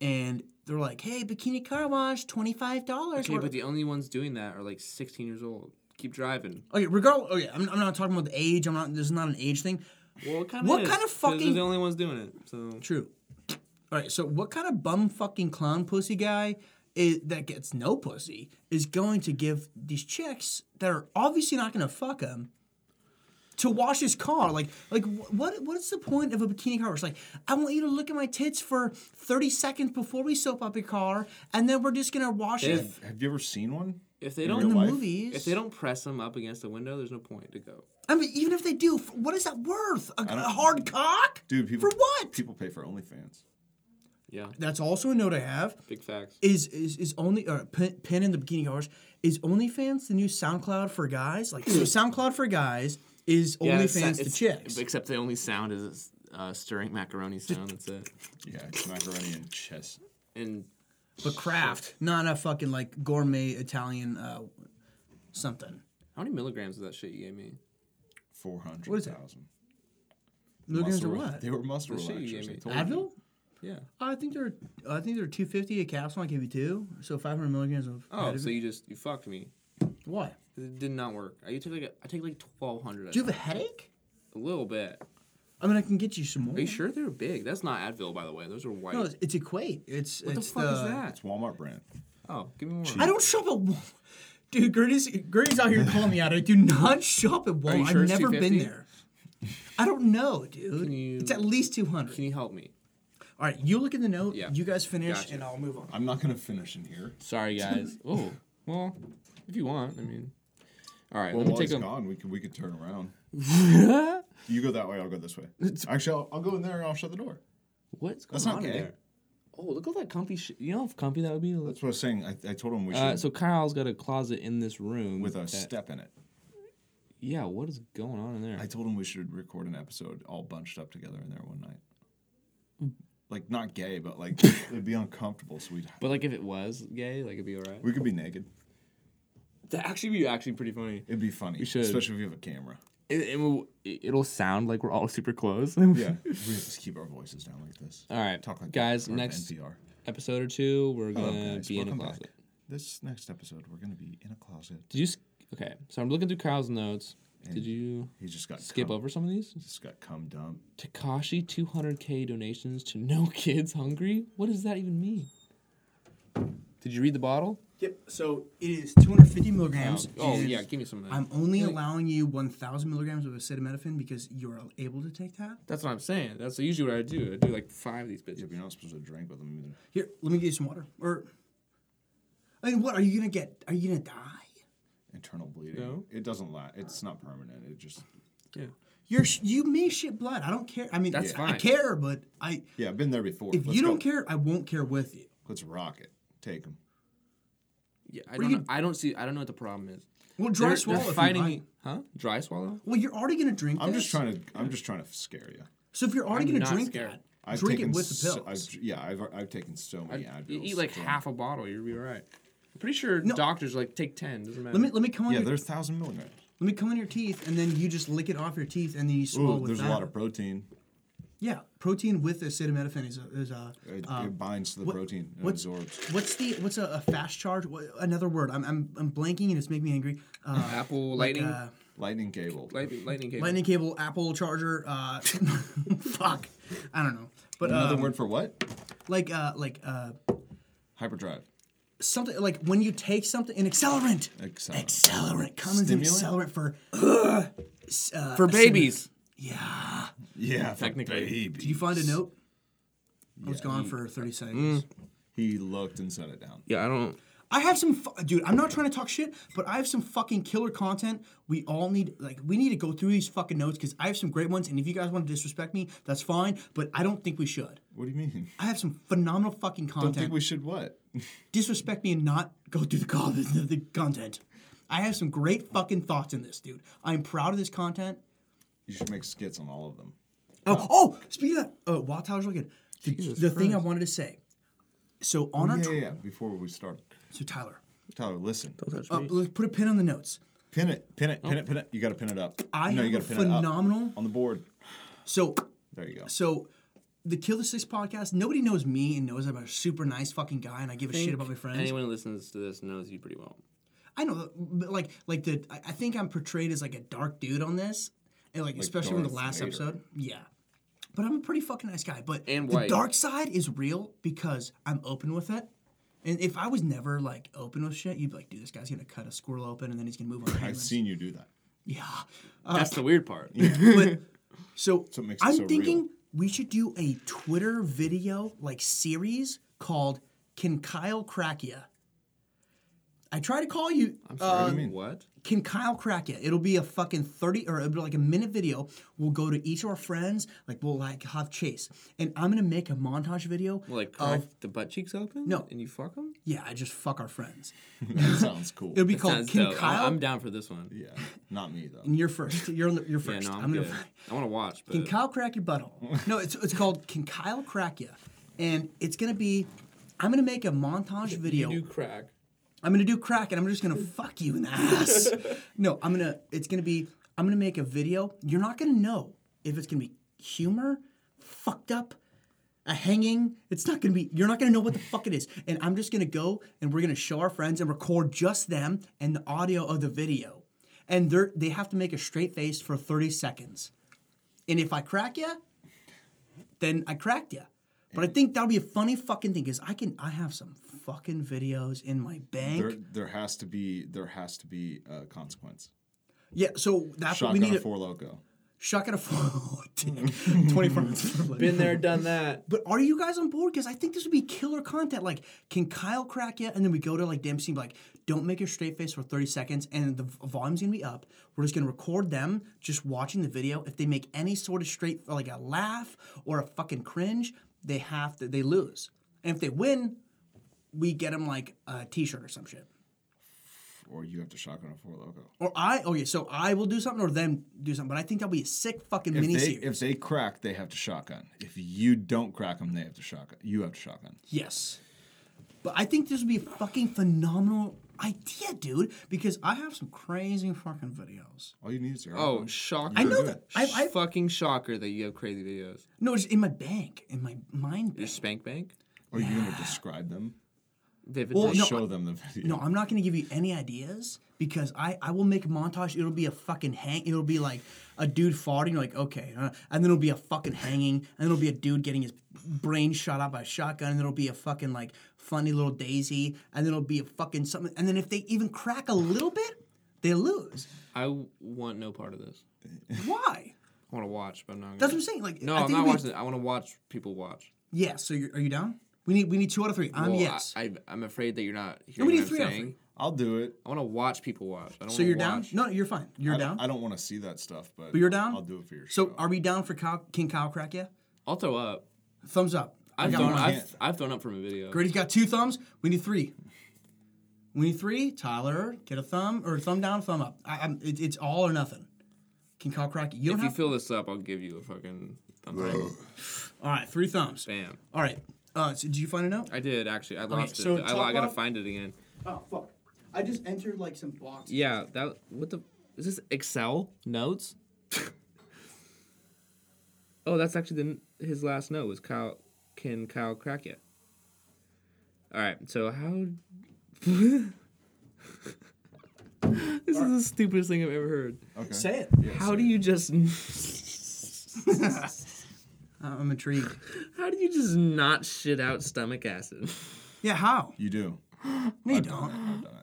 [SPEAKER 5] and they're like, "Hey, bikini car wash, twenty five dollars."
[SPEAKER 6] Okay, but the only ones doing that are like 16 years old. Keep driving.
[SPEAKER 5] okay, regardless. Okay, I'm, I'm not talking about the age. I'm not. This is not an age thing.
[SPEAKER 6] Well, it kinda
[SPEAKER 5] What
[SPEAKER 6] is,
[SPEAKER 5] kind of
[SPEAKER 6] 'cause they're
[SPEAKER 5] fucking-
[SPEAKER 6] the only ones doing it. So
[SPEAKER 5] True. All right. So, what kind of bum fucking clown pussy guy is, that gets no pussy is going to give these chicks that are obviously not going to fuck him to wash his car? Like, like wh- what? What is the point of a bikini car? It's like I want you to look at my tits for thirty seconds before we soap up your car, and then we're just gonna wash it.
[SPEAKER 6] if
[SPEAKER 4] Have you ever seen one?
[SPEAKER 6] if they
[SPEAKER 5] In
[SPEAKER 6] don't
[SPEAKER 5] the
[SPEAKER 4] life?
[SPEAKER 5] movies,
[SPEAKER 6] if they don't press them up against the window, there's no point to go.
[SPEAKER 5] I mean, even if they do, f- what is that worth? A, a hard cock,
[SPEAKER 4] Dude, people
[SPEAKER 5] for what?
[SPEAKER 4] People pay for OnlyFans.
[SPEAKER 6] Yeah,
[SPEAKER 5] That's also a note I have.
[SPEAKER 6] big facts.
[SPEAKER 5] is is, is only or pin, pin in the bikini hours is OnlyFans the new SoundCloud for guys? Like so SoundCloud for guys is
[SPEAKER 6] Hmm. yeah,
[SPEAKER 5] OnlyFans to chicks.
[SPEAKER 6] Except the only sound is uh, stirring macaroni sound. That's it.
[SPEAKER 4] Yeah, it's macaroni and chess.
[SPEAKER 6] And
[SPEAKER 5] But craft, not a fucking like gourmet Italian uh, something.
[SPEAKER 6] how many milligrams of that shit you gave me?
[SPEAKER 4] Four hundred.
[SPEAKER 5] What is that? Milligrams or what?
[SPEAKER 4] They were muscle
[SPEAKER 6] The shit you
[SPEAKER 4] relaxers.
[SPEAKER 6] gave
[SPEAKER 4] I told
[SPEAKER 6] me.
[SPEAKER 4] you.
[SPEAKER 5] Advil?
[SPEAKER 6] Yeah.
[SPEAKER 5] I think they're I think they're two fifty a capsule. I gave you two, so five hundred milligrams of.
[SPEAKER 6] Oh,
[SPEAKER 5] Advil.
[SPEAKER 6] so you just you fucked me.
[SPEAKER 5] why?
[SPEAKER 6] It did not work. I take like a, I take like twelve hundred.
[SPEAKER 5] Do you have a headache?
[SPEAKER 6] a little bit?
[SPEAKER 5] I mean, I can get you some more.
[SPEAKER 6] Are you sure they're big? That's not Advil, by the way. Those are white.
[SPEAKER 5] No, it's, it's Equate. It's
[SPEAKER 6] what the
[SPEAKER 5] it's
[SPEAKER 6] fuck is that?
[SPEAKER 4] It's Walmart brand.
[SPEAKER 6] Oh, give me more.
[SPEAKER 5] I don't shop at Walmart. Dude, Gertie's, Gertie's out here calling me out. I do not shop at
[SPEAKER 6] you
[SPEAKER 5] Walmart.
[SPEAKER 6] sure
[SPEAKER 5] I've
[SPEAKER 6] it's
[SPEAKER 5] never been
[SPEAKER 6] 250?
[SPEAKER 5] there. I don't know, dude.
[SPEAKER 6] Can you-
[SPEAKER 5] It's at least 200.
[SPEAKER 6] Can you help me?
[SPEAKER 5] All right, you look at the note.
[SPEAKER 6] Yeah.
[SPEAKER 5] You guys finish,
[SPEAKER 6] Gotcha.
[SPEAKER 5] and I'll move on.
[SPEAKER 4] I'm not gonna finish in here.
[SPEAKER 6] Sorry, guys. oh, well, if you want, I mean. All right,
[SPEAKER 4] Well,
[SPEAKER 6] let me
[SPEAKER 4] while
[SPEAKER 6] take
[SPEAKER 4] he's
[SPEAKER 6] them.
[SPEAKER 4] gone, we could we could turn around. you go that way. I'll go this way. Actually, I'll, I'll go in there and I'll shut the door.
[SPEAKER 6] What's going
[SPEAKER 4] That's
[SPEAKER 6] on
[SPEAKER 4] not
[SPEAKER 6] in
[SPEAKER 4] gay.
[SPEAKER 6] there? Oh, look at that comfy shit. You know how comfy that would be.
[SPEAKER 4] That's what I was saying. I, I told him we should
[SPEAKER 6] Uh, so Kyle's got a closet in this room
[SPEAKER 4] with a
[SPEAKER 6] that-
[SPEAKER 4] step in it.
[SPEAKER 6] Yeah, what is going on in there?
[SPEAKER 4] I told him we should record an episode all bunched up together in there one night.
[SPEAKER 6] Mm.
[SPEAKER 4] Like not gay, but like it'd be uncomfortable. So we'd
[SPEAKER 6] but like, if it was gay, like it'd be alright.
[SPEAKER 4] we could be naked.
[SPEAKER 6] That actually be actually pretty funny.
[SPEAKER 4] It'd be funny,
[SPEAKER 6] should.
[SPEAKER 4] especially if you have a camera.
[SPEAKER 6] It, it will, it'll sound like we're all super close.
[SPEAKER 4] Yeah, we have to keep our voices down like this.
[SPEAKER 6] All right,
[SPEAKER 4] Talk like
[SPEAKER 6] guys.
[SPEAKER 4] we're on
[SPEAKER 6] Next
[SPEAKER 4] NPR.
[SPEAKER 6] episode or two, we're
[SPEAKER 4] Hello,
[SPEAKER 6] gonna
[SPEAKER 4] guys.
[SPEAKER 6] be in a
[SPEAKER 4] Welcome
[SPEAKER 6] closet.
[SPEAKER 4] back. This next episode, we're gonna be in a closet.
[SPEAKER 6] Did you? s- Okay, so I'm looking through Kyle's notes.
[SPEAKER 4] And
[SPEAKER 6] Did you
[SPEAKER 4] He just got
[SPEAKER 6] skip
[SPEAKER 4] cum-
[SPEAKER 6] over some of these?
[SPEAKER 4] Just got cum dump.
[SPEAKER 6] Takashi 200k donations to No Kids Hungry. What does that even mean? Did you read the bottle?
[SPEAKER 5] Yep. So it is 250 milligrams.
[SPEAKER 6] oh
[SPEAKER 5] and
[SPEAKER 6] yeah, give me some. Of that.
[SPEAKER 5] I'm only allowing you 1,000 milligrams of acetaminophen because you're able to take that.
[SPEAKER 6] That's what I'm saying. That's usually what I do. I do like five of these
[SPEAKER 4] Yeah,
[SPEAKER 6] bitches.
[SPEAKER 4] but you're not supposed to drink with them either.
[SPEAKER 5] Here, let me get you some water. Or, I mean, what are you gonna get? Are you gonna die?
[SPEAKER 4] Internal bleeding.
[SPEAKER 6] No.
[SPEAKER 4] It doesn't last. It's not permanent. It just
[SPEAKER 6] Yeah.
[SPEAKER 5] You're sh- you may shit blood. I don't care. I mean,
[SPEAKER 6] That's
[SPEAKER 5] I
[SPEAKER 6] fine.
[SPEAKER 5] care, but I
[SPEAKER 4] yeah. I've been there before.
[SPEAKER 5] If
[SPEAKER 4] Let's
[SPEAKER 5] you
[SPEAKER 4] go.
[SPEAKER 5] don't care, I won't care with you.
[SPEAKER 4] let's rock it. Take them.
[SPEAKER 6] Yeah. I don't.
[SPEAKER 5] you-
[SPEAKER 6] know, I don't see. I don't know what the problem is.
[SPEAKER 5] Well, dry
[SPEAKER 6] They're-
[SPEAKER 5] swallow. if
[SPEAKER 6] They're
[SPEAKER 5] you
[SPEAKER 6] fighting
[SPEAKER 5] buy-
[SPEAKER 6] me. Huh? Dry swallow?
[SPEAKER 5] Well, you're already gonna drink.
[SPEAKER 4] I'm just
[SPEAKER 5] this.
[SPEAKER 4] trying to. I'm just trying to scare you.
[SPEAKER 5] So if you're already
[SPEAKER 6] I'm
[SPEAKER 5] gonna
[SPEAKER 6] not
[SPEAKER 5] drink
[SPEAKER 6] scared.
[SPEAKER 5] that,
[SPEAKER 4] I've
[SPEAKER 5] drink
[SPEAKER 4] taken
[SPEAKER 5] it with the
[SPEAKER 4] so-
[SPEAKER 5] pills.
[SPEAKER 4] I've, yeah, I've, I've taken so many Advils.
[SPEAKER 6] You eat like
[SPEAKER 4] so-
[SPEAKER 6] half a bottle, you'll be all right. I'm pretty sure doctors like take ten. Doesn't matter.
[SPEAKER 5] let me let me come on.
[SPEAKER 4] Yeah,
[SPEAKER 5] your-
[SPEAKER 4] they're thousand milligrams.
[SPEAKER 5] Let me come in your teeth, and then you just lick it off your teeth, and then you swallow
[SPEAKER 4] Ooh,
[SPEAKER 5] Oh, with
[SPEAKER 4] there's
[SPEAKER 5] that.
[SPEAKER 4] a lot of protein.
[SPEAKER 5] yeah, protein with acetaminophen is a, is a
[SPEAKER 4] It, it
[SPEAKER 5] um,
[SPEAKER 4] binds to the
[SPEAKER 5] what-
[SPEAKER 4] protein and
[SPEAKER 5] what's,
[SPEAKER 4] absorbs.
[SPEAKER 5] What's the what's a, a fast charge? What, another word. I'm, I'm I'm blanking, and it's making me angry. Uh,
[SPEAKER 6] Apple
[SPEAKER 5] like,
[SPEAKER 6] lightning,
[SPEAKER 5] uh,
[SPEAKER 4] Lightning cable.
[SPEAKER 6] lightning, lightning cable.
[SPEAKER 5] lightning cable, Apple charger. Uh, fuck, I don't know. But
[SPEAKER 4] Another
[SPEAKER 5] um,
[SPEAKER 4] word for what?
[SPEAKER 5] like uh, like uh,
[SPEAKER 4] Hyperdrive.
[SPEAKER 5] something like when you take something an accelerant.
[SPEAKER 4] Accelerant.
[SPEAKER 5] Accelerant. Cummins an accelerant
[SPEAKER 4] Stimulant?
[SPEAKER 5] for s- uh,
[SPEAKER 6] for
[SPEAKER 5] acetamin-
[SPEAKER 6] babies.
[SPEAKER 5] Yeah.
[SPEAKER 4] Yeah,
[SPEAKER 6] Technically.
[SPEAKER 5] Did you find a note? I was gone for 30 seconds.
[SPEAKER 4] Mm. He looked and set it down.
[SPEAKER 6] Yeah, I don't.
[SPEAKER 5] I have some, fu- dude. I'm not trying to talk shit, but I have some fucking killer content. We all need, like, we need to go through these fucking notes because I have some great ones. And if you guys want to disrespect me, that's fine. But I don't think we should.
[SPEAKER 4] What do you mean?
[SPEAKER 5] I have some phenomenal fucking
[SPEAKER 4] I don't
[SPEAKER 5] content.
[SPEAKER 4] think we should what?
[SPEAKER 5] disrespect me and not go through the, con- the, the content. I have some great fucking thoughts in this, dude. I'm proud of this content.
[SPEAKER 4] You should make skits on all of them.
[SPEAKER 5] Oh, oh, speaking of that, oh, Wild Towers looking. The, the thing I wanted to say. So on our
[SPEAKER 4] Oh, Yeah,
[SPEAKER 5] tr-
[SPEAKER 4] yeah, yeah. Before we start,
[SPEAKER 5] so Tyler,
[SPEAKER 4] Tyler, listen.
[SPEAKER 5] uh, let's put a pin on the notes.
[SPEAKER 4] Pin it, pin it, pin it, pin it. You got to pin it up.
[SPEAKER 5] I
[SPEAKER 4] no, you
[SPEAKER 5] have
[SPEAKER 4] gotta
[SPEAKER 5] a
[SPEAKER 4] pin it
[SPEAKER 5] phenomenal-
[SPEAKER 4] up on the board.
[SPEAKER 5] So,
[SPEAKER 4] There you go.
[SPEAKER 5] so the Kill the Six podcast. Nobody knows me and knows I'm a super nice fucking guy, and I give a shit about my friends.
[SPEAKER 6] Anyone who listens to this knows you pretty well.
[SPEAKER 5] I know, but like, like the I I think I'm portrayed as like a dark dude on this, and like, especially in the
[SPEAKER 4] Darth
[SPEAKER 5] last
[SPEAKER 4] Vader.
[SPEAKER 5] episode. Yeah, but I'm a pretty fucking nice guy. But
[SPEAKER 6] And
[SPEAKER 5] the
[SPEAKER 6] white.
[SPEAKER 5] dark side is real because I'm open with it. And if I was never like open with shit, you'd be like, dude, this guy's gonna cut a squirrel open and then he's gonna move on. to
[SPEAKER 4] I've
[SPEAKER 5] penguins."
[SPEAKER 4] seen you do that.
[SPEAKER 5] Yeah. Oh.
[SPEAKER 6] That's the weird part.
[SPEAKER 5] But so
[SPEAKER 4] what makes it
[SPEAKER 5] I'm
[SPEAKER 4] so real.
[SPEAKER 5] thinking we should do a Twitter video like series called "Can Kyle Crack Ya?" I try to call you. uh,
[SPEAKER 4] what do you mean?
[SPEAKER 6] What?
[SPEAKER 5] can Kyle crack it? It'll be a fucking 30 or it'll be like a minute video. We'll go to each of our friends, like we'll like have chase. And I'm gonna make a montage video.
[SPEAKER 6] Like
[SPEAKER 5] of-
[SPEAKER 6] crack the butt cheeks open?
[SPEAKER 5] Oh. No.
[SPEAKER 6] And you fuck them?
[SPEAKER 5] yeah, I just fuck our friends.
[SPEAKER 4] That sounds cool.
[SPEAKER 5] It'll be called
[SPEAKER 6] Sounds
[SPEAKER 5] Oh, Can
[SPEAKER 6] dope.
[SPEAKER 5] Kyle
[SPEAKER 6] I'm, I'm down for this one. Yeah,
[SPEAKER 4] yeah, not me though.
[SPEAKER 5] You're first. You're on the, you're first.
[SPEAKER 6] no, I'm,
[SPEAKER 5] I'm gonna
[SPEAKER 6] good. I want to watch, but
[SPEAKER 5] Can Kyle crack your butthole? No, it's it's called Can Kyle crack ya? And it's gonna be I'm gonna make a montage video.
[SPEAKER 6] you do crack.
[SPEAKER 5] I'm gonna do crack and I'm just gonna fuck you in the ass. no, I'm gonna. It's gonna be. I'm gonna make a video. You're not gonna know if it's gonna be humor, fucked up, a hanging. It's not gonna be. You're not gonna know what the fuck it is. And I'm just gonna go and we're gonna show our friends and record just them and the audio of the video. And they are they have to make a straight face for 30 seconds. And if I crack you, then I cracked you. But I think that would be a funny fucking thing because I can I have some fucking videos in my bank.
[SPEAKER 4] There, there has to be, there has to be a consequence.
[SPEAKER 5] Yeah, so that's what we
[SPEAKER 4] Shotgun
[SPEAKER 5] need.
[SPEAKER 4] a
[SPEAKER 5] to
[SPEAKER 4] four loco.
[SPEAKER 5] Shuck at a four. Twenty-four minutes.
[SPEAKER 6] Been there, done that.
[SPEAKER 5] But are you guys on board? Because I think this would be killer content. Like, can Kyle crack you? And then we go to like Dempsey, and be like, don't make a straight face for thirty seconds, and the v- volume's gonna be up. We're just gonna record them just watching the video. If they make any sort of straight, like a laugh or a fucking cringe, they have to. They lose. And if they win, we get them like a T-shirt or some shit.
[SPEAKER 4] Or you have to shotgun a four loco.
[SPEAKER 5] Or I okay, so I will do something, or them do something. But I think that'll be a sick fucking
[SPEAKER 4] If
[SPEAKER 5] mini
[SPEAKER 4] they,
[SPEAKER 5] series.
[SPEAKER 4] if they crack, they have to shotgun. If you don't crack them, they have to shotgun. You have to shotgun.
[SPEAKER 5] Yes. But I think this would be a fucking phenomenal idea, dude, because I have some crazy fucking videos.
[SPEAKER 4] All you need is your.
[SPEAKER 6] Oh,
[SPEAKER 4] iPhone.
[SPEAKER 6] shocker!
[SPEAKER 5] I know
[SPEAKER 4] do
[SPEAKER 5] that.
[SPEAKER 4] it.
[SPEAKER 5] I, I
[SPEAKER 6] fucking shocker that you have crazy videos.
[SPEAKER 5] no, it's in my bank, in my mind
[SPEAKER 6] Your
[SPEAKER 5] bank.
[SPEAKER 6] spank bank.
[SPEAKER 4] Are you gonna describe them?
[SPEAKER 6] Vividly.
[SPEAKER 5] Well,
[SPEAKER 4] Or
[SPEAKER 5] no,
[SPEAKER 4] show
[SPEAKER 5] I-
[SPEAKER 4] them the video.
[SPEAKER 5] No, I'm not gonna give you any ideas because I I will make a montage. It'll be a fucking hang. It'll be like a dude farting, like okay, uh, and then it'll be a fucking hanging, and it'll be a dude getting his brain shot out by a shotgun, and then it'll be a fucking like funny little daisy, and then it'll be a fucking something, and then if they even crack a little bit, they lose.
[SPEAKER 6] I w- want no part of this.
[SPEAKER 5] Why?
[SPEAKER 6] I want to watch, but I'm not. Gonna.
[SPEAKER 5] That's what I'm saying. Like,
[SPEAKER 6] No,
[SPEAKER 5] I
[SPEAKER 6] I'm
[SPEAKER 5] think
[SPEAKER 6] not
[SPEAKER 5] we,
[SPEAKER 6] watching it. I want to watch people watch.
[SPEAKER 5] Yeah. So you're, are you down? We need we need two out of three. I'm
[SPEAKER 6] Well,
[SPEAKER 5] Um, yes.
[SPEAKER 6] I, I, I'm afraid that you're not
[SPEAKER 5] No,
[SPEAKER 6] hearing
[SPEAKER 5] we
[SPEAKER 6] what
[SPEAKER 5] need
[SPEAKER 6] I'm
[SPEAKER 5] three out of
[SPEAKER 6] saying.
[SPEAKER 5] three.
[SPEAKER 4] I'll do it.
[SPEAKER 6] I want to watch people watch. I don't
[SPEAKER 5] So
[SPEAKER 6] wanna
[SPEAKER 5] you're down?
[SPEAKER 6] watch.
[SPEAKER 5] No, you're fine. You're
[SPEAKER 4] I
[SPEAKER 5] down.
[SPEAKER 4] don't, I don't want to see that stuff, but,
[SPEAKER 5] but you're down.
[SPEAKER 4] I'll do it for your
[SPEAKER 5] So
[SPEAKER 4] show.
[SPEAKER 5] are we down for Kyle, King Kyle crack? Yeah.
[SPEAKER 6] I'll throw up.
[SPEAKER 5] Thumbs up. I
[SPEAKER 6] I've
[SPEAKER 5] got
[SPEAKER 6] thrown,
[SPEAKER 5] one.
[SPEAKER 6] I've, I've thrown up from a video.
[SPEAKER 5] Grady's got two thumbs. We need three. We need three. Tyler, get a thumb or thumb down, thumb up. I, I'm, it, it's all or nothing. King Kyle crack? You don't
[SPEAKER 6] If you
[SPEAKER 5] have.
[SPEAKER 6] fill this up, I'll give you a fucking thumbs up.
[SPEAKER 5] all right, three thumbs.
[SPEAKER 6] Bam.
[SPEAKER 5] All right. Uh, so did you find a note?
[SPEAKER 6] I did actually. I lost
[SPEAKER 5] so
[SPEAKER 6] it. I,
[SPEAKER 5] top
[SPEAKER 6] I gotta
[SPEAKER 5] off-
[SPEAKER 6] find it again.
[SPEAKER 5] Oh fuck! I just entered like some box.
[SPEAKER 6] Yeah, that. What the? Is this Excel notes? oh, that's actually the, n- his last note was Kyle. Can Kyle crack it? All right. So how? this is the stupidest thing I've ever heard.
[SPEAKER 5] Say it.
[SPEAKER 6] how do you just?
[SPEAKER 5] Uh, I'm intrigued.
[SPEAKER 6] How do you just not shit out stomach acid?
[SPEAKER 5] Yeah, how?
[SPEAKER 4] You do.
[SPEAKER 5] No, you don't.
[SPEAKER 4] I've done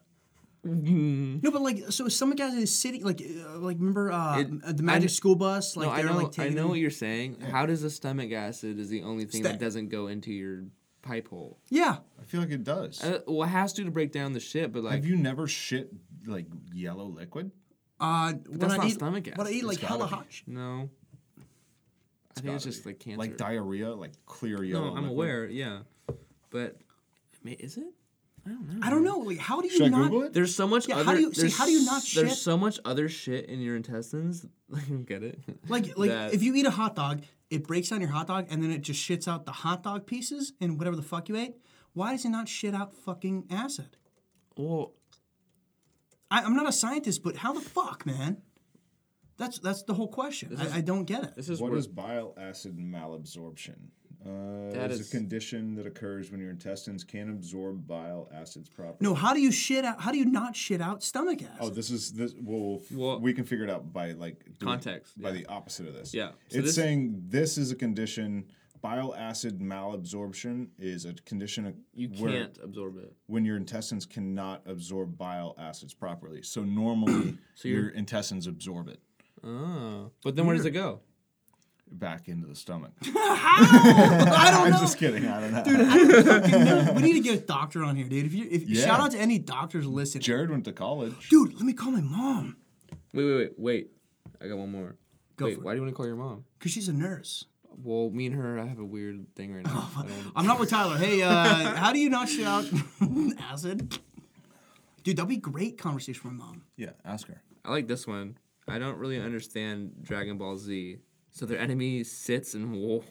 [SPEAKER 4] it.
[SPEAKER 5] No, but like, so stomach acid is city. Like, uh, like remember uh, uh,
[SPEAKER 6] It-
[SPEAKER 5] the
[SPEAKER 6] I kn-
[SPEAKER 5] Magic School Bus? Like
[SPEAKER 6] no, I
[SPEAKER 5] they're
[SPEAKER 6] know,
[SPEAKER 5] like
[SPEAKER 6] I
[SPEAKER 5] taking.
[SPEAKER 6] know what you're saying. How does a stomach acid is the only thing that
[SPEAKER 5] Stay.
[SPEAKER 6] doesn't go into your pipe hole?
[SPEAKER 5] yeah,
[SPEAKER 4] I feel like it does.
[SPEAKER 6] Uh, well, it has to to break down the shit, but like
[SPEAKER 4] Have you never shit like yellow liquid?
[SPEAKER 5] uh, when
[SPEAKER 6] that's
[SPEAKER 5] I
[SPEAKER 6] not
[SPEAKER 5] eat,
[SPEAKER 6] stomach acid.
[SPEAKER 5] When I eat
[SPEAKER 6] It's
[SPEAKER 5] like hella hot. sh-
[SPEAKER 6] no. I think it's just like cancer.
[SPEAKER 4] Like diarrhea, like clear
[SPEAKER 6] no,
[SPEAKER 4] yellow.
[SPEAKER 6] I'm
[SPEAKER 4] liquid?
[SPEAKER 6] aware. Yeah, but I mean, is it? I don't know.
[SPEAKER 5] I don't know. Like, how do you
[SPEAKER 4] Should I
[SPEAKER 5] not?
[SPEAKER 4] Google it?
[SPEAKER 6] There's so much
[SPEAKER 5] Yeah,
[SPEAKER 6] other.
[SPEAKER 5] how do you- see,
[SPEAKER 6] there's
[SPEAKER 5] how do you not
[SPEAKER 6] s- There's
[SPEAKER 5] shit?
[SPEAKER 6] so much other shit in your intestines. Get it?
[SPEAKER 5] Like, like
[SPEAKER 6] that-
[SPEAKER 5] if you eat a hot dog, it breaks down your hot dog, and then it just shits out the hot dog pieces and whatever the fuck you ate. Why does it not shit out fucking acid?
[SPEAKER 6] Well,
[SPEAKER 5] I, I'm not a scientist, but how the fuck, man? That's that's the whole question. I, I don't get it.
[SPEAKER 6] this is
[SPEAKER 4] What
[SPEAKER 6] where-
[SPEAKER 4] is bile acid malabsorption? Uh,
[SPEAKER 6] That
[SPEAKER 4] it's
[SPEAKER 6] is-
[SPEAKER 4] a condition that occurs when your intestines can't absorb bile acids properly.
[SPEAKER 5] No, how do you shit out? How do you not shit out stomach acid?
[SPEAKER 4] Oh, this is this. Well, f-
[SPEAKER 6] Well-
[SPEAKER 4] we can figure it out by like doing-
[SPEAKER 6] Context,
[SPEAKER 4] by
[SPEAKER 6] yeah.
[SPEAKER 4] the opposite of this.
[SPEAKER 6] Yeah, so
[SPEAKER 4] it's
[SPEAKER 6] this-
[SPEAKER 4] saying this is a condition. Bile acid malabsorption is a condition of
[SPEAKER 6] you
[SPEAKER 4] where-
[SPEAKER 6] can't absorb it.
[SPEAKER 4] when your intestines cannot absorb bile acids properly. So normally your intestines absorb it
[SPEAKER 6] Oh, but then where does it go?
[SPEAKER 4] back into the stomach.
[SPEAKER 5] I
[SPEAKER 6] Oh,
[SPEAKER 5] don't
[SPEAKER 4] I'm
[SPEAKER 5] know.
[SPEAKER 4] just kidding. I don't know.
[SPEAKER 5] we need to get a doctor on here, dude. If you if
[SPEAKER 4] Yeah.
[SPEAKER 5] shout out to any doctors listening,
[SPEAKER 4] Jared went to college.
[SPEAKER 5] dude. Let me call my mom
[SPEAKER 6] Wait, wait, wait, wait. I got one more.
[SPEAKER 5] Go
[SPEAKER 6] wait,
[SPEAKER 5] for it.
[SPEAKER 6] why do you want to call your mom?
[SPEAKER 5] because she's a nurse.
[SPEAKER 6] Well, me and her, I have a weird thing right now. I don't-
[SPEAKER 5] I'm not with Tyler. Hey, uh, how do you not shit out acid? Dude, that'd be great conversation with my mom.
[SPEAKER 4] Yeah, ask her.
[SPEAKER 6] I like this one. I don't really understand Dragon Ball Z. So their enemy sits and wa-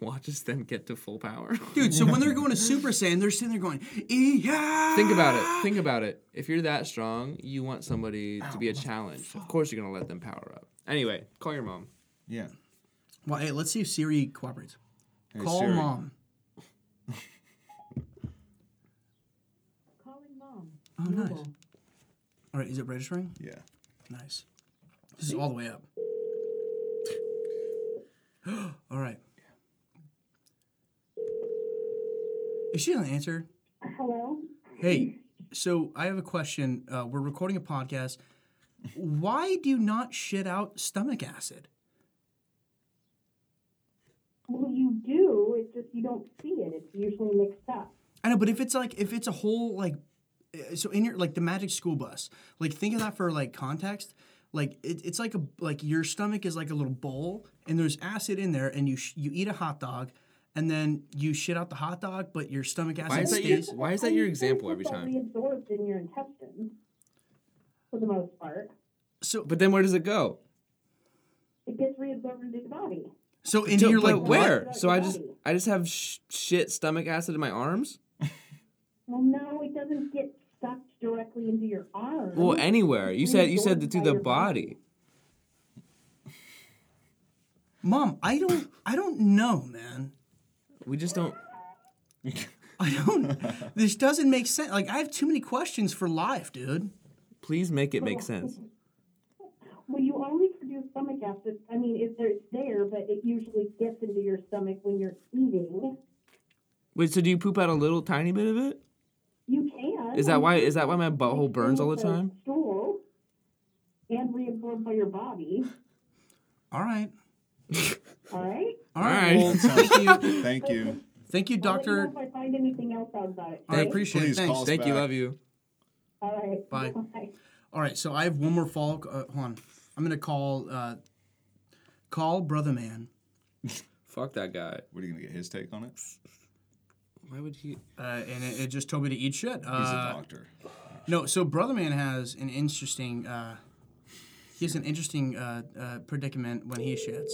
[SPEAKER 6] watches them get to full power.
[SPEAKER 5] Dude, so when they're going to Super Saiyan, they're sitting there going, yeah.
[SPEAKER 6] Think about it. Think about it. If you're that strong, you want somebody to be a challenge. Of course, you're gonna let them power up. Anyway, call your mom.
[SPEAKER 4] Yeah.
[SPEAKER 5] Well, hey, let's see if Siri cooperates.
[SPEAKER 4] Hey,
[SPEAKER 5] Call
[SPEAKER 4] Siri.
[SPEAKER 5] mom.
[SPEAKER 7] Calling mom.
[SPEAKER 5] Oh, nice. All right, is it registering?
[SPEAKER 4] Yeah.
[SPEAKER 5] Nice. This is all the way up. all right. Is she gonna answer?
[SPEAKER 7] Hello?
[SPEAKER 5] Hey, so I have a question. Uh, we're recording a podcast. Why do you not shit out stomach acid?
[SPEAKER 7] Well, you do. It's just you don't see it. It's usually mixed up.
[SPEAKER 5] I know, but if it's like if it's a whole like, uh, so in your like the Magic School Bus, like think of that for like context. Like it, it's like a like your stomach is like a little bowl, and there's acid in there, and you sh- you eat a hot dog, and then you shit out the hot dog, but your stomach acid
[SPEAKER 6] Why is that your
[SPEAKER 5] stays.
[SPEAKER 6] Why is that your
[SPEAKER 7] And
[SPEAKER 6] example every
[SPEAKER 7] it's all
[SPEAKER 6] time?
[SPEAKER 7] reabsorbed in your intestines, for the most part.
[SPEAKER 5] So
[SPEAKER 6] But then where does it go?
[SPEAKER 7] It gets reabsorbed into the body.
[SPEAKER 5] so into
[SPEAKER 6] So-
[SPEAKER 5] your
[SPEAKER 6] but
[SPEAKER 5] like
[SPEAKER 6] where?
[SPEAKER 5] blood-
[SPEAKER 7] blood-
[SPEAKER 6] So I just
[SPEAKER 7] body.
[SPEAKER 6] I just have sh- shit stomach acid in my arms.
[SPEAKER 7] Well, no, it doesn't get sucked directly into your arm.
[SPEAKER 6] Well, anywhere. You said you said
[SPEAKER 7] Reabsorbed
[SPEAKER 6] to
[SPEAKER 7] by
[SPEAKER 6] the
[SPEAKER 7] your
[SPEAKER 6] body.
[SPEAKER 5] Mom, I don't I don't know, man.
[SPEAKER 6] We just don't.
[SPEAKER 5] I don't. this doesn't make sense. Like I have too many questions for life, dude.
[SPEAKER 6] Please make it make sense.
[SPEAKER 7] Well, you only produce stomach acid. I mean, it's there, it's there, but it usually gets into your stomach when you're eating.
[SPEAKER 6] Wait, so do you poop out a little tiny bit of it?
[SPEAKER 7] You can.
[SPEAKER 6] Is that why? Is that why my butthole burns all the time?
[SPEAKER 7] Stool and reabsorbed by your body.
[SPEAKER 5] All right.
[SPEAKER 7] All right.
[SPEAKER 5] All right.
[SPEAKER 6] right.
[SPEAKER 5] Well, thank you,
[SPEAKER 4] Thank you.
[SPEAKER 5] thank you,
[SPEAKER 7] I'll let you know
[SPEAKER 5] Doctor.
[SPEAKER 7] if I find anything else out about it.
[SPEAKER 5] I
[SPEAKER 7] okay?
[SPEAKER 5] appreciate it.
[SPEAKER 4] Please
[SPEAKER 5] Thanks.
[SPEAKER 4] call us
[SPEAKER 6] Thank you.
[SPEAKER 4] back.
[SPEAKER 6] Love you.
[SPEAKER 7] All right.
[SPEAKER 5] Bye.
[SPEAKER 7] Bye.
[SPEAKER 5] All right. So I have one more follow. Uh, hold on. I'm gonna call. Uh, call brother man.
[SPEAKER 6] Fuck that guy.
[SPEAKER 4] What are you gonna get his take on it? He's
[SPEAKER 6] Why would he?
[SPEAKER 5] Uh, and it, it just told me to eat shit.
[SPEAKER 4] a
[SPEAKER 5] Uh,
[SPEAKER 4] doctor.
[SPEAKER 5] no, so Brother Man has an interesting, uh, he has an interesting uh, uh, predicament when he shits.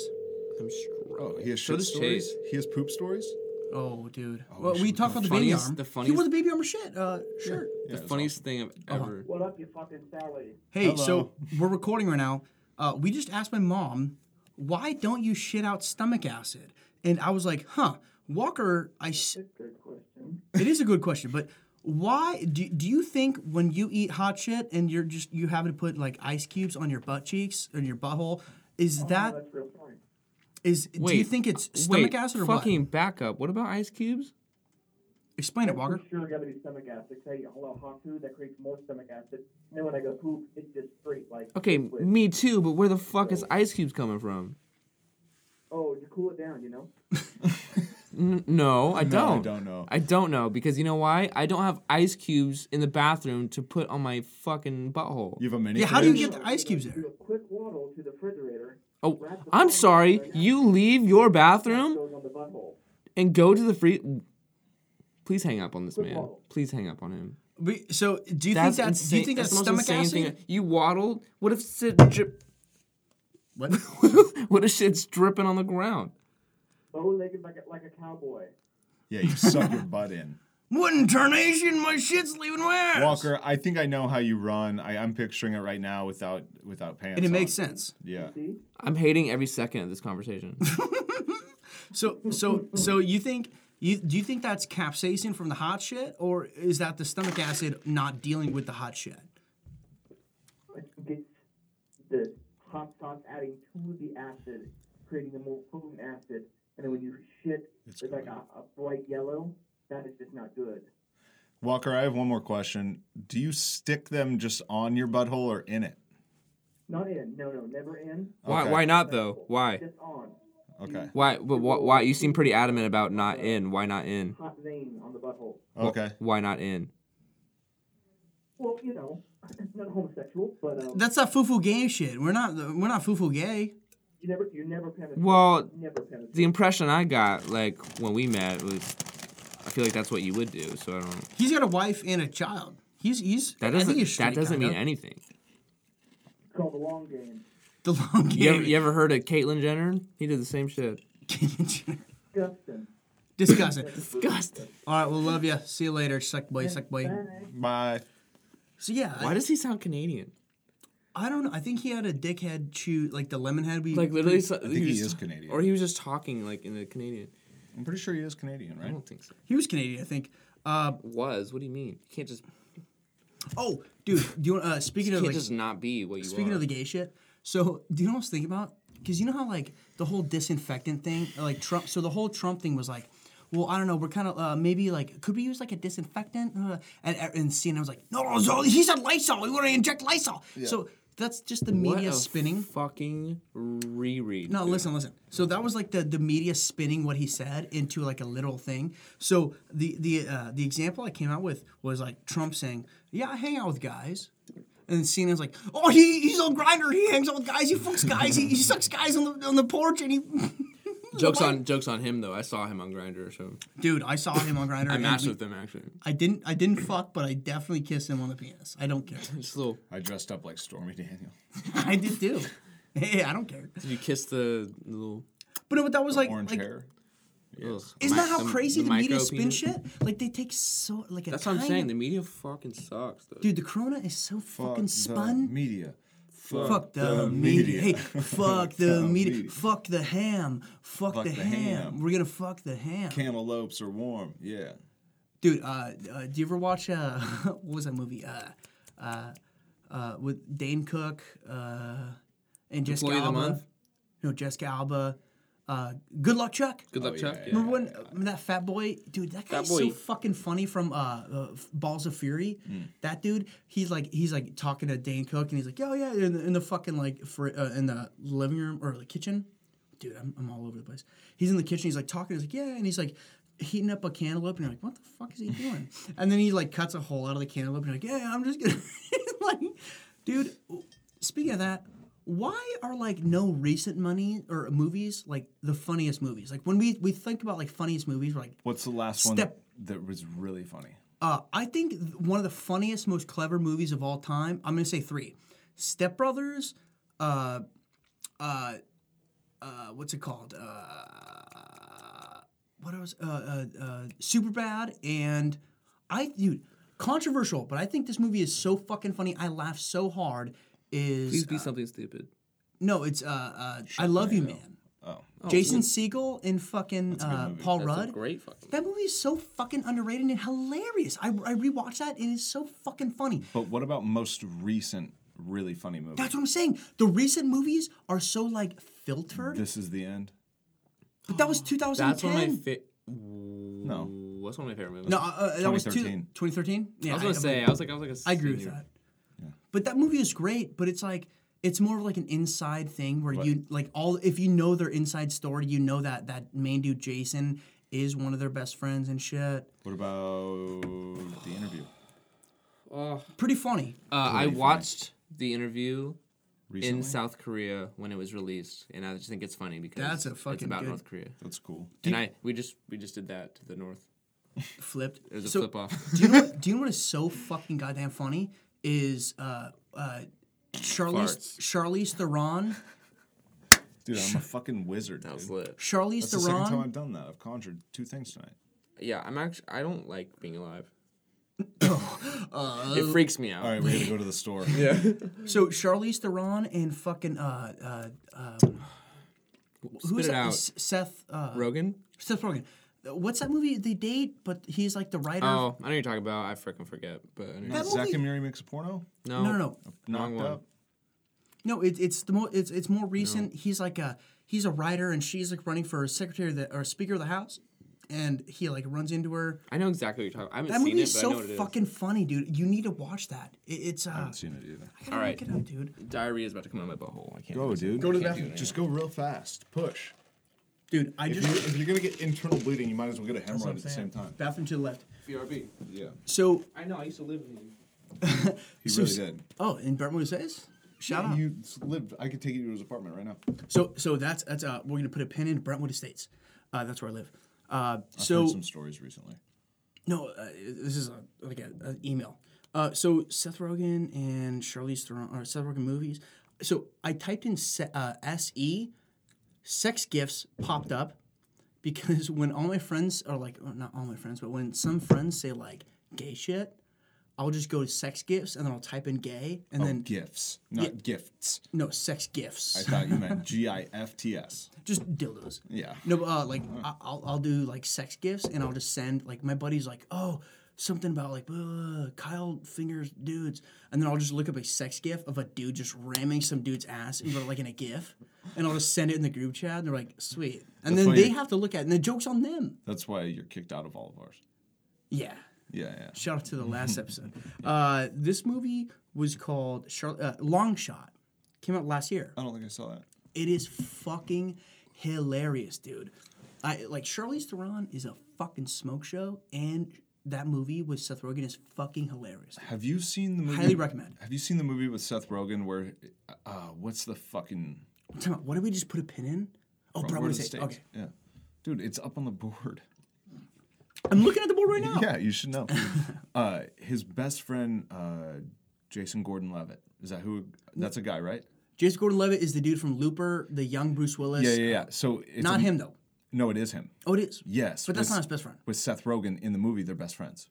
[SPEAKER 6] I'm stro-
[SPEAKER 4] Oh, he has
[SPEAKER 6] so
[SPEAKER 4] shit
[SPEAKER 6] does
[SPEAKER 4] stories.
[SPEAKER 6] Chase.
[SPEAKER 4] He has poop stories.
[SPEAKER 5] Oh, dude. well, we talked about the baby
[SPEAKER 6] funniest-
[SPEAKER 5] arm.
[SPEAKER 6] the
[SPEAKER 5] He wore
[SPEAKER 6] funniest-
[SPEAKER 5] the baby armor shit uh, shirt.
[SPEAKER 6] the funniest thing I've ever.
[SPEAKER 7] What up, you fucking Sally?
[SPEAKER 5] Hey, so we're recording right now. Uh, we just asked my mom, why don't you shit out stomach acid? And I was like, huh, Walker, I. S-
[SPEAKER 7] Good question.
[SPEAKER 5] it is a good question, but why do, do you think when you eat hot shit and you're just you having to put like ice cubes on your butt cheeks and your butthole? Is that
[SPEAKER 7] Oh, That's real funny.
[SPEAKER 5] is do you think it's stomach
[SPEAKER 6] wait,
[SPEAKER 5] acid or
[SPEAKER 6] fucking
[SPEAKER 5] what?
[SPEAKER 6] back up? What about ice cubes?
[SPEAKER 5] Explain it, Walker.
[SPEAKER 7] For sure, gotta be stomach acid. Cause I eat a lot of hot food that creates more stomach acid. And then when I go poop, it's just straight like.
[SPEAKER 6] Okay,
[SPEAKER 7] liquid.
[SPEAKER 6] me too. But where the fuck is ice cubes coming from?
[SPEAKER 7] Oh, to cool it down, you know.
[SPEAKER 6] N- no,
[SPEAKER 4] No,
[SPEAKER 6] I
[SPEAKER 4] I
[SPEAKER 6] don't.
[SPEAKER 4] don't know.
[SPEAKER 6] I don't know because you know why? I don't have ice cubes in the bathroom to put on my fucking butthole.
[SPEAKER 4] You have a mini.
[SPEAKER 5] Yeah, how do you
[SPEAKER 4] fridge?
[SPEAKER 5] get the ice cubes there?
[SPEAKER 7] Do a quick waddle to the refrigerator.
[SPEAKER 6] Oh,
[SPEAKER 7] wrap the
[SPEAKER 6] I'm
[SPEAKER 7] butthole
[SPEAKER 6] sorry.
[SPEAKER 7] around
[SPEAKER 6] You leave your
[SPEAKER 7] it,
[SPEAKER 6] bathroom
[SPEAKER 7] Goes on the butthole.
[SPEAKER 6] and go to the free. Please hang up on this man.
[SPEAKER 7] waddle.
[SPEAKER 6] Please hang up on him.
[SPEAKER 5] We, so do you think that's do you think that's,
[SPEAKER 6] the most
[SPEAKER 5] stomach
[SPEAKER 6] insane
[SPEAKER 5] acid?
[SPEAKER 6] Thing. You waddled. What if shit drip?
[SPEAKER 5] What?
[SPEAKER 6] What if shit's dripping on the ground?
[SPEAKER 7] Bow-legged like a, like a cowboy.
[SPEAKER 4] Yeah, you suck your butt in.
[SPEAKER 5] what in tarnation? My shit's leaving my ass.
[SPEAKER 4] Walker, I think I know how you run. I, I'm picturing it right now without without pants.
[SPEAKER 5] and it makes
[SPEAKER 4] on.
[SPEAKER 5] sense.
[SPEAKER 4] Yeah.
[SPEAKER 6] I'm hating every second of this conversation.
[SPEAKER 5] So so so you think you do you think that's capsaicin from the hot shit, or is that the stomach acid not dealing with the hot shit?
[SPEAKER 7] I think It's the hot sauce adding to the acid, creating the more potent acid. And then when you shit, it's, like a, a bright yellow. That is just not good.
[SPEAKER 4] Walker, I have one more question. Do you stick them just on your butthole or in it?
[SPEAKER 7] Not in. No, no, never in.
[SPEAKER 6] Why?
[SPEAKER 4] Okay.
[SPEAKER 6] Why not though? Why?
[SPEAKER 7] Just on.
[SPEAKER 4] Okay.
[SPEAKER 6] Why? But why, why? You seem pretty adamant about not in. Why not in?
[SPEAKER 7] Hot vein on the butthole.
[SPEAKER 4] Okay.
[SPEAKER 6] Why not in?
[SPEAKER 7] Well, you know, not homosexual, but um,
[SPEAKER 5] That's that foo-foo gay shit. We're not we're not foo-foo gay.
[SPEAKER 7] you never, you never penetrate.
[SPEAKER 6] Well,
[SPEAKER 7] never penetrate.
[SPEAKER 6] The impression I got, like when we met, was I feel like that's what you would do. So I don't.
[SPEAKER 5] He's got a wife and a child. He's he's
[SPEAKER 6] That
[SPEAKER 5] I think
[SPEAKER 6] doesn't.
[SPEAKER 5] he's straight,
[SPEAKER 6] That doesn't mean
[SPEAKER 5] kinda.
[SPEAKER 6] anything.
[SPEAKER 7] It's called the long game.
[SPEAKER 5] the long
[SPEAKER 6] You ever,
[SPEAKER 5] game.
[SPEAKER 6] you ever heard of Caitlyn Jenner? He did the same shit.
[SPEAKER 7] Justin.
[SPEAKER 5] Disgusting.
[SPEAKER 6] Disgusting.
[SPEAKER 5] All right, we'll love you. See you later, suck boy, suck boy.
[SPEAKER 4] Bye.
[SPEAKER 5] So yeah,
[SPEAKER 6] Why
[SPEAKER 5] I,
[SPEAKER 6] does he sound Canadian?
[SPEAKER 5] I don't know. I think he had a dickhead chew like the lemon head we
[SPEAKER 6] Like literally, so-
[SPEAKER 4] I think he
[SPEAKER 6] was-
[SPEAKER 4] is Canadian.
[SPEAKER 6] Or he was just talking like in a Canadian.
[SPEAKER 4] I'm pretty sure he is Canadian,
[SPEAKER 6] I
[SPEAKER 4] right?
[SPEAKER 6] don't think so.
[SPEAKER 5] He was Canadian, I think. Uh,
[SPEAKER 6] Was? What do you mean? You can't just.
[SPEAKER 5] oh, dude, do you want, uh, speaking
[SPEAKER 6] You
[SPEAKER 5] of
[SPEAKER 6] can't
[SPEAKER 5] like
[SPEAKER 6] just not be what you
[SPEAKER 5] Speaking
[SPEAKER 6] are.
[SPEAKER 5] of the gay shit, so do you know what I was thinking about? Because you know how like the whole disinfectant thing, like Trump. So the whole Trump thing was like, well, I don't know. We're kind of uh, maybe like, could we use like a disinfectant? Uh, and and CNN was like, no, no, he said Lysol. We want to inject Lysol. So that's just the
[SPEAKER 6] What
[SPEAKER 5] media
[SPEAKER 6] a
[SPEAKER 5] spinning.
[SPEAKER 6] Fucking reread.
[SPEAKER 5] No,
[SPEAKER 6] dude.
[SPEAKER 5] listen, listen. So that was like the the media spinning what he said into like a literal thing. So the the uh, the example I came out with was like Trump saying, "Yeah, I hang out with guys." And then CNN's like, "Oh, he, he's on grinder. He hangs out with guys. He fucks guys. He, he sucks guys on the on the porch." And he,
[SPEAKER 6] Jokes on jokes on him though. I saw him on Grinder, so
[SPEAKER 5] dude, I saw him on grinder.
[SPEAKER 6] I matched with him actually.
[SPEAKER 5] I didn't I didn't fuck, but I definitely kissed him on the penis. I don't care.
[SPEAKER 6] Just a little.
[SPEAKER 4] I dressed up like Stormy Daniel.
[SPEAKER 5] I did too. Hey, I don't care.
[SPEAKER 6] Did you kiss the little?
[SPEAKER 5] But no, but that was like
[SPEAKER 4] Orange
[SPEAKER 5] like.
[SPEAKER 4] hair.
[SPEAKER 6] little
[SPEAKER 5] Isn't
[SPEAKER 6] mi-
[SPEAKER 5] that how
[SPEAKER 6] the-
[SPEAKER 5] crazy the,
[SPEAKER 6] micro
[SPEAKER 5] media spin
[SPEAKER 6] penis?
[SPEAKER 5] shit? Like they take so like a
[SPEAKER 6] That's what I'm saying.
[SPEAKER 5] tiny
[SPEAKER 6] The media fucking sucks. Though.
[SPEAKER 5] Dude, the corona is so
[SPEAKER 4] Fuck
[SPEAKER 5] fucking
[SPEAKER 4] the
[SPEAKER 5] spun.
[SPEAKER 4] media.
[SPEAKER 5] Fuck, the, media. Hey, fuck the media. Fuck the ham. Fuck, the,
[SPEAKER 4] the
[SPEAKER 5] ham.
[SPEAKER 4] ham.
[SPEAKER 5] We're gonna fuck the ham.
[SPEAKER 4] Cantaloupes are warm. Yeah.
[SPEAKER 5] Dude, uh, uh, do you ever watch uh, what was that movie? Uh, uh, uh, with Dane Cook uh, and Jessica
[SPEAKER 6] Employee of the
[SPEAKER 5] Alba.
[SPEAKER 6] Month?
[SPEAKER 5] No, Jessica Alba. Uh, good luck, Chuck.
[SPEAKER 6] Good luck, Chuck. Yeah.
[SPEAKER 5] Remember when when that fat boy, dude? That guy's so
[SPEAKER 6] boy. Hmm.
[SPEAKER 5] fucking funny from uh, uh, F- Balls of Fury. That dude, he's like he's like talking to Dane Cook, and he's like, "Yo, yeah," in the, in the fucking like for uh, in the living room or the kitchen. Dude, I'm, I'm all over the place. He's in the kitchen. He's like talking. He's like, "Yeah," and he's like heating up a cantaloupe, and you're like, "What the fuck is he doing?" and then he like cuts a hole out of the cantaloupe, and you're like, "Yeah, I'm just gonna like, dude." Speaking of that, why are like no recent money or movies like the funniest movies? Like when we we think about like funniest movies, we're like,
[SPEAKER 4] What's the last
[SPEAKER 5] Step-
[SPEAKER 4] one that was really funny?
[SPEAKER 5] uh, I think th- one of the funniest, most clever movies of all time. I'm gonna say three: Step Brothers, uh, uh, uh, what's it called? Uh, what else? Uh, uh, uh, Super Bad and I, dude, controversial, but I think this movie is so fucking funny. I laugh so hard. Is
[SPEAKER 6] Please be something stupid.
[SPEAKER 5] no, it's uh, uh, I Love You Man. Oh, Jason Segel and fucking uh, Paul
[SPEAKER 6] That's
[SPEAKER 5] Rudd.
[SPEAKER 6] a great fucking.
[SPEAKER 5] That movie is so fucking underrated and hilarious. I, I rewatched that. It is so fucking funny.
[SPEAKER 4] But what about most recent really funny movie?
[SPEAKER 5] That's what I'm saying. The recent movies are so like filtered.
[SPEAKER 4] This is the end.
[SPEAKER 5] but that was
[SPEAKER 6] That's one
[SPEAKER 5] 2010.
[SPEAKER 6] of my favorite.
[SPEAKER 4] No.
[SPEAKER 6] That's one of my favorite movies.
[SPEAKER 5] no, uh, uh, that was two-
[SPEAKER 4] 2013.
[SPEAKER 5] 2013. Yeah,
[SPEAKER 6] I was gonna say. I was like. I was like. a
[SPEAKER 5] I agree with
[SPEAKER 6] senior.
[SPEAKER 5] that. But that movie is great, but it's like it's more of like an inside thing where you like all if you know their inside story, you know that that main dude Jason is one of their best friends and shit.
[SPEAKER 4] What about the interview?
[SPEAKER 5] Pretty funny.
[SPEAKER 6] Uh, I watched the interview
[SPEAKER 4] Recently?
[SPEAKER 6] in South Korea when it was released, and I just think it's funny because
[SPEAKER 5] That's a
[SPEAKER 6] it's
[SPEAKER 5] fucking
[SPEAKER 6] about
[SPEAKER 5] good-
[SPEAKER 6] North Korea.
[SPEAKER 4] That's cool.
[SPEAKER 6] And I we just we just did that to the North.
[SPEAKER 5] Flipped.
[SPEAKER 6] It was a
[SPEAKER 5] So-
[SPEAKER 6] flip off.
[SPEAKER 5] do you know what, do you know what is so fucking goddamn funny is uh uh Charlize
[SPEAKER 6] Farts.
[SPEAKER 5] Charlize Theron
[SPEAKER 4] Dude, I'm a fucking wizard.
[SPEAKER 6] That was
[SPEAKER 4] dude.
[SPEAKER 6] lit.
[SPEAKER 5] Charlize
[SPEAKER 4] That's the
[SPEAKER 5] Theron
[SPEAKER 4] second time I've done that. I've conjured two things tonight.
[SPEAKER 6] Yeah, I'm actually. I don't like being alive.
[SPEAKER 5] Uh,
[SPEAKER 6] it freaks me out.
[SPEAKER 4] All right, we gotta go to the store.
[SPEAKER 6] Yeah.
[SPEAKER 5] So Charlize Theron and fucking uh uh
[SPEAKER 6] Spit
[SPEAKER 5] who's
[SPEAKER 6] it
[SPEAKER 5] that?
[SPEAKER 6] out.
[SPEAKER 5] S- Seth uh
[SPEAKER 6] Rogan.
[SPEAKER 5] Seth Rogen. What's that movie they date? But he's like the writer.
[SPEAKER 6] Oh, I know you're talking about. I freaking forget. But I
[SPEAKER 5] That
[SPEAKER 6] know you're-
[SPEAKER 4] Zach
[SPEAKER 5] movie-
[SPEAKER 4] and Miri makes a porno.
[SPEAKER 6] no,
[SPEAKER 5] no, no, no,
[SPEAKER 6] Wrong
[SPEAKER 4] Knocked
[SPEAKER 6] one.
[SPEAKER 4] up.
[SPEAKER 5] no. It, it's the more it's it's more recent. He's like a he's a writer and she's like running for secretary of the or speaker of the house, and he like runs into her.
[SPEAKER 6] I know exactly what you're talking. I haven't
[SPEAKER 5] That
[SPEAKER 6] seen
[SPEAKER 5] movie
[SPEAKER 6] it,
[SPEAKER 5] is
[SPEAKER 6] but I know
[SPEAKER 5] so
[SPEAKER 6] what it is.
[SPEAKER 5] fucking funny, dude. You need to watch that. It, it's uh, I
[SPEAKER 4] I've seen it either.
[SPEAKER 5] gotta
[SPEAKER 6] All
[SPEAKER 5] look
[SPEAKER 6] right.
[SPEAKER 5] it up, dude.
[SPEAKER 6] Diarrhea is about to come out of my butthole. I can't.
[SPEAKER 4] Go, dude. Go
[SPEAKER 6] to the bathroom.
[SPEAKER 4] Just go real fast. Push.
[SPEAKER 5] Dude, I
[SPEAKER 4] If
[SPEAKER 5] just
[SPEAKER 4] you're, if you're gonna get internal bleeding, you might as well get a hemorrhoid at the same time.
[SPEAKER 5] bathroom to the left.
[SPEAKER 6] BRB.
[SPEAKER 4] Yeah,
[SPEAKER 5] So
[SPEAKER 6] I know. I used to live in you.
[SPEAKER 4] he really did.
[SPEAKER 5] oh, and Bert Moose says, shout out.
[SPEAKER 4] You s- lived. I could take you to his apartment right now.
[SPEAKER 5] So so that's that's uh we're gonna put a pin in Brentwood Estates. Uh, that's where I live. Uh,
[SPEAKER 4] I
[SPEAKER 5] so
[SPEAKER 4] heard some stories recently.
[SPEAKER 5] no, uh, this is a, like a, an email. Uh, so Seth Rogen and Charlize Theron or Seth Rogen movies. So I typed in se- uh, se, sex gifts popped up because when all my friends are like well, not all my friends, but when some friends say like gay shit, I'll just go to sex gifts and then I'll type in gay
[SPEAKER 4] Oh,
[SPEAKER 5] and then
[SPEAKER 4] Gifts, not gifts.
[SPEAKER 5] no sex gifts,
[SPEAKER 4] I thought you meant G I F T S.
[SPEAKER 5] just dildos.
[SPEAKER 4] Yeah.
[SPEAKER 5] No, but, uh, like I- I'll I'll do like sex gifts, and I'll just send like my buddy's like, oh, something about like uh, Kyle fingers dudes, and then I'll just look up a sex gif of a dude just ramming some dude's ass into like in a gif, and I'll just send it in the group chat, and they're like, sweet, and then
[SPEAKER 4] funny.
[SPEAKER 5] they have to look at, it, and the joke's on them.
[SPEAKER 4] That's why you're kicked out of all of ours.
[SPEAKER 5] Yeah.
[SPEAKER 4] Yeah, yeah.
[SPEAKER 5] Shout out to the last episode. Uh, this movie was called Char- uh, Long Shot. Came out last year.
[SPEAKER 4] I don't think I saw that.
[SPEAKER 5] It is fucking hilarious, dude. I like Charlize Theron is a fucking smoke show, and that movie with Seth Rogen is fucking hilarious.
[SPEAKER 4] Have you seen the movie?
[SPEAKER 5] Highly recommend.
[SPEAKER 4] Have you seen the movie with Seth Rogen where, uh, what's the fucking?
[SPEAKER 5] Time out, what did we just put a pin in? Oh, Broadway
[SPEAKER 4] Where
[SPEAKER 5] State.
[SPEAKER 4] States?
[SPEAKER 5] Okay,
[SPEAKER 4] Yeah, dude, it's up on the board.
[SPEAKER 5] I'm looking at the board right now.
[SPEAKER 4] Yeah, you should know. uh, his best friend, uh, Jason Gordon-Levitt. Is that who? That's a guy, right?
[SPEAKER 5] Jason Gordon-Levitt is the dude from Looper, the young Bruce Willis.
[SPEAKER 4] Yeah, yeah, yeah. So it's
[SPEAKER 5] uh, Not
[SPEAKER 4] a-
[SPEAKER 5] him though.
[SPEAKER 4] No, it is him.
[SPEAKER 5] Oh, it is.
[SPEAKER 4] Yes,
[SPEAKER 5] but that's not
[SPEAKER 4] with-
[SPEAKER 5] his best friend.
[SPEAKER 4] With Seth Rogen in the movie, they're best friends,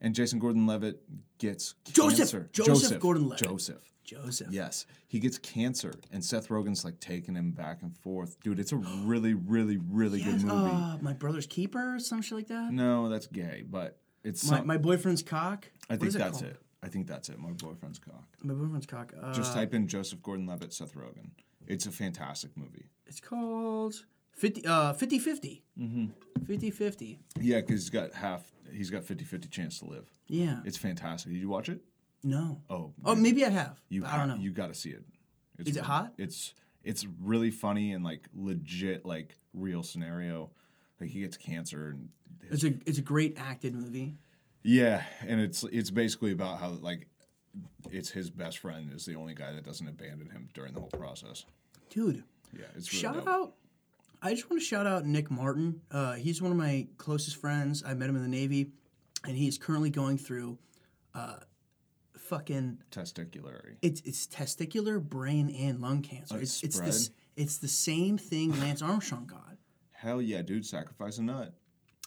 [SPEAKER 4] and Jason Gordon-Levitt gets
[SPEAKER 5] Joseph!
[SPEAKER 4] cancer.
[SPEAKER 5] Joseph Gordon-Levitt.
[SPEAKER 4] Joseph.
[SPEAKER 5] Joseph.
[SPEAKER 4] Yes, he gets cancer, and Seth Rogen's like taking him back and forth. Dude, it's a really, really, really
[SPEAKER 5] Yes,
[SPEAKER 4] good movie.
[SPEAKER 5] uh, my brother's keeper, or some shit like that.
[SPEAKER 4] no, that's gay, but it's
[SPEAKER 5] My,
[SPEAKER 4] some-
[SPEAKER 5] my boyfriend's cock.
[SPEAKER 4] I
[SPEAKER 5] What
[SPEAKER 4] think
[SPEAKER 5] is
[SPEAKER 4] that's
[SPEAKER 5] called?
[SPEAKER 4] it. I think that's it. My boyfriend's cock.
[SPEAKER 5] My boyfriend's cock. Uh,
[SPEAKER 4] Just type in Joseph Gordon-Levitt, Seth Rogen. It's a fantastic movie.
[SPEAKER 5] It's called 50 uh 50 50. Mm-hmm. 50 50.
[SPEAKER 4] Yeah, because he's got half. He's got 50-50 chance to live.
[SPEAKER 5] Yeah.
[SPEAKER 4] It's fantastic. Did you watch it?
[SPEAKER 5] no.
[SPEAKER 4] Oh,
[SPEAKER 5] Oh, maybe I have.
[SPEAKER 4] You
[SPEAKER 5] but
[SPEAKER 4] ha-
[SPEAKER 5] I don't know.
[SPEAKER 4] You got to see it. It's
[SPEAKER 5] Is it
[SPEAKER 4] re-
[SPEAKER 5] hot?
[SPEAKER 4] It's it's really funny and like legit like real scenario. Like he gets cancer and
[SPEAKER 5] it's a it's a great acted movie.
[SPEAKER 4] yeah, and it's it's basically about how like it's his best friend is the only guy that doesn't abandon him during the whole process.
[SPEAKER 5] Dude,
[SPEAKER 4] Yeah, it's really
[SPEAKER 5] shout
[SPEAKER 4] dope.
[SPEAKER 5] out I just want to shout out Nick Martin. Uh, he's one of my closest friends. I met him in the Navy and he's currently going through uh fucking
[SPEAKER 4] testiculary.
[SPEAKER 5] it's it's testicular, brain and lung cancer. it's
[SPEAKER 4] it's
[SPEAKER 5] it's the s-
[SPEAKER 4] spread?
[SPEAKER 5] it's the same thing Lance Armstrong got.
[SPEAKER 4] Hell yeah, dude, sacrifice a nut.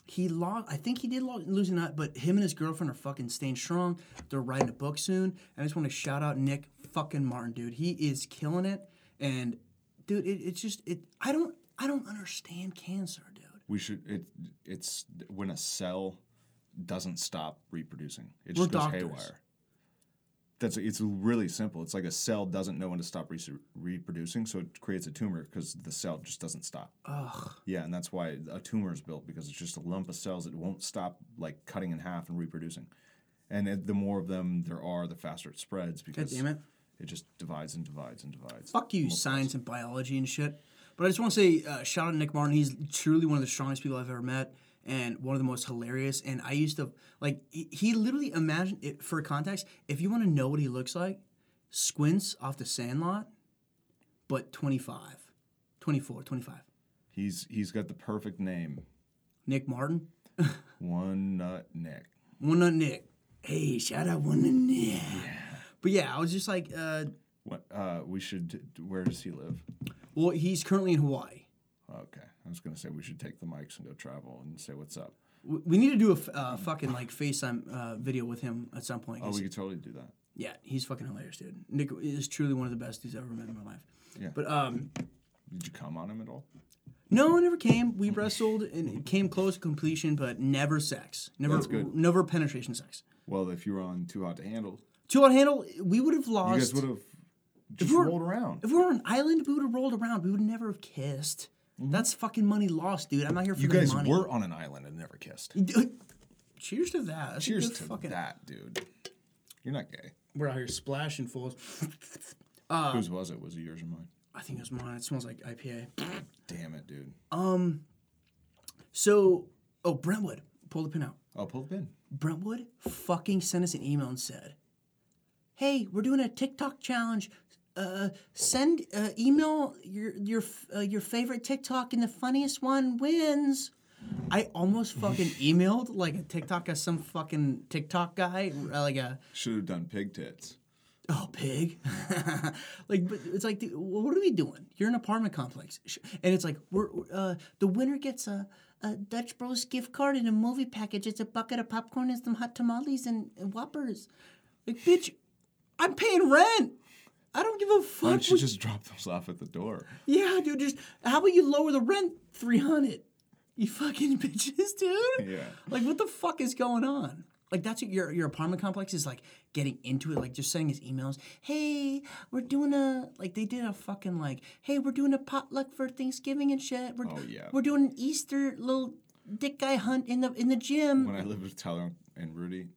[SPEAKER 5] He lost. I think he did lo- lose a nut, but him and his girlfriend are fucking staying strong. They're writing a book soon. And I just want to shout out Nick fucking Martin, dude. He is killing it. And dude, it, it's just it. I don't. I don't understand cancer, dude.
[SPEAKER 4] We should. It, it's when a cell doesn't stop reproducing. It
[SPEAKER 5] We're
[SPEAKER 4] just goes
[SPEAKER 5] doctors.
[SPEAKER 4] haywire. That's it's really simple. It's like a cell doesn't know when to stop re- reproducing, so it creates a tumor because the cell just doesn't stop.
[SPEAKER 5] Ugh.
[SPEAKER 4] Yeah, and that's why a tumor is built because it's just a lump of cells that won't stop like cutting in half and reproducing. And it, the more of them there are, the faster it spreads
[SPEAKER 5] God
[SPEAKER 4] because
[SPEAKER 5] damn it.
[SPEAKER 4] it just divides and divides and divides.
[SPEAKER 5] Fuck you, science and biology and shit. But I just want to say, uh, shout out to Nick Martin. He's truly one of the strongest people I've ever met, and one of the most hilarious. And I used to like he, he literally imagined it for context. If you want to know what he looks like, squints off the Sandlot, but 25, 24, 25.
[SPEAKER 4] He's he's got the perfect name.
[SPEAKER 5] Nick Martin,
[SPEAKER 4] One nut Nick.
[SPEAKER 5] one on Nick. Hey, shout out one to Nick. But yeah, I was just like, uh,
[SPEAKER 4] What uh, we should? Where does he live?
[SPEAKER 5] well, he's currently in Hawaii.
[SPEAKER 4] Okay, I was gonna say we should take the mics and go travel and say what's up.
[SPEAKER 5] We we need to do a f- uh, fucking like FaceTime uh, video with him at some point.
[SPEAKER 4] Oh,
[SPEAKER 5] 'cause
[SPEAKER 4] we could totally do that.
[SPEAKER 5] Yeah, he's fucking hilarious, dude. Nick is truly one of the best dudes I've ever met in my life.
[SPEAKER 4] Yeah.
[SPEAKER 5] But um,
[SPEAKER 4] Did you come on him at all?
[SPEAKER 5] no, it never came. We wrestled and it came close to completion, but never sex. Never,
[SPEAKER 4] That's good.
[SPEAKER 5] never penetration sex.
[SPEAKER 4] Well, if you were on Too Hot to Handle,
[SPEAKER 5] Two out handle, we would have
[SPEAKER 4] you guys
[SPEAKER 5] lost.
[SPEAKER 4] would have just
[SPEAKER 5] we're-
[SPEAKER 4] rolled around.
[SPEAKER 5] if we were on an island, we would have rolled around. We would never have kissed. That's fucking money lost, dude. I'm not here for
[SPEAKER 4] Mm-hmm. You
[SPEAKER 5] the
[SPEAKER 4] guys
[SPEAKER 5] money.
[SPEAKER 4] were on an island and never kissed.
[SPEAKER 5] Dude, Cheers to that. That's a
[SPEAKER 4] Cheers
[SPEAKER 5] good
[SPEAKER 4] to
[SPEAKER 5] fucking,
[SPEAKER 4] that, dude. You're not gay.
[SPEAKER 5] We're out here splashing fools. Uh,
[SPEAKER 4] Whose was it? Was it yours or mine?
[SPEAKER 5] I think it was mine. It smells like IPA.
[SPEAKER 4] Damn it, dude.
[SPEAKER 5] Uh, So, oh, Brentwood, pull the pin out.
[SPEAKER 4] Oh, pull the pin.
[SPEAKER 5] Brentwood fucking sent us an email and said, "Hey, we're doing a TikTok challenge. Uh, send uh, email your your f- uh, your favorite TikTok and the funniest one wins." I almost fucking emailed like a TikTok as some fucking TikTok guy, uh, like a
[SPEAKER 4] Should have done pig tits.
[SPEAKER 5] oh pig, like but it's like dude, wh- what are we doing? You're an apartment complex, Sh- and it's like we're uh, the winner gets a. A Dutch Bros gift card and a movie package. It's a bucket of popcorn and some hot tamales and, and whoppers. Like, bitch, I'm paying rent. I don't give a
[SPEAKER 4] Why
[SPEAKER 5] fuck.
[SPEAKER 4] don't you
[SPEAKER 5] What,
[SPEAKER 4] just drop those off at the door?
[SPEAKER 5] yeah, dude, just how about you lower the rent three hundred? You fucking bitches, dude.
[SPEAKER 4] Yeah.
[SPEAKER 5] Like, what the fuck is going on? Like, that's what your your apartment complex is like getting into it. Like, just sending his emails. Hey, we're doing a like they did a fucking like. Hey, we're doing a potluck for Thanksgiving and shit. We're,
[SPEAKER 4] Oh, yeah.
[SPEAKER 5] We're doing an Easter little dick guy hunt in the in the gym.
[SPEAKER 4] When I lived with Tyler and Rudy,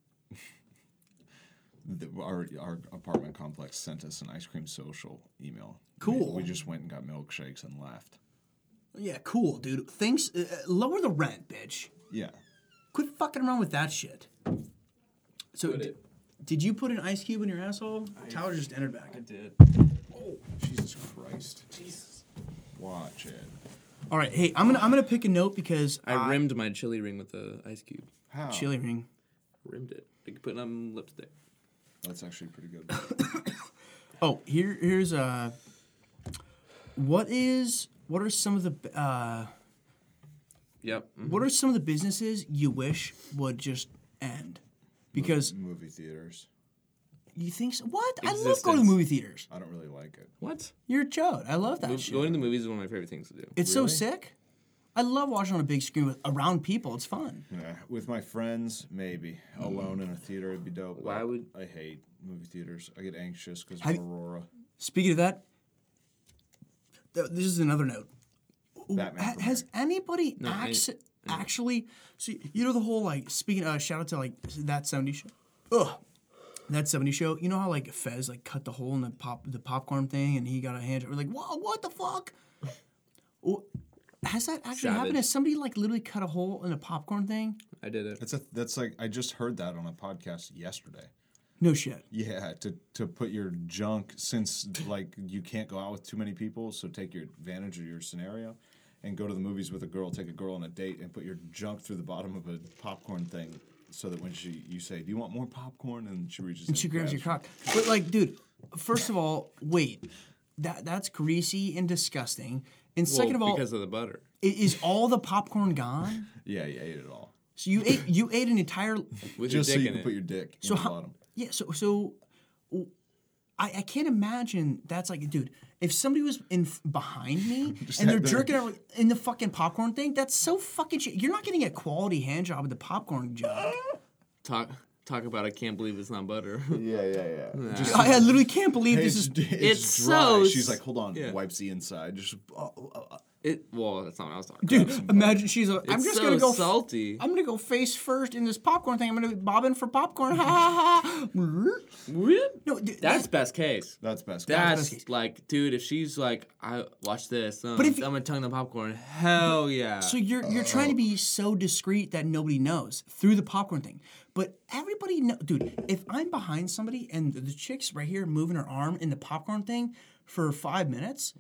[SPEAKER 4] the, our, our apartment complex sent us an ice cream social email. We-
[SPEAKER 5] Cool.
[SPEAKER 4] We, just went and got milkshakes and left.
[SPEAKER 5] yeah, cool, dude. Thanks. Uh, uh, lower the rent, bitch.
[SPEAKER 4] Yeah.
[SPEAKER 5] Quit fucking around with that shit. So, d-
[SPEAKER 6] it.
[SPEAKER 5] did you put an ice cube in your asshole? Tyler just entered back.
[SPEAKER 6] did.
[SPEAKER 4] Oh, Jesus Christ. Jesus. Watch it.
[SPEAKER 5] All right, hey, I'm gonna I'm gonna pick a note because
[SPEAKER 6] I rimmed my chili ring with a ice cube.
[SPEAKER 4] How?
[SPEAKER 5] chili ring.
[SPEAKER 6] Rimmed it. Like putting on lipstick.
[SPEAKER 4] That's actually pretty good.
[SPEAKER 5] Oh, here here's uh, what is what are some of the uh,
[SPEAKER 6] Yep. mhm.
[SPEAKER 5] what are some of the businesses you wish would just end? Because
[SPEAKER 4] Movie theaters.
[SPEAKER 5] you think so? what? I love going to
[SPEAKER 6] Existence.
[SPEAKER 5] movie theaters.
[SPEAKER 4] I don't really like it.
[SPEAKER 6] What?
[SPEAKER 5] You're a chode. I love that
[SPEAKER 6] Mov-
[SPEAKER 5] shit.
[SPEAKER 6] Going to the movies is one of my favorite things to do.
[SPEAKER 5] it's so sick. I love watching on a big screen with, around people. It's fun.
[SPEAKER 4] Nah, with my friends, maybe alone in a theater would be dope. but
[SPEAKER 6] Why would-
[SPEAKER 4] I hate movie theaters? I get anxious because
[SPEAKER 5] Have
[SPEAKER 4] of
[SPEAKER 5] you-
[SPEAKER 4] Aurora.
[SPEAKER 5] Speaking of that, th- this is another note.
[SPEAKER 4] Batman
[SPEAKER 5] Ha-
[SPEAKER 4] premiere.
[SPEAKER 5] has anybody
[SPEAKER 6] I-
[SPEAKER 5] acc- actually? So you know the whole like speaking. Uh, shout out to like that seventy show. Ugh, that seventy show. You know how like Fez like cut the hole in the pop the popcorn thing, and he got a hand. We're like, whoa, what the fuck? Wh- Has that actually happened?
[SPEAKER 6] Savage.
[SPEAKER 5] Has somebody like literally cut a hole in a popcorn thing?
[SPEAKER 6] I did it.
[SPEAKER 4] That's a that's like I just heard that on a podcast yesterday.
[SPEAKER 5] No shit.
[SPEAKER 4] Yeah, to to put your junk since like you can't go out with too many people, so take your advantage of your scenario and go to the movies with a girl, take a girl on a date and put your junk through the bottom of a popcorn thing so that when she you say, "Do you want more popcorn?" and she reaches
[SPEAKER 5] And she grabs your cock. But like, dude, first of all, wait. That that's greasy and disgusting. And
[SPEAKER 6] Well,
[SPEAKER 5] second of all,
[SPEAKER 6] because of the butter.
[SPEAKER 5] I- Is all the popcorn gone?
[SPEAKER 4] Yeah, you ate it all.
[SPEAKER 5] So you ate you ate an entire.
[SPEAKER 6] with
[SPEAKER 4] Just
[SPEAKER 6] your
[SPEAKER 4] so
[SPEAKER 6] dick
[SPEAKER 4] you
[SPEAKER 6] in
[SPEAKER 4] can
[SPEAKER 6] it.
[SPEAKER 4] put your dick
[SPEAKER 5] So
[SPEAKER 4] in the
[SPEAKER 5] how-
[SPEAKER 4] bottom.
[SPEAKER 5] Yeah. So so, I, I can't imagine that's like, dude. If somebody was in f- behind me and they're
[SPEAKER 4] sat there.
[SPEAKER 5] jerking out in the fucking popcorn thing, that's so fucking shit. You're not getting a quality hand job with the popcorn jug.
[SPEAKER 6] talk talk about I can't believe it's not butter.
[SPEAKER 4] Yeah, yeah, yeah. Just
[SPEAKER 5] I, I literally can't believe
[SPEAKER 4] Hey,
[SPEAKER 5] this
[SPEAKER 4] it's,
[SPEAKER 5] is.
[SPEAKER 6] it's
[SPEAKER 4] it's dry.
[SPEAKER 6] so s-
[SPEAKER 4] She's like, hold on,
[SPEAKER 6] yeah.
[SPEAKER 4] wipes the inside. Just oh, oh, oh.
[SPEAKER 6] it well, that's not what I was talking about.
[SPEAKER 5] Dude, imagine she's. A, I'm
[SPEAKER 6] It's
[SPEAKER 5] just
[SPEAKER 6] so
[SPEAKER 5] gonna go. f-
[SPEAKER 6] salty.
[SPEAKER 5] I'm gonna go face first in this popcorn thing. I'm gonna be bobbing for popcorn. Ha ha ha.
[SPEAKER 6] Whoop.
[SPEAKER 5] No, dude,
[SPEAKER 6] that's best case.
[SPEAKER 4] that's best.
[SPEAKER 6] That's like, dude, if she's like, I watch this, um, but
[SPEAKER 5] if-
[SPEAKER 6] if I'm gonna tongue the popcorn. Hell yeah.
[SPEAKER 5] So you're you're trying to be so discreet that nobody knows through the popcorn thing. But everybody know dude, if I'm behind somebody and the chick's right here moving her arm in the popcorn thing for five minutes,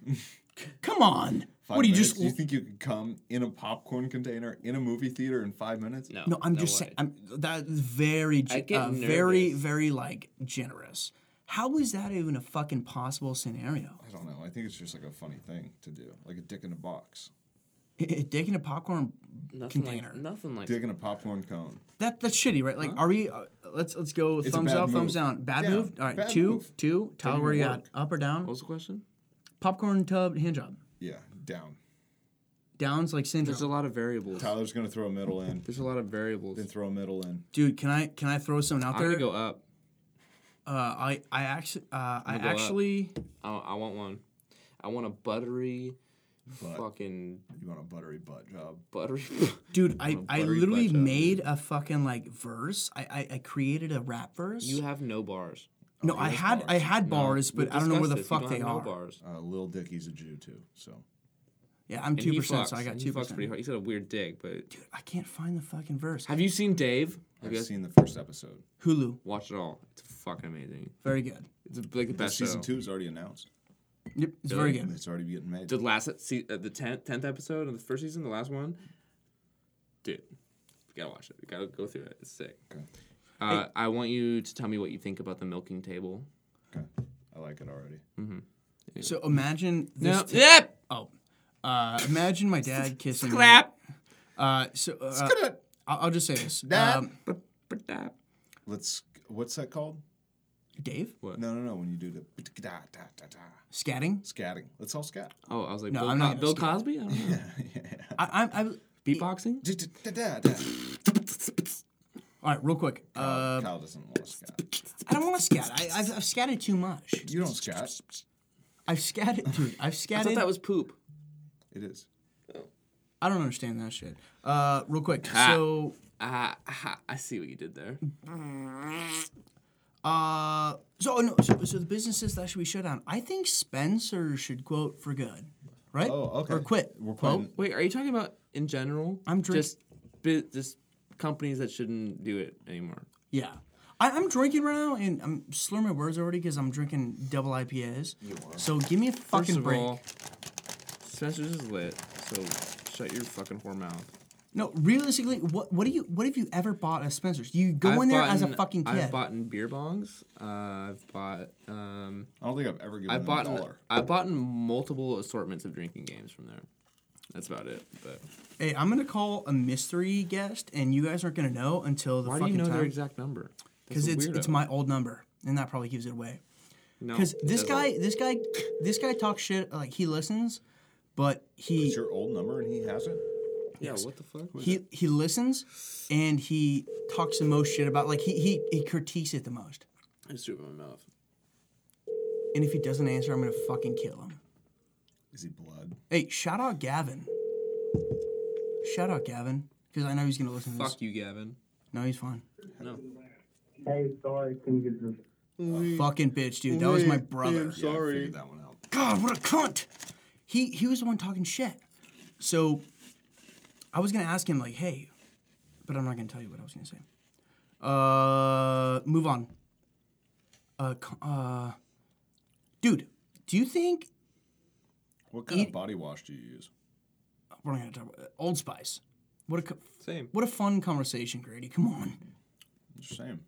[SPEAKER 5] c- come on.
[SPEAKER 4] Five
[SPEAKER 5] what do you
[SPEAKER 4] minutes?
[SPEAKER 5] just
[SPEAKER 4] You think you could come in a popcorn container in a movie theater in five minutes?
[SPEAKER 6] no,
[SPEAKER 5] No, I'm just
[SPEAKER 6] way.
[SPEAKER 5] saying I'm that is very
[SPEAKER 6] I
[SPEAKER 5] ge-
[SPEAKER 6] get
[SPEAKER 5] uh, very,
[SPEAKER 6] nervous.
[SPEAKER 5] very like generous. How is that even a fucking possible scenario?
[SPEAKER 4] I don't know. I think it's just like a funny thing to do, like a dick in a box,
[SPEAKER 5] I- I- Dick in a popcorn
[SPEAKER 6] nothing
[SPEAKER 5] container.
[SPEAKER 6] Like, nothing like
[SPEAKER 4] dick in a popcorn cone.
[SPEAKER 5] That that's shitty, right? Like, are we? Uh, let's let's go.
[SPEAKER 4] a
[SPEAKER 5] thumbs
[SPEAKER 4] bad
[SPEAKER 5] up, thumbs
[SPEAKER 4] move.
[SPEAKER 5] down. Bad
[SPEAKER 4] Yeah,
[SPEAKER 5] move. All right,
[SPEAKER 4] bad
[SPEAKER 5] two,
[SPEAKER 4] move.
[SPEAKER 5] two. Tyler,
[SPEAKER 4] even
[SPEAKER 5] where you at?
[SPEAKER 4] work.
[SPEAKER 5] Up or down?
[SPEAKER 6] What was the question?
[SPEAKER 5] Popcorn tub hand job.
[SPEAKER 4] Yeah, down.
[SPEAKER 5] Downs like syndrome.
[SPEAKER 6] There's a lot of variables.
[SPEAKER 4] Tyler's gonna throw a middle in.
[SPEAKER 6] There's a lot of variables.
[SPEAKER 4] Then throw a middle in.
[SPEAKER 5] Dude, can I can I throw something out
[SPEAKER 6] I'm
[SPEAKER 5] there?
[SPEAKER 6] gonna go up.
[SPEAKER 5] Uh, I I actually uh, I
[SPEAKER 6] go up.
[SPEAKER 5] actually
[SPEAKER 6] I, I want one. I want a buttery,
[SPEAKER 4] But
[SPEAKER 6] fucking
[SPEAKER 4] you want a buttery butt job?
[SPEAKER 6] buttery.
[SPEAKER 5] dude I I
[SPEAKER 6] buttery
[SPEAKER 5] literally
[SPEAKER 6] butt job,
[SPEAKER 5] made a fucking like verse. I I, I created a rap verse.
[SPEAKER 6] you have no bars.
[SPEAKER 5] no, I had I had bars, but
[SPEAKER 6] We've
[SPEAKER 5] I don't know where the
[SPEAKER 6] discussed this.
[SPEAKER 5] fuck
[SPEAKER 6] You don't
[SPEAKER 5] they
[SPEAKER 6] have no
[SPEAKER 5] are.
[SPEAKER 6] bars.
[SPEAKER 4] Uh, Lil Dicky's a Jew too, so
[SPEAKER 5] Yeah, I'm
[SPEAKER 6] And he
[SPEAKER 5] two percent, so
[SPEAKER 6] fucks.
[SPEAKER 5] I got
[SPEAKER 6] He
[SPEAKER 5] two
[SPEAKER 6] fucks
[SPEAKER 5] percent.
[SPEAKER 6] pretty hard. He's got a weird dick, but
[SPEAKER 5] I can't find the fucking verse.
[SPEAKER 6] have you seen Dave? Have
[SPEAKER 4] I've
[SPEAKER 6] you guys
[SPEAKER 4] seen the first episode.
[SPEAKER 5] Hulu,
[SPEAKER 6] watch it all? It's fucking amazing.
[SPEAKER 5] very good.
[SPEAKER 6] It's like the
[SPEAKER 4] The
[SPEAKER 6] best
[SPEAKER 4] season
[SPEAKER 6] show.
[SPEAKER 4] two is already announced.
[SPEAKER 5] Yep, it's very
[SPEAKER 6] Really?
[SPEAKER 5] good.
[SPEAKER 4] It's already getting made.
[SPEAKER 6] The last se- uh, the tenth tenth episode of the first season, the last one. Dude, we gotta watch it. We gotta go through it. It's sick.
[SPEAKER 4] Okay.
[SPEAKER 6] Uh, I want you to tell me what you think about the milking table.
[SPEAKER 4] Okay. I like it already.
[SPEAKER 5] So imagine this.
[SPEAKER 6] No.
[SPEAKER 5] t-
[SPEAKER 6] Yep.
[SPEAKER 5] Oh, uh, imagine my dad kissing. me.
[SPEAKER 6] Clap.
[SPEAKER 5] Uh, so uh, I'll, I'll just say this. Um,
[SPEAKER 4] Let's. What's that called?
[SPEAKER 5] Dave,
[SPEAKER 4] No, no, no. When you do the da, da, da, da,
[SPEAKER 5] scatting.
[SPEAKER 4] scatting, let's all scat.
[SPEAKER 6] Oh, I was like,
[SPEAKER 5] No,
[SPEAKER 6] Bill,
[SPEAKER 5] I'm
[SPEAKER 6] Co-
[SPEAKER 5] not
[SPEAKER 6] Bill
[SPEAKER 5] gonna
[SPEAKER 6] Cosby? I don't know.
[SPEAKER 5] I, I, I, all
[SPEAKER 6] Beatboxing?
[SPEAKER 4] Da, da, da, da.
[SPEAKER 5] right, real quick. Uh,
[SPEAKER 4] Kyle doesn't want to scat.
[SPEAKER 5] I don't want to scat. I, I've, I've scatted too much.
[SPEAKER 4] You don't scat.
[SPEAKER 5] I've scatted, dude. I've
[SPEAKER 6] I
[SPEAKER 5] scatted.
[SPEAKER 6] thought that was poop.
[SPEAKER 4] It is.
[SPEAKER 5] I don't understand that shit. Uh, real quick.
[SPEAKER 6] Ah.
[SPEAKER 5] So,
[SPEAKER 6] Ah, ah, I see what you did there.
[SPEAKER 5] uh, so no, so, so the businesses that should be shut down. I think Spencer should quote for good, right?
[SPEAKER 4] Oh, okay.
[SPEAKER 5] Or quit.
[SPEAKER 4] We're
[SPEAKER 5] Quote.
[SPEAKER 4] quitting.
[SPEAKER 6] Wait, are you talking about in general?
[SPEAKER 5] I'm drink-
[SPEAKER 6] just bi- just companies that shouldn't do it anymore.
[SPEAKER 5] Yeah. I, I'm drinking right now and I'm slurring my words already because I'm drinking double IPAs. You are. So give me a fucking
[SPEAKER 6] First of
[SPEAKER 5] break.
[SPEAKER 6] all, Spencer's is lit, so shut your fucking whore mouth.
[SPEAKER 5] No, realistically, what what do you what have you ever bought at Spencer's? You go in there as a
[SPEAKER 6] boughten-
[SPEAKER 5] fucking kid.
[SPEAKER 6] I've bought in beer bongs. Uh, I've bought. Um,
[SPEAKER 4] I don't think I've ever given
[SPEAKER 6] I
[SPEAKER 4] him
[SPEAKER 6] bought.
[SPEAKER 4] a dollar.
[SPEAKER 6] I bought in multiple assortments of drinking games from there. That's about it. But
[SPEAKER 5] hey, I'm gonna call a mystery guest, and you guys aren't gonna know until the
[SPEAKER 6] why do
[SPEAKER 5] fucking
[SPEAKER 6] you know their
[SPEAKER 5] time.
[SPEAKER 6] exact number? That's
[SPEAKER 5] Because
[SPEAKER 6] a
[SPEAKER 5] it's
[SPEAKER 6] weirdo.
[SPEAKER 5] it's my old number, and that probably gives it away.
[SPEAKER 6] No,
[SPEAKER 5] Because
[SPEAKER 6] it
[SPEAKER 5] this
[SPEAKER 6] doesn't.
[SPEAKER 5] guy, this guy, this guy talks shit like he listens, but he
[SPEAKER 4] It's your old number, and he has it.
[SPEAKER 6] Yeah, what the fuck?
[SPEAKER 5] he he listens, and he talks the most shit about like he he he critiques it the most.
[SPEAKER 6] I just threw it in my mouth.
[SPEAKER 5] And if he doesn't answer, I'm gonna fucking kill him.
[SPEAKER 4] Is he blood?
[SPEAKER 5] Hey, shout out Gavin. Shout out Gavin, because I know he's gonna listen to this.
[SPEAKER 6] Fuck you, Gavin.
[SPEAKER 5] No, he's fine.
[SPEAKER 7] Hey, sorry, couldn't get this.
[SPEAKER 5] Fucking bitch, dude. That was my brother.
[SPEAKER 4] Yeah, I figured that one out.
[SPEAKER 5] God, what a cunt. He he was the one talking shit. So I was gonna ask him like, hey, but I'm not gonna tell you what I was gonna say. Uh, move on. Uh, co- uh, dude, do you think
[SPEAKER 4] What kind
[SPEAKER 5] Eat-
[SPEAKER 4] of body wash do you use?
[SPEAKER 5] we're not gonna talk about Uh, Old Spice? What a co-
[SPEAKER 6] Same.
[SPEAKER 5] what a fun conversation, Grady. Come on,
[SPEAKER 4] Just saying.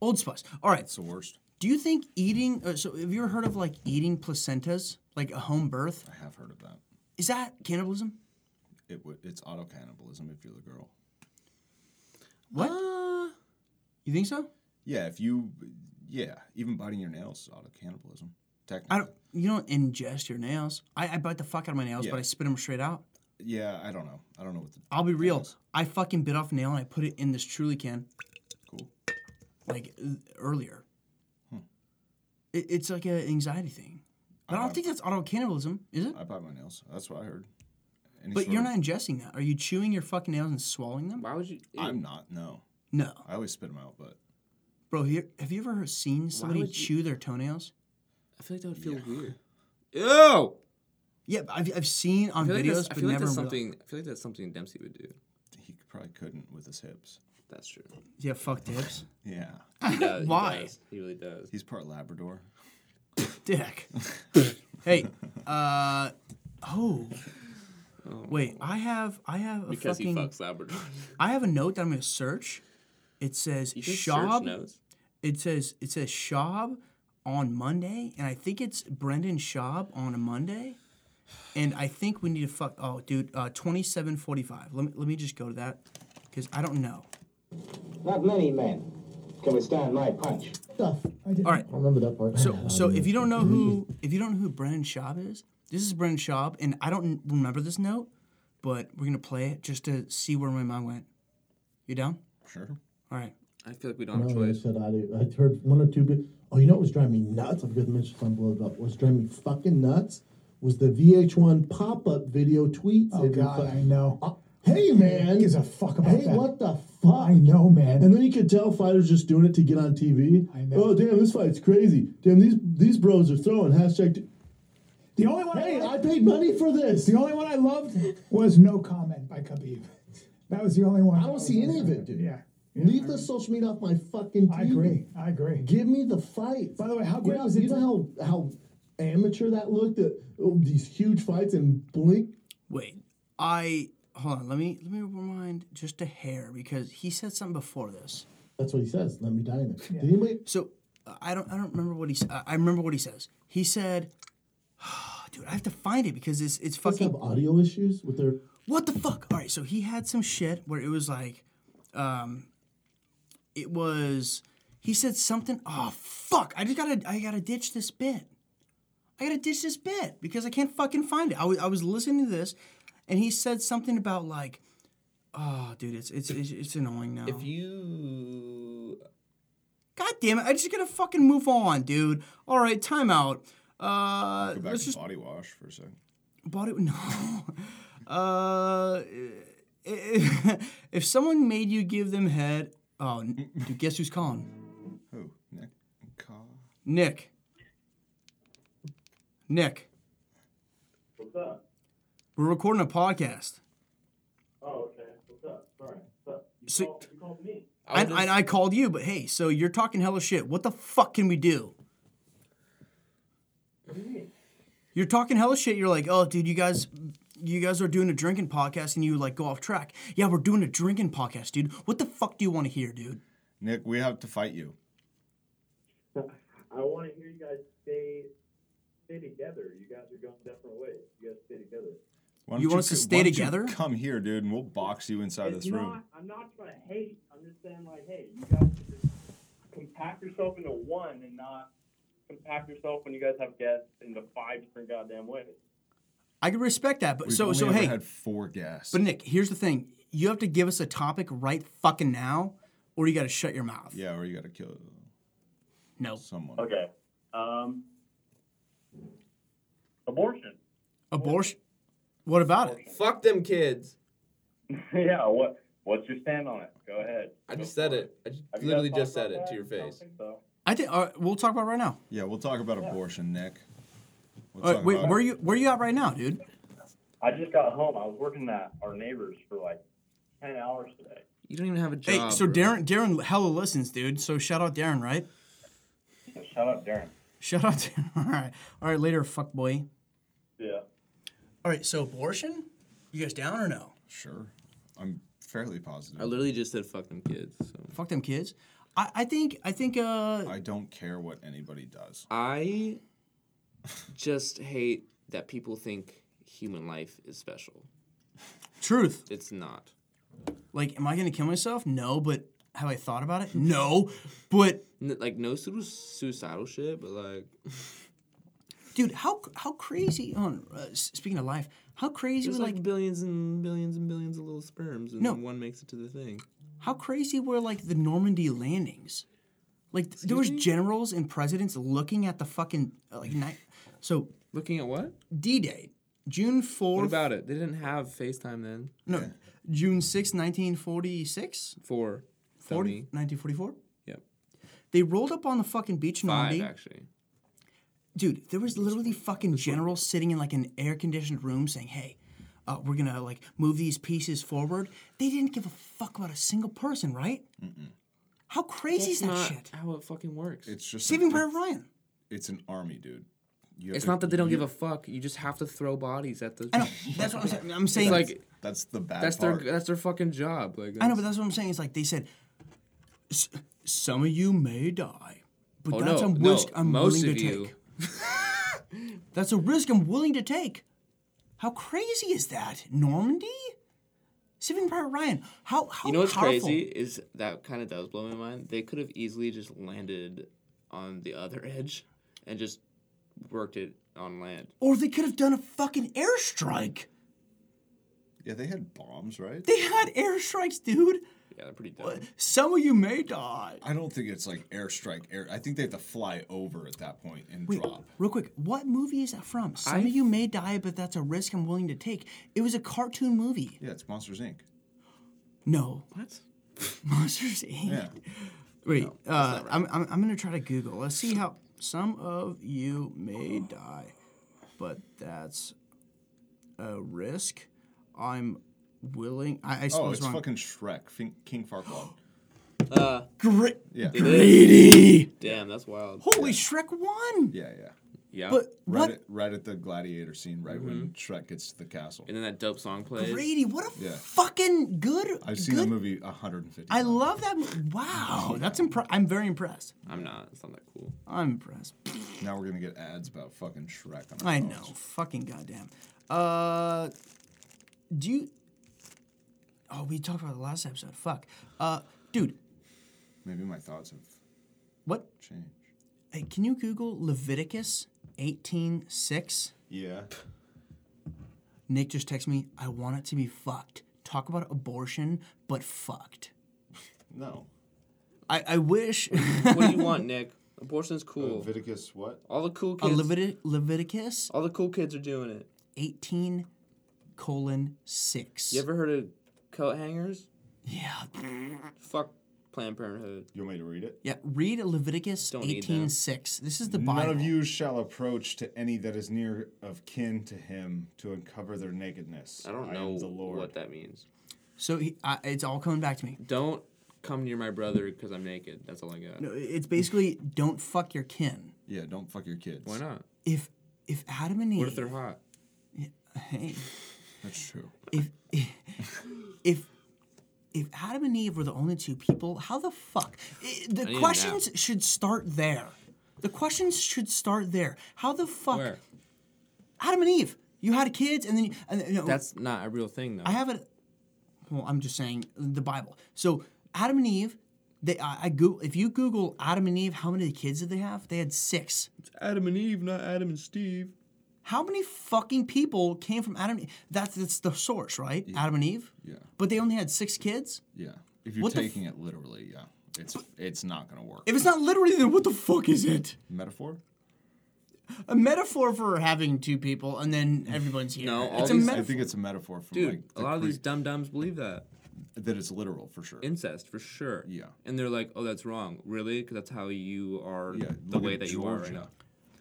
[SPEAKER 5] Old Spice. All right,
[SPEAKER 4] It's the worst.
[SPEAKER 5] Do you think eating? Uh, so, have you ever heard of like eating placentas, like a home birth?
[SPEAKER 4] I have heard of that.
[SPEAKER 5] Is that cannibalism?
[SPEAKER 4] it would it's auto cannibalism if you're the girl.
[SPEAKER 5] What?
[SPEAKER 4] Uh.
[SPEAKER 5] you think so?
[SPEAKER 4] Yeah, if you, yeah, even biting your nails is auto cannibalism. Technically,
[SPEAKER 5] I don't. You don't ingest your nails. I, I bite the fuck out of my nails, but
[SPEAKER 4] Yeah.
[SPEAKER 5] I spit them straight out.
[SPEAKER 4] Yeah, I don't know. I don't know what the
[SPEAKER 5] I'll be real. I fucking bit off a nail and I put it in this Truly can
[SPEAKER 4] cool. Hmm.
[SPEAKER 5] like uh, earlier. It, it's like an anxiety thing. But I don't think that's auto cannibalism, is it?
[SPEAKER 4] I bite my nails. That's what I heard. Any
[SPEAKER 5] But
[SPEAKER 4] sort
[SPEAKER 5] you're
[SPEAKER 4] of-
[SPEAKER 5] not ingesting that. Are you chewing your fucking nails and swallowing them?
[SPEAKER 6] Why would you? ew.
[SPEAKER 4] I'm not. No,
[SPEAKER 5] No,
[SPEAKER 4] I always spit them out. But
[SPEAKER 5] bro. Here, have you ever seen somebody
[SPEAKER 6] would you-
[SPEAKER 5] chew their toenails?
[SPEAKER 6] I feel like that would feel weird. Ew.
[SPEAKER 5] Yeah, but I've, I've seen on
[SPEAKER 6] I feel like
[SPEAKER 5] videos,
[SPEAKER 6] that's, I
[SPEAKER 5] but
[SPEAKER 6] feel like
[SPEAKER 5] never.
[SPEAKER 6] that's
[SPEAKER 5] in real life.
[SPEAKER 6] something. I feel like that's something Dempsey would do.
[SPEAKER 4] he c- probably couldn't with his hips.
[SPEAKER 6] That's true.
[SPEAKER 5] Yeah, fuck tips.
[SPEAKER 4] Yeah,
[SPEAKER 6] He does, he
[SPEAKER 5] Why?
[SPEAKER 6] does. He really does.
[SPEAKER 4] he's part Labrador.
[SPEAKER 5] Dick. hey, uh, oh. Wait, I have I have a
[SPEAKER 6] Oh. Because
[SPEAKER 5] fucking
[SPEAKER 6] he fucks Labrador.
[SPEAKER 5] I have a note that I'm gonna search. It says
[SPEAKER 6] You just
[SPEAKER 5] Shab.
[SPEAKER 6] search nose.
[SPEAKER 5] It says it says Shab on Monday, and I think it's Brendan Shab on a Monday. And I think we need to fuck. Oh, dude, uh, twenty-seven forty-five. Let me let me just go to that because I don't know.
[SPEAKER 8] Not many men can withstand my punch.
[SPEAKER 9] Stuff. I did.
[SPEAKER 5] All right.
[SPEAKER 9] I remember that part.
[SPEAKER 5] So so if you don't know who if you don't know who Brendan Schaub is, this is Brendan Schaub, and I don't remember this note, but we're gonna play it just to see where my mind went. You down?
[SPEAKER 4] Sure.
[SPEAKER 5] All right.
[SPEAKER 6] I feel like we
[SPEAKER 9] I
[SPEAKER 6] don't have a
[SPEAKER 9] don't know, I
[SPEAKER 6] choice.
[SPEAKER 9] said I did. I heard one or two. But oh, you know what was driving me nuts? I forgot to mention something blew it up. What was driving me fucking nuts was the VH1 pop up video tweets. Uh,
[SPEAKER 10] Oh, God, I know.
[SPEAKER 9] hey man,
[SPEAKER 10] Gives a fuck about
[SPEAKER 9] hey,
[SPEAKER 10] that.
[SPEAKER 9] what the fuck?
[SPEAKER 10] I know, man.
[SPEAKER 9] And then you could tell fighters just doing it to get on TV.
[SPEAKER 10] I know.
[SPEAKER 9] Oh damn, this fight's crazy. Damn, these these bros are throwing hashtag. T-
[SPEAKER 10] the only one
[SPEAKER 9] hey,
[SPEAKER 10] I,
[SPEAKER 9] I paid money for this.
[SPEAKER 10] the only one I loved was no comment by Khabib. That was the only one.
[SPEAKER 9] I don't see any of it, dude.
[SPEAKER 10] Yeah,
[SPEAKER 9] Leave the social media off my fucking. TV.
[SPEAKER 10] I agree. I agree.
[SPEAKER 9] Give me the fight.
[SPEAKER 10] By the way, how
[SPEAKER 9] You
[SPEAKER 10] great
[SPEAKER 9] know-
[SPEAKER 10] was it
[SPEAKER 9] You
[SPEAKER 10] to-
[SPEAKER 9] know how how amateur that looked. That oh, these huge fights and blink.
[SPEAKER 5] Wait, I hold on. Let me let me remind just a hair because he said something before this.
[SPEAKER 9] That's what he says. Let me die in it. Did anybody?
[SPEAKER 5] So uh, I don't I don't remember what he s- I I remember what he says. He said, "Dude, I have to find it because it's it's
[SPEAKER 9] Does have
[SPEAKER 5] fucking
[SPEAKER 9] audio issues with their?
[SPEAKER 5] what the fuck." All right, so he had some shit where it was like, um, it was he said something. Oh fuck! I just gotta I gotta ditch this bit. I gotta ditch this bit because I can't fucking find it. I was I was listening to this, and he said something about like, oh dude, it's it's it's, it's annoying now.
[SPEAKER 6] If you
[SPEAKER 5] God damn it! I just gotta fucking move on, dude. All right, timeout. Uh,
[SPEAKER 4] Go back
[SPEAKER 5] let's
[SPEAKER 4] to
[SPEAKER 5] just
[SPEAKER 4] body wash for a second.
[SPEAKER 5] bought it. No. uh, if, if someone made you give them head, oh, n- dude, guess who's calling?
[SPEAKER 4] Who? Nick. Car.
[SPEAKER 5] Nick. Nick,
[SPEAKER 7] What's up?
[SPEAKER 5] we're recording a podcast.
[SPEAKER 7] Oh, okay. What's up? Sorry. What's up? You,
[SPEAKER 5] So-
[SPEAKER 7] called, you called me.
[SPEAKER 5] I, and and I called you, but hey, so you're talking hella shit. What the fuck can we do? You're talking hella shit. You're like, oh, dude, you guys, you guys are doing a drinking podcast, and you like go off track. Yeah, we're doing a drinking podcast, dude. What the fuck do you want to hear, dude?
[SPEAKER 4] Nick, we have to fight you.
[SPEAKER 7] I want to hear you guys stay stay together. You guys are going different ways. You guys stay together.
[SPEAKER 4] Why don't
[SPEAKER 5] You want us to
[SPEAKER 4] co-
[SPEAKER 5] stay
[SPEAKER 4] why don't you
[SPEAKER 5] together?
[SPEAKER 4] come here, dude, and we'll box you inside
[SPEAKER 7] It's
[SPEAKER 4] this room.
[SPEAKER 7] not- I'm not trying to hate. I'm just saying, like, hey, you guys should just compact yourself into one and not compact yourself when you guys have guests into five different goddamn ways.
[SPEAKER 5] I can respect that, but
[SPEAKER 4] We've
[SPEAKER 5] so
[SPEAKER 4] only
[SPEAKER 5] so
[SPEAKER 4] ever
[SPEAKER 5] hey,
[SPEAKER 4] had four guests.
[SPEAKER 5] but Nick, here's the thing: you have to give us a topic right fucking now, or you got to shut your mouth.
[SPEAKER 4] yeah, or you gotta kill
[SPEAKER 5] No.
[SPEAKER 4] someone.
[SPEAKER 7] Okay. Um, abortion.
[SPEAKER 5] Abortion. What about it?
[SPEAKER 11] Fuck them kids.
[SPEAKER 7] yeah. What? What's your stand on it? Go ahead.
[SPEAKER 11] I
[SPEAKER 7] Go
[SPEAKER 11] just said
[SPEAKER 7] for
[SPEAKER 11] it. I just
[SPEAKER 7] Have you guys
[SPEAKER 11] literally
[SPEAKER 7] thought
[SPEAKER 11] just said
[SPEAKER 7] about
[SPEAKER 11] it
[SPEAKER 7] that?
[SPEAKER 11] to your
[SPEAKER 7] I don't
[SPEAKER 11] face.
[SPEAKER 7] think so.
[SPEAKER 5] I think all right, we'll talk about it right now.
[SPEAKER 4] Yeah, we'll talk about abortion, Nick. We'll
[SPEAKER 5] All right,
[SPEAKER 4] talk
[SPEAKER 5] wait,
[SPEAKER 4] about-
[SPEAKER 5] where you where you at right now, dude?
[SPEAKER 7] I just got home. I was working at our neighbors for like ten hours today.
[SPEAKER 6] you don't even have a job.
[SPEAKER 5] Hey, so
[SPEAKER 6] bro.
[SPEAKER 5] Darren, Darren hella listens, dude. So shout out Darren, right?
[SPEAKER 7] So shout out Darren.
[SPEAKER 5] Shout out Darren. All right, all right. Later, fuck boy.
[SPEAKER 7] Yeah.
[SPEAKER 5] All right. So abortion, you guys down or no?
[SPEAKER 4] Sure. I'm fairly positive.
[SPEAKER 6] I literally just said fuck them kids. So.
[SPEAKER 5] Fuck them kids. I, I think I think uh
[SPEAKER 4] I don't care what anybody does.
[SPEAKER 6] I just hate that people think human life is special.
[SPEAKER 5] Truth.
[SPEAKER 6] It's not.
[SPEAKER 5] Like, am I gonna kill myself? No, but have I thought about it? No, but
[SPEAKER 6] N- like no su- suicidal shit, but like
[SPEAKER 5] dude, how how crazy? On uh, s- speaking of life, how crazy
[SPEAKER 6] there's
[SPEAKER 5] would
[SPEAKER 6] like,
[SPEAKER 5] like
[SPEAKER 6] billions and billions and billions of little sperms, and
[SPEAKER 5] No.
[SPEAKER 6] then one makes it to the thing.
[SPEAKER 5] how crazy were like the Normandy landings? Like th- there was generals and presidents looking at the fucking uh, like night. So
[SPEAKER 6] Looking at what?
[SPEAKER 5] D Day, June
[SPEAKER 6] What
[SPEAKER 5] fourth.
[SPEAKER 6] about it? They didn't have FaceTime then.
[SPEAKER 5] no, June sixth, nineteen forty six.
[SPEAKER 6] Four.
[SPEAKER 5] 40,
[SPEAKER 6] Dummy.
[SPEAKER 5] 1944.
[SPEAKER 6] Yep.
[SPEAKER 5] They rolled up on the fucking beach in
[SPEAKER 6] Five
[SPEAKER 5] Normandy.
[SPEAKER 6] actually.
[SPEAKER 5] Dude, there was literally fucking generals sitting in like an air conditioned room saying, hey, uh, we're gonna like move these pieces forward. They didn't give a fuck about a single person, right? How crazy is
[SPEAKER 6] That's
[SPEAKER 5] that
[SPEAKER 6] not
[SPEAKER 5] shit?
[SPEAKER 6] how it fucking works. It's,
[SPEAKER 4] It's just
[SPEAKER 5] Saving Private Ryan.
[SPEAKER 4] It's an army, dude. You have to-
[SPEAKER 6] not that they don't give a fuck. You just have to throw bodies at the.
[SPEAKER 5] I know. That's what I'm saying. I'm
[SPEAKER 6] It's
[SPEAKER 5] saying.
[SPEAKER 6] like
[SPEAKER 4] That's the bad
[SPEAKER 6] that's their
[SPEAKER 4] part.
[SPEAKER 6] that's their fucking job. Like
[SPEAKER 5] I know, but that's what I'm saying. It's like they said, "S- some of you may die, but
[SPEAKER 6] oh
[SPEAKER 5] that's
[SPEAKER 6] no,
[SPEAKER 5] a risk
[SPEAKER 6] no,
[SPEAKER 5] I'm
[SPEAKER 6] most
[SPEAKER 5] willing
[SPEAKER 6] of
[SPEAKER 5] to
[SPEAKER 6] you.
[SPEAKER 5] take. That's a risk I'm willing to take. How crazy is that? Normandy? Saving Private Ryan. How how
[SPEAKER 6] You know what's
[SPEAKER 5] Oh, powerful.
[SPEAKER 6] crazy is that kind of does blow my mind. They could have easily just landed on the other edge and just worked it on land.
[SPEAKER 5] Or they could have done a fucking airstrike.
[SPEAKER 4] yeah, they had bombs, right?
[SPEAKER 5] They had airstrikes, dude.
[SPEAKER 6] Yeah, they're pretty dumb.
[SPEAKER 5] Uh, Some of you may die.
[SPEAKER 4] I don't think it's like airstrike. Air. I think they have to fly over at that point and
[SPEAKER 5] Wait,
[SPEAKER 4] drop.
[SPEAKER 5] real quick, what movie is that from? Some of
[SPEAKER 6] I've-
[SPEAKER 5] you may die, but that's a risk I'm willing to take. It was a cartoon movie.
[SPEAKER 4] Yeah, it's Monsters Inc.
[SPEAKER 5] No,
[SPEAKER 6] What?
[SPEAKER 5] Monsters Inc.
[SPEAKER 4] Yeah,
[SPEAKER 5] Wait, uh, I'm, I'm, I'm gonna try to Google. Let's see how some of you may die, but that's a risk. I'm willing. I, I
[SPEAKER 4] Oh,
[SPEAKER 5] suppose
[SPEAKER 4] it's
[SPEAKER 5] wrong.
[SPEAKER 4] fucking Shrek, Fin- King Farquaad.
[SPEAKER 5] Great,
[SPEAKER 4] Yeah,
[SPEAKER 5] greedy.
[SPEAKER 6] Damn, that's wild.
[SPEAKER 5] Holy Shrek won.
[SPEAKER 4] yeah, yeah.
[SPEAKER 6] Yeah.
[SPEAKER 5] But
[SPEAKER 4] Right
[SPEAKER 5] what?
[SPEAKER 4] at, right at the gladiator scene, right when Shrek gets to the castle.
[SPEAKER 6] Mm-hmm. and then that dope song plays.
[SPEAKER 5] Grady, what a
[SPEAKER 4] Yeah.
[SPEAKER 5] fucking good.
[SPEAKER 4] I've seen
[SPEAKER 5] good,
[SPEAKER 4] that movie 150.
[SPEAKER 5] I
[SPEAKER 4] times.
[SPEAKER 5] love that. mo- Wow, that's impre- I'm very impressed.
[SPEAKER 6] I'm not. It's not that cool.
[SPEAKER 5] I'm impressed.
[SPEAKER 4] Now we're gonna get ads about fucking Shrek. On our
[SPEAKER 5] I
[SPEAKER 4] phones.
[SPEAKER 5] know, fucking goddamn. Uh, do you? Oh, we talked about it last episode. Fuck, uh, dude,
[SPEAKER 4] Maybe my thoughts have
[SPEAKER 5] what?
[SPEAKER 4] changed.
[SPEAKER 5] Hey, can you Google Leviticus eighteen six?
[SPEAKER 4] Yeah.
[SPEAKER 5] Nick just texted me. I want it to be fucked. Talk about abortion, but fucked.
[SPEAKER 4] No.
[SPEAKER 5] I, I wish
[SPEAKER 6] what do you want, Nick? Abortion's
[SPEAKER 4] Oh,
[SPEAKER 6] cool.
[SPEAKER 4] Leviticus what?
[SPEAKER 6] all the cool
[SPEAKER 5] Uh,
[SPEAKER 6] kids.
[SPEAKER 5] Levit- Leviticus
[SPEAKER 6] all the cool kids are doing it.
[SPEAKER 5] eighteen colon six.
[SPEAKER 6] You ever heard of coat hangers?
[SPEAKER 5] yeah.
[SPEAKER 6] Fuck Planned Parenthood.
[SPEAKER 4] You want me to read it?
[SPEAKER 5] Yeah, read Leviticus
[SPEAKER 6] Don't need them.
[SPEAKER 5] 18:6. This is the Bible.
[SPEAKER 4] None of you shall approach to any that is near of kin to him to uncover their nakedness.
[SPEAKER 6] I don't
[SPEAKER 4] am
[SPEAKER 6] know
[SPEAKER 4] the Lord.
[SPEAKER 6] what that means.
[SPEAKER 5] So he, I it's all coming back to me.
[SPEAKER 6] Don't come near my brother because I'm naked. That's all I got.
[SPEAKER 5] No, It's basically don't fuck your kin.
[SPEAKER 4] Yeah, don't fuck your kids.
[SPEAKER 6] Why not?
[SPEAKER 5] If if Adam and Eve
[SPEAKER 6] What if they're hot?
[SPEAKER 5] hey,
[SPEAKER 4] That's true.
[SPEAKER 5] if if if Adam and Eve were the only two people, how the fuck? I-
[SPEAKER 6] a
[SPEAKER 5] The
[SPEAKER 6] nap.
[SPEAKER 5] questions should start there. The questions should start there. How the fuck?
[SPEAKER 6] Where?
[SPEAKER 5] Adam and Eve, you had kids, and then you, and, you know,
[SPEAKER 6] That's not a real thing, though.
[SPEAKER 5] I have it. Well, I'm just saying the Bible. So Adam and Eve, they I, I go if you Google Adam and Eve, how many kids did they have? They had six.
[SPEAKER 6] Adam and Eve, not Adam and Steve.
[SPEAKER 5] How many fucking people came from Adam? and Eve? That's that's the source, right? Adam and Eve.
[SPEAKER 4] Yeah.
[SPEAKER 5] But they only had six kids.
[SPEAKER 4] Yeah. If you're
[SPEAKER 5] What the f-
[SPEAKER 4] taking it literally, yeah. It's it's not gonna work.
[SPEAKER 5] If it's not literally, then what the fuck is it?
[SPEAKER 4] Metaphor?
[SPEAKER 5] A metaphor for having two people, and then everyone's here.
[SPEAKER 6] No, all
[SPEAKER 5] it's a
[SPEAKER 6] these-
[SPEAKER 4] I
[SPEAKER 5] metaphor.
[SPEAKER 4] think it's a metaphor from
[SPEAKER 6] Dude,
[SPEAKER 4] like
[SPEAKER 6] a
[SPEAKER 4] the
[SPEAKER 6] lot of these
[SPEAKER 4] Greek-
[SPEAKER 6] dum dums believe that
[SPEAKER 4] that it's literal for sure.
[SPEAKER 6] incest for sure.
[SPEAKER 4] Yeah.
[SPEAKER 6] and they're like, "Oh, that's wrong, really?" Because that's how you are,
[SPEAKER 4] yeah,
[SPEAKER 6] the
[SPEAKER 4] look
[SPEAKER 6] way
[SPEAKER 4] at
[SPEAKER 6] that you are right
[SPEAKER 4] Georgia.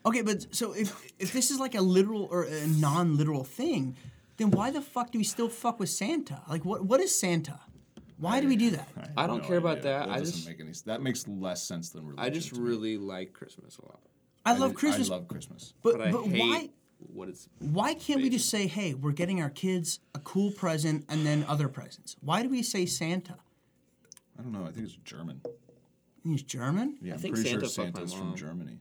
[SPEAKER 6] now.
[SPEAKER 5] Okay, but so if if this is like a literal or a non-literal thing, then why the fuck do we still fuck with Santa? Like, what what is Santa? Why do we do that?
[SPEAKER 4] have
[SPEAKER 6] I don't care about that.
[SPEAKER 4] That
[SPEAKER 6] I
[SPEAKER 4] doesn't
[SPEAKER 6] just-
[SPEAKER 4] make any. s- That makes less sense than religion.
[SPEAKER 6] I just
[SPEAKER 4] to me.
[SPEAKER 6] really like Christmas a lot,
[SPEAKER 5] I
[SPEAKER 4] I
[SPEAKER 5] love
[SPEAKER 4] did-
[SPEAKER 5] Christmas,
[SPEAKER 4] I love Christmas.
[SPEAKER 5] but
[SPEAKER 6] but I
[SPEAKER 5] but,
[SPEAKER 6] hate
[SPEAKER 5] why
[SPEAKER 6] what it's.
[SPEAKER 5] why can't we just say, hey, we're getting our kids a cool present and then other presents? Why do we say Santa?
[SPEAKER 4] I don't know. I think it's German.
[SPEAKER 5] He's German.
[SPEAKER 4] Yeah, I am
[SPEAKER 6] think
[SPEAKER 4] pretty
[SPEAKER 6] Santa
[SPEAKER 4] sure
[SPEAKER 6] fucked my
[SPEAKER 4] Santa's
[SPEAKER 6] mom.
[SPEAKER 4] from Germany.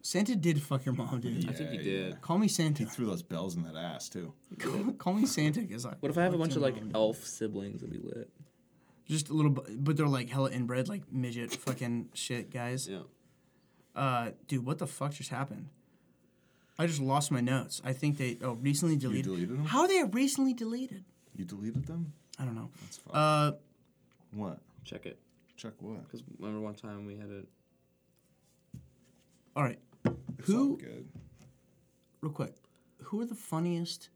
[SPEAKER 5] Santa did fuck your mom, dude.
[SPEAKER 6] I think he did.
[SPEAKER 5] Call me Santa.
[SPEAKER 4] He threw those bells in that ass too.
[SPEAKER 5] Call, call me Santa. Cause I,
[SPEAKER 6] What if I have a
[SPEAKER 5] fucked
[SPEAKER 6] bunch of
[SPEAKER 5] your
[SPEAKER 6] like
[SPEAKER 5] mom.
[SPEAKER 6] elf siblings that we lit?
[SPEAKER 5] just a little, bu- but they're like hella inbred, like midget fucking shit guys.
[SPEAKER 6] Yeah.
[SPEAKER 5] Uh, dude, what the fuck just happened? I just lost my notes. I think they oh recently deleted.
[SPEAKER 4] deleted 'em?
[SPEAKER 5] How they recently deleted?
[SPEAKER 4] You deleted them?
[SPEAKER 5] I don't know.
[SPEAKER 4] That's fine.
[SPEAKER 5] Uh,
[SPEAKER 4] what?
[SPEAKER 6] Check it.
[SPEAKER 4] Check what?
[SPEAKER 6] Because remember one time we had a
[SPEAKER 5] all right.
[SPEAKER 4] It's all
[SPEAKER 5] Who
[SPEAKER 4] good.
[SPEAKER 5] real quick? Who are the funniest?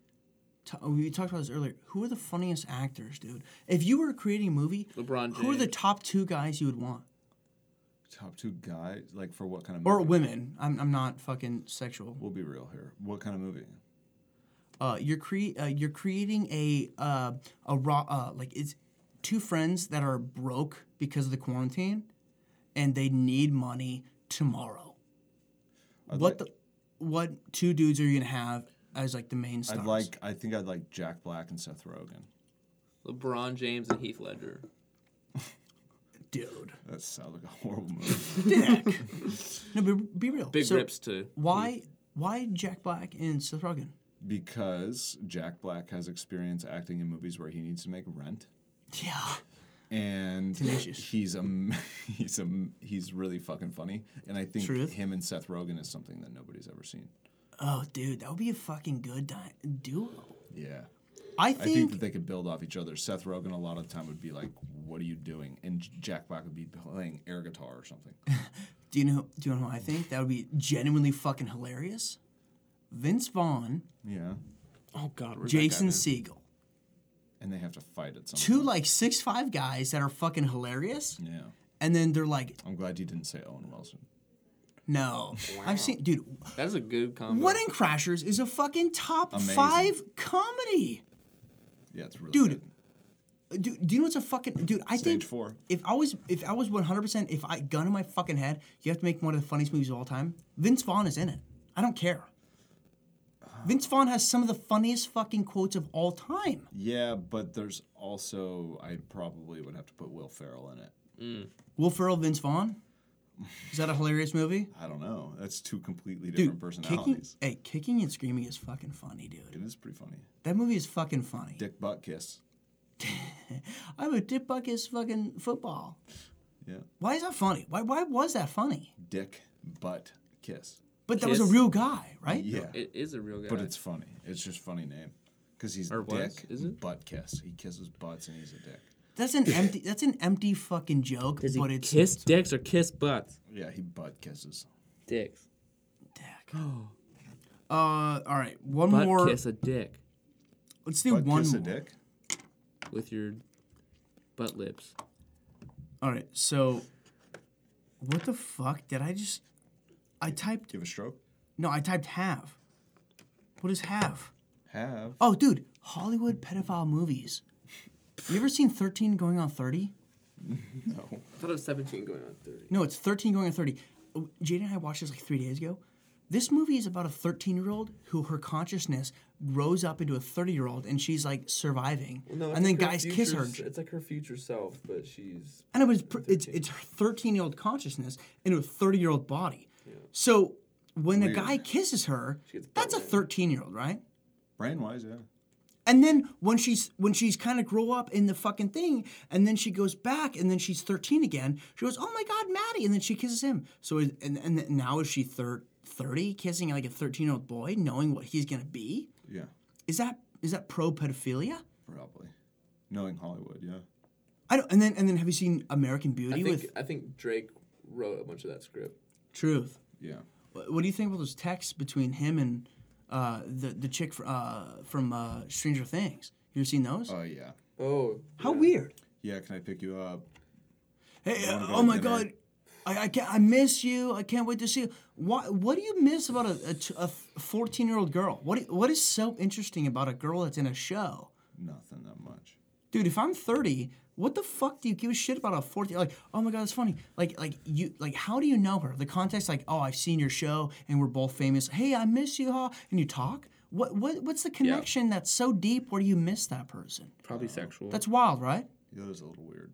[SPEAKER 5] t- oh, We talked about this earlier. Who are the funniest actors, dude? If you were creating a movie,
[SPEAKER 6] LeBron
[SPEAKER 5] who are the
[SPEAKER 6] James.
[SPEAKER 5] top two guys you would want?
[SPEAKER 4] Top two guys, like for what kind of
[SPEAKER 5] Or
[SPEAKER 4] movie?
[SPEAKER 5] women. I'm, I'm not fucking sexual.
[SPEAKER 4] We'll be real here. What kind of movie?
[SPEAKER 5] uh, you're cre- uh, you're creating a uh, a raw uh, like it's two friends that are broke because of the quarantine, and they need money tomorrow. what the what two dudes are you gonna have as like the main stars?
[SPEAKER 4] I'd like. I think I'd like Jack Black and Seth Rogen.
[SPEAKER 6] LeBron James and Heath Ledger.
[SPEAKER 5] dude.
[SPEAKER 4] That sounds like a horrible movie.
[SPEAKER 5] Dick. no, be, be real.
[SPEAKER 6] Big
[SPEAKER 5] So,
[SPEAKER 6] rips to
[SPEAKER 5] Why why Jack Black and Seth Rogen?
[SPEAKER 4] because Jack Black has experience acting in movies where he needs to make rent.
[SPEAKER 5] Yeah.
[SPEAKER 4] and
[SPEAKER 5] Tenacious.
[SPEAKER 4] he's a he's a he's really fucking funny, and I think
[SPEAKER 5] Truth.
[SPEAKER 4] him and Seth Rogen is something that nobody's ever seen.
[SPEAKER 5] Oh, dude, that would be a fucking good di- duo.
[SPEAKER 4] Yeah,
[SPEAKER 5] I
[SPEAKER 4] I think
[SPEAKER 5] think.
[SPEAKER 4] that they could build off each other. Seth Rogen a lot of the time would be like, "What are you doing?" and J- Jack Black would be playing air guitar or something.
[SPEAKER 5] do you know? Do you know who I think that would be genuinely fucking hilarious? Vince Vaughn
[SPEAKER 4] yeah,
[SPEAKER 6] Oh God, where's that guy
[SPEAKER 5] Jason
[SPEAKER 6] been?
[SPEAKER 5] Siegel.
[SPEAKER 4] and they have to fight at some.
[SPEAKER 5] Two
[SPEAKER 4] point.
[SPEAKER 5] like six five guys that are fucking hilarious,
[SPEAKER 4] Yeah,
[SPEAKER 5] and then they're like,
[SPEAKER 4] I'm glad you didn't say Owen Wilson.
[SPEAKER 5] "No, I've seen, dude.
[SPEAKER 6] That is a good combo.
[SPEAKER 5] Wedding Crashers is a fucking top
[SPEAKER 4] Amazing.
[SPEAKER 5] five comedy,
[SPEAKER 4] Yeah, it's really
[SPEAKER 5] dude.
[SPEAKER 4] good.
[SPEAKER 5] Dude, do you know what's a fucking dude? I think
[SPEAKER 4] Stage four.
[SPEAKER 5] if I was if I was one hundred percent if I gun in my fucking head, you have to make one of the funniest movies of all time. Vince Vaughn is in it. I don't care. Vince Vaughn has some of the funniest fucking quotes of all time.
[SPEAKER 4] Yeah, but there's also I probably would have to put Will Ferrell in it.
[SPEAKER 5] Will Ferrell, Vince Vaughn. Is that a hilarious movie?
[SPEAKER 4] I don't know. That's two completely different
[SPEAKER 5] Dude, kicking,
[SPEAKER 4] personalities.
[SPEAKER 5] hey, kicking and screaming is fucking funny, dude.
[SPEAKER 4] It is pretty funny.
[SPEAKER 5] That movie is fucking funny.
[SPEAKER 4] Dick butt kiss.
[SPEAKER 5] I'm a dip bucket's fucking football.
[SPEAKER 4] Yeah.
[SPEAKER 5] Why is that funny? Why why was that funny?
[SPEAKER 4] dick butt kiss.
[SPEAKER 5] But that was a
[SPEAKER 6] Kiss.
[SPEAKER 5] real guy, right?
[SPEAKER 4] Yeah,
[SPEAKER 6] It is a real guy.
[SPEAKER 4] but it's funny. It's just funny name because he's
[SPEAKER 6] Or was,
[SPEAKER 4] dick
[SPEAKER 6] is it?
[SPEAKER 4] butt kiss. He kisses butts and he's a dick.
[SPEAKER 5] That's an empty that's an empty fucking joke,
[SPEAKER 6] Does he
[SPEAKER 5] but it's
[SPEAKER 6] kiss dicks or kiss butts?
[SPEAKER 4] Yeah, he butt kisses.
[SPEAKER 6] Dicks.
[SPEAKER 5] dick. Uh all right, one
[SPEAKER 6] Butt
[SPEAKER 5] more.
[SPEAKER 6] kiss a dick
[SPEAKER 5] Let's do
[SPEAKER 4] Butt
[SPEAKER 5] one
[SPEAKER 4] kiss
[SPEAKER 5] more.
[SPEAKER 4] a dick.
[SPEAKER 6] with your butt lips.
[SPEAKER 5] All right. So what the fuck did I just I typed
[SPEAKER 4] Give a stroke.
[SPEAKER 5] No, I typed have. What is have?
[SPEAKER 4] Have
[SPEAKER 5] Oh, dude, Hollywood pedophile movies. You ever seen 13 going on 30?
[SPEAKER 6] I thought it was 17 going on 30.
[SPEAKER 5] No, it's 13 going on 30. Oh, Jaden and I watched this like three days ago. This movie is about a 13 year old who her consciousness grows up into a 30 year old and she's like surviving. and then guys kiss her.
[SPEAKER 6] It's like her future self, but she's.
[SPEAKER 5] And it was pr- it's, it's her 13 year old consciousness into a 30 year old body. So when a guy kisses her,
[SPEAKER 6] gets butt
[SPEAKER 5] that's a
[SPEAKER 6] wet.
[SPEAKER 5] 13 year old, right?
[SPEAKER 4] brain wise, yeah.
[SPEAKER 5] And then when she's when she's kind of grow up in the fucking thing, and then she goes back, and then she's thirteen again. She goes, "Oh my God, Maddie!" And then she kisses him. So is- and and then now is she thir- thirty kissing like a thirteen year old boy, knowing what he's gonna be?
[SPEAKER 4] Yeah,
[SPEAKER 5] Is that is that pro pedophilia?
[SPEAKER 4] probably. Knowing Hollywood, yeah.
[SPEAKER 5] I don't. And then and then have you seen American Beauty with
[SPEAKER 6] I think Drake wrote a bunch of that script.
[SPEAKER 5] Truth?
[SPEAKER 4] Yeah.
[SPEAKER 5] Wh- What do you think about those texts between him and uh, the the chick fr- uh, from uh, Stranger Things? You ever seen those?
[SPEAKER 6] Uh,
[SPEAKER 4] Oh, yeah.
[SPEAKER 6] Oh.
[SPEAKER 5] How weird.
[SPEAKER 4] Yeah, can I pick you up?
[SPEAKER 5] Hey,
[SPEAKER 4] wanna
[SPEAKER 5] uh,
[SPEAKER 4] go
[SPEAKER 5] oh
[SPEAKER 4] to
[SPEAKER 5] my
[SPEAKER 4] dinner?
[SPEAKER 5] God. I, I, can't, I miss you. I can't wait to see you. What, what do you miss about a- a t- a 14 year old girl? What, do- what is so interesting about a girl that's in a show?
[SPEAKER 4] Nothing that much.
[SPEAKER 5] Dude, if I'm 30, what the fuck do you give a shit about a 14? Like, oh my God, that's funny. Like, like you, like, how do you know her? The context, like, oh, I've seen your show and we're both famous. Hey, I miss you, huh? And you talk? What, what, what's the connection that's so deep where you miss that person?
[SPEAKER 6] Probably sexual.
[SPEAKER 5] That's wild, right?
[SPEAKER 4] Yeah, that was a little weird.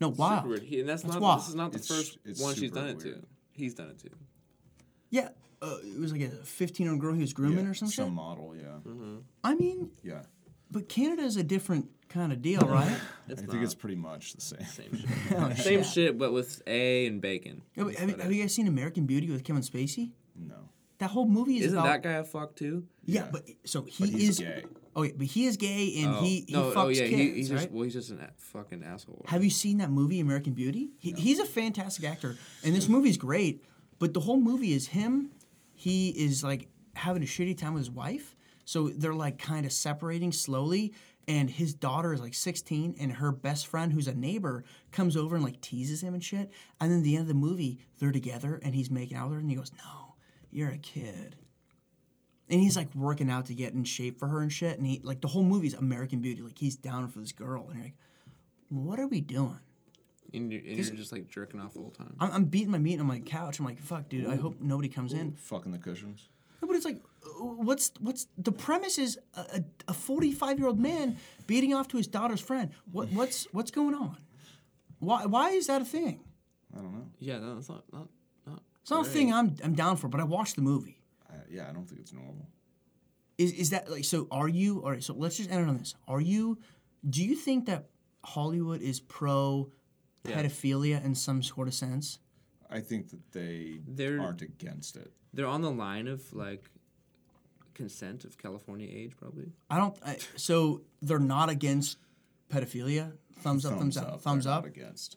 [SPEAKER 5] No, wild.
[SPEAKER 6] Super weird. He, and that's,
[SPEAKER 5] That's
[SPEAKER 6] not.
[SPEAKER 5] wild.
[SPEAKER 6] This is not the
[SPEAKER 4] It's-
[SPEAKER 6] first
[SPEAKER 4] it's
[SPEAKER 6] one she's
[SPEAKER 4] super
[SPEAKER 6] done it
[SPEAKER 4] weird.
[SPEAKER 6] to. He's done it to.
[SPEAKER 5] Yeah, uh, it was like a 15 year old girl he was grooming or some,
[SPEAKER 4] Some
[SPEAKER 5] shit.
[SPEAKER 4] model, yeah.
[SPEAKER 6] Mm-hmm.
[SPEAKER 5] I mean,
[SPEAKER 4] Yeah.
[SPEAKER 5] but Canada is a different kind of deal, right?
[SPEAKER 6] It's
[SPEAKER 4] I
[SPEAKER 6] not
[SPEAKER 4] think it's pretty much the same.
[SPEAKER 6] the same shit. same shit, but with A and bacon.
[SPEAKER 5] Yeah, but have, you- have you guys seen American Beauty with Kevin Spacey?
[SPEAKER 4] No.
[SPEAKER 5] That whole movie is
[SPEAKER 6] Isn't
[SPEAKER 5] about
[SPEAKER 6] that guy a fuck too?
[SPEAKER 5] yeah, but so he
[SPEAKER 4] he's
[SPEAKER 5] is
[SPEAKER 4] gay.
[SPEAKER 5] Oh, yeah, but he is gay and he he
[SPEAKER 6] no,
[SPEAKER 5] fucks
[SPEAKER 6] oh yeah,
[SPEAKER 5] kids,
[SPEAKER 6] he, he's
[SPEAKER 5] right?
[SPEAKER 6] just well, he's just an a- fucking asshole.
[SPEAKER 5] Have you seen that movie, American Beauty? He, He's a fantastic actor, and this movie's great. But the whole movie is him. He is like having a shitty time with his wife, so they're like kind of separating slowly. And his daughter is like 16, and her best friend, who's a neighbor, comes over and like teases him and shit. And then at the end of the movie, they're together, and he's making out with her, and he goes, "No, you're a kid." And he's like working out to get in shape for her and shit. And he like the whole movie's American Beauty. Like he's down for this girl, and you're like, "What are we doing?"
[SPEAKER 6] and you're, and you're just like jerking off the whole time.
[SPEAKER 5] I'm, I'm beating my meat on my couch. I'm like, fuck, dude. I hope nobody comes in.
[SPEAKER 4] Fucking the cushions.
[SPEAKER 5] No, but it's like, uh, what's what's the premise is a a 45 year old man beating off to his daughter's friend. What what's what's going on? Why why is that a thing?
[SPEAKER 6] Yeah, no, it's not not not.
[SPEAKER 5] It's not a thing I'm I'm down for. But I watched the movie.
[SPEAKER 4] I, yeah, I don't think it's normal.
[SPEAKER 5] Is is that like so? Are you all right? So let's just end it on this. Are you? Do you think that Hollywood is pro pedophilia in some sort of sense?
[SPEAKER 4] I think that they
[SPEAKER 6] They're-
[SPEAKER 4] aren't against it.
[SPEAKER 6] They're on the line of like consent of California age, probably.
[SPEAKER 5] I don't. I, so they're not against pedophilia. Thumbs up, thumbs, up, thumbs
[SPEAKER 4] they're
[SPEAKER 5] up.
[SPEAKER 4] not against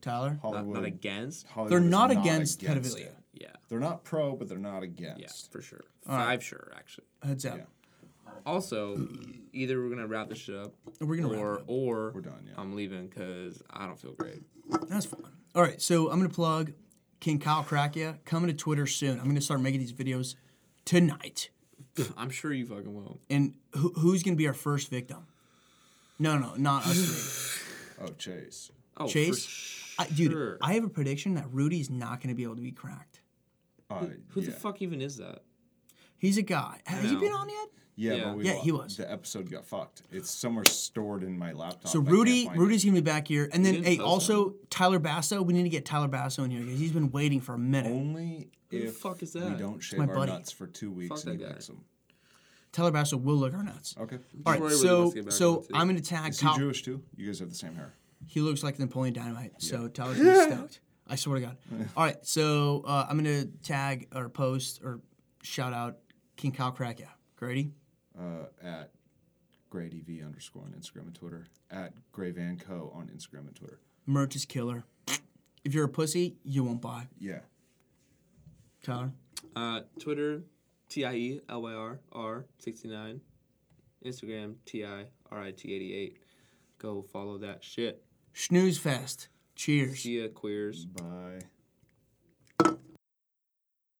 [SPEAKER 5] Tyler.
[SPEAKER 6] Not,
[SPEAKER 4] Hollywood.
[SPEAKER 6] not against.
[SPEAKER 4] Hollywood
[SPEAKER 5] They're
[SPEAKER 4] is
[SPEAKER 5] not against
[SPEAKER 4] against
[SPEAKER 5] pedophilia.
[SPEAKER 4] it.
[SPEAKER 6] Yeah,
[SPEAKER 4] They're not pro, but they're not
[SPEAKER 6] yeah,
[SPEAKER 4] against.
[SPEAKER 6] for sure. Five sure actually.
[SPEAKER 5] Heads up.
[SPEAKER 6] Also, either we're gonna wrap this shit up,
[SPEAKER 5] We're gonna wrap
[SPEAKER 6] or
[SPEAKER 5] it up.
[SPEAKER 6] or we're
[SPEAKER 4] done, yeah.
[SPEAKER 6] I'm leaving because I don't feel great.
[SPEAKER 5] That's fun. All right, so I'm gonna plug King Kyle Crack ya coming to Twitter soon. I'm gonna start making these videos tonight.
[SPEAKER 6] I'm sure you fucking will.
[SPEAKER 5] And who, who's gonna be our first victim? No, no, not us
[SPEAKER 4] Oh, Chase.
[SPEAKER 6] Oh, for
[SPEAKER 5] three. Chase, I, dude,
[SPEAKER 6] sure.
[SPEAKER 5] I have a prediction that Rudy's not gonna be able to be cracked.
[SPEAKER 4] Uh,
[SPEAKER 6] Who
[SPEAKER 4] yeah.
[SPEAKER 6] the fuck even is that?
[SPEAKER 5] He's a guy. Has he
[SPEAKER 6] No.
[SPEAKER 5] been on yet?
[SPEAKER 4] Yeah,
[SPEAKER 6] Yeah.
[SPEAKER 4] but we
[SPEAKER 5] Yeah,
[SPEAKER 4] lo-
[SPEAKER 5] he was.
[SPEAKER 4] The episode got fucked. It's somewhere stored in my laptop.
[SPEAKER 5] So
[SPEAKER 4] I can't
[SPEAKER 5] Rudy,
[SPEAKER 4] find it.
[SPEAKER 5] Rudy's gonna be back here, and then
[SPEAKER 6] didn't
[SPEAKER 5] hey,
[SPEAKER 6] post
[SPEAKER 5] also Tyler Basso. We need to get Tyler Basso in here because he's been waiting for a minute.
[SPEAKER 4] only
[SPEAKER 6] Who the
[SPEAKER 4] if
[SPEAKER 6] fuck is
[SPEAKER 4] we
[SPEAKER 6] that?
[SPEAKER 4] don't shave
[SPEAKER 5] my
[SPEAKER 4] our
[SPEAKER 5] buddy.
[SPEAKER 4] nuts for two weeks
[SPEAKER 6] that
[SPEAKER 4] and he
[SPEAKER 6] guy.
[SPEAKER 4] picks them.
[SPEAKER 5] Tyler Basso will look our nuts.
[SPEAKER 4] Okay.
[SPEAKER 5] All right,
[SPEAKER 6] Roy really
[SPEAKER 5] so
[SPEAKER 6] wants to get back on
[SPEAKER 5] so
[SPEAKER 6] too.
[SPEAKER 5] I'm gonna tag
[SPEAKER 4] Is he
[SPEAKER 5] Kyle.
[SPEAKER 4] Jewish too? You guys have the same hair.
[SPEAKER 5] He looks like Napoleon Dynamite. So Tyler's gonna be stoked. I swear to God. All right, so uh, I'm gonna tag or post or shout out King Kyle Krakow. Grady.
[SPEAKER 4] Uh, at Grady V underscore on Instagram and Twitter. At Gray Van Co on Instagram and Twitter.
[SPEAKER 5] Merch is killer. If you're a pussy, you won't buy.
[SPEAKER 4] Yeah.
[SPEAKER 5] Tyler.
[SPEAKER 6] Uh, Twitter, T I E L Y R R 69. Instagram, T I R I T 88. Go follow that shit.
[SPEAKER 5] Schnooze fest. Cheers.
[SPEAKER 6] See ya, queers.
[SPEAKER 4] Bye.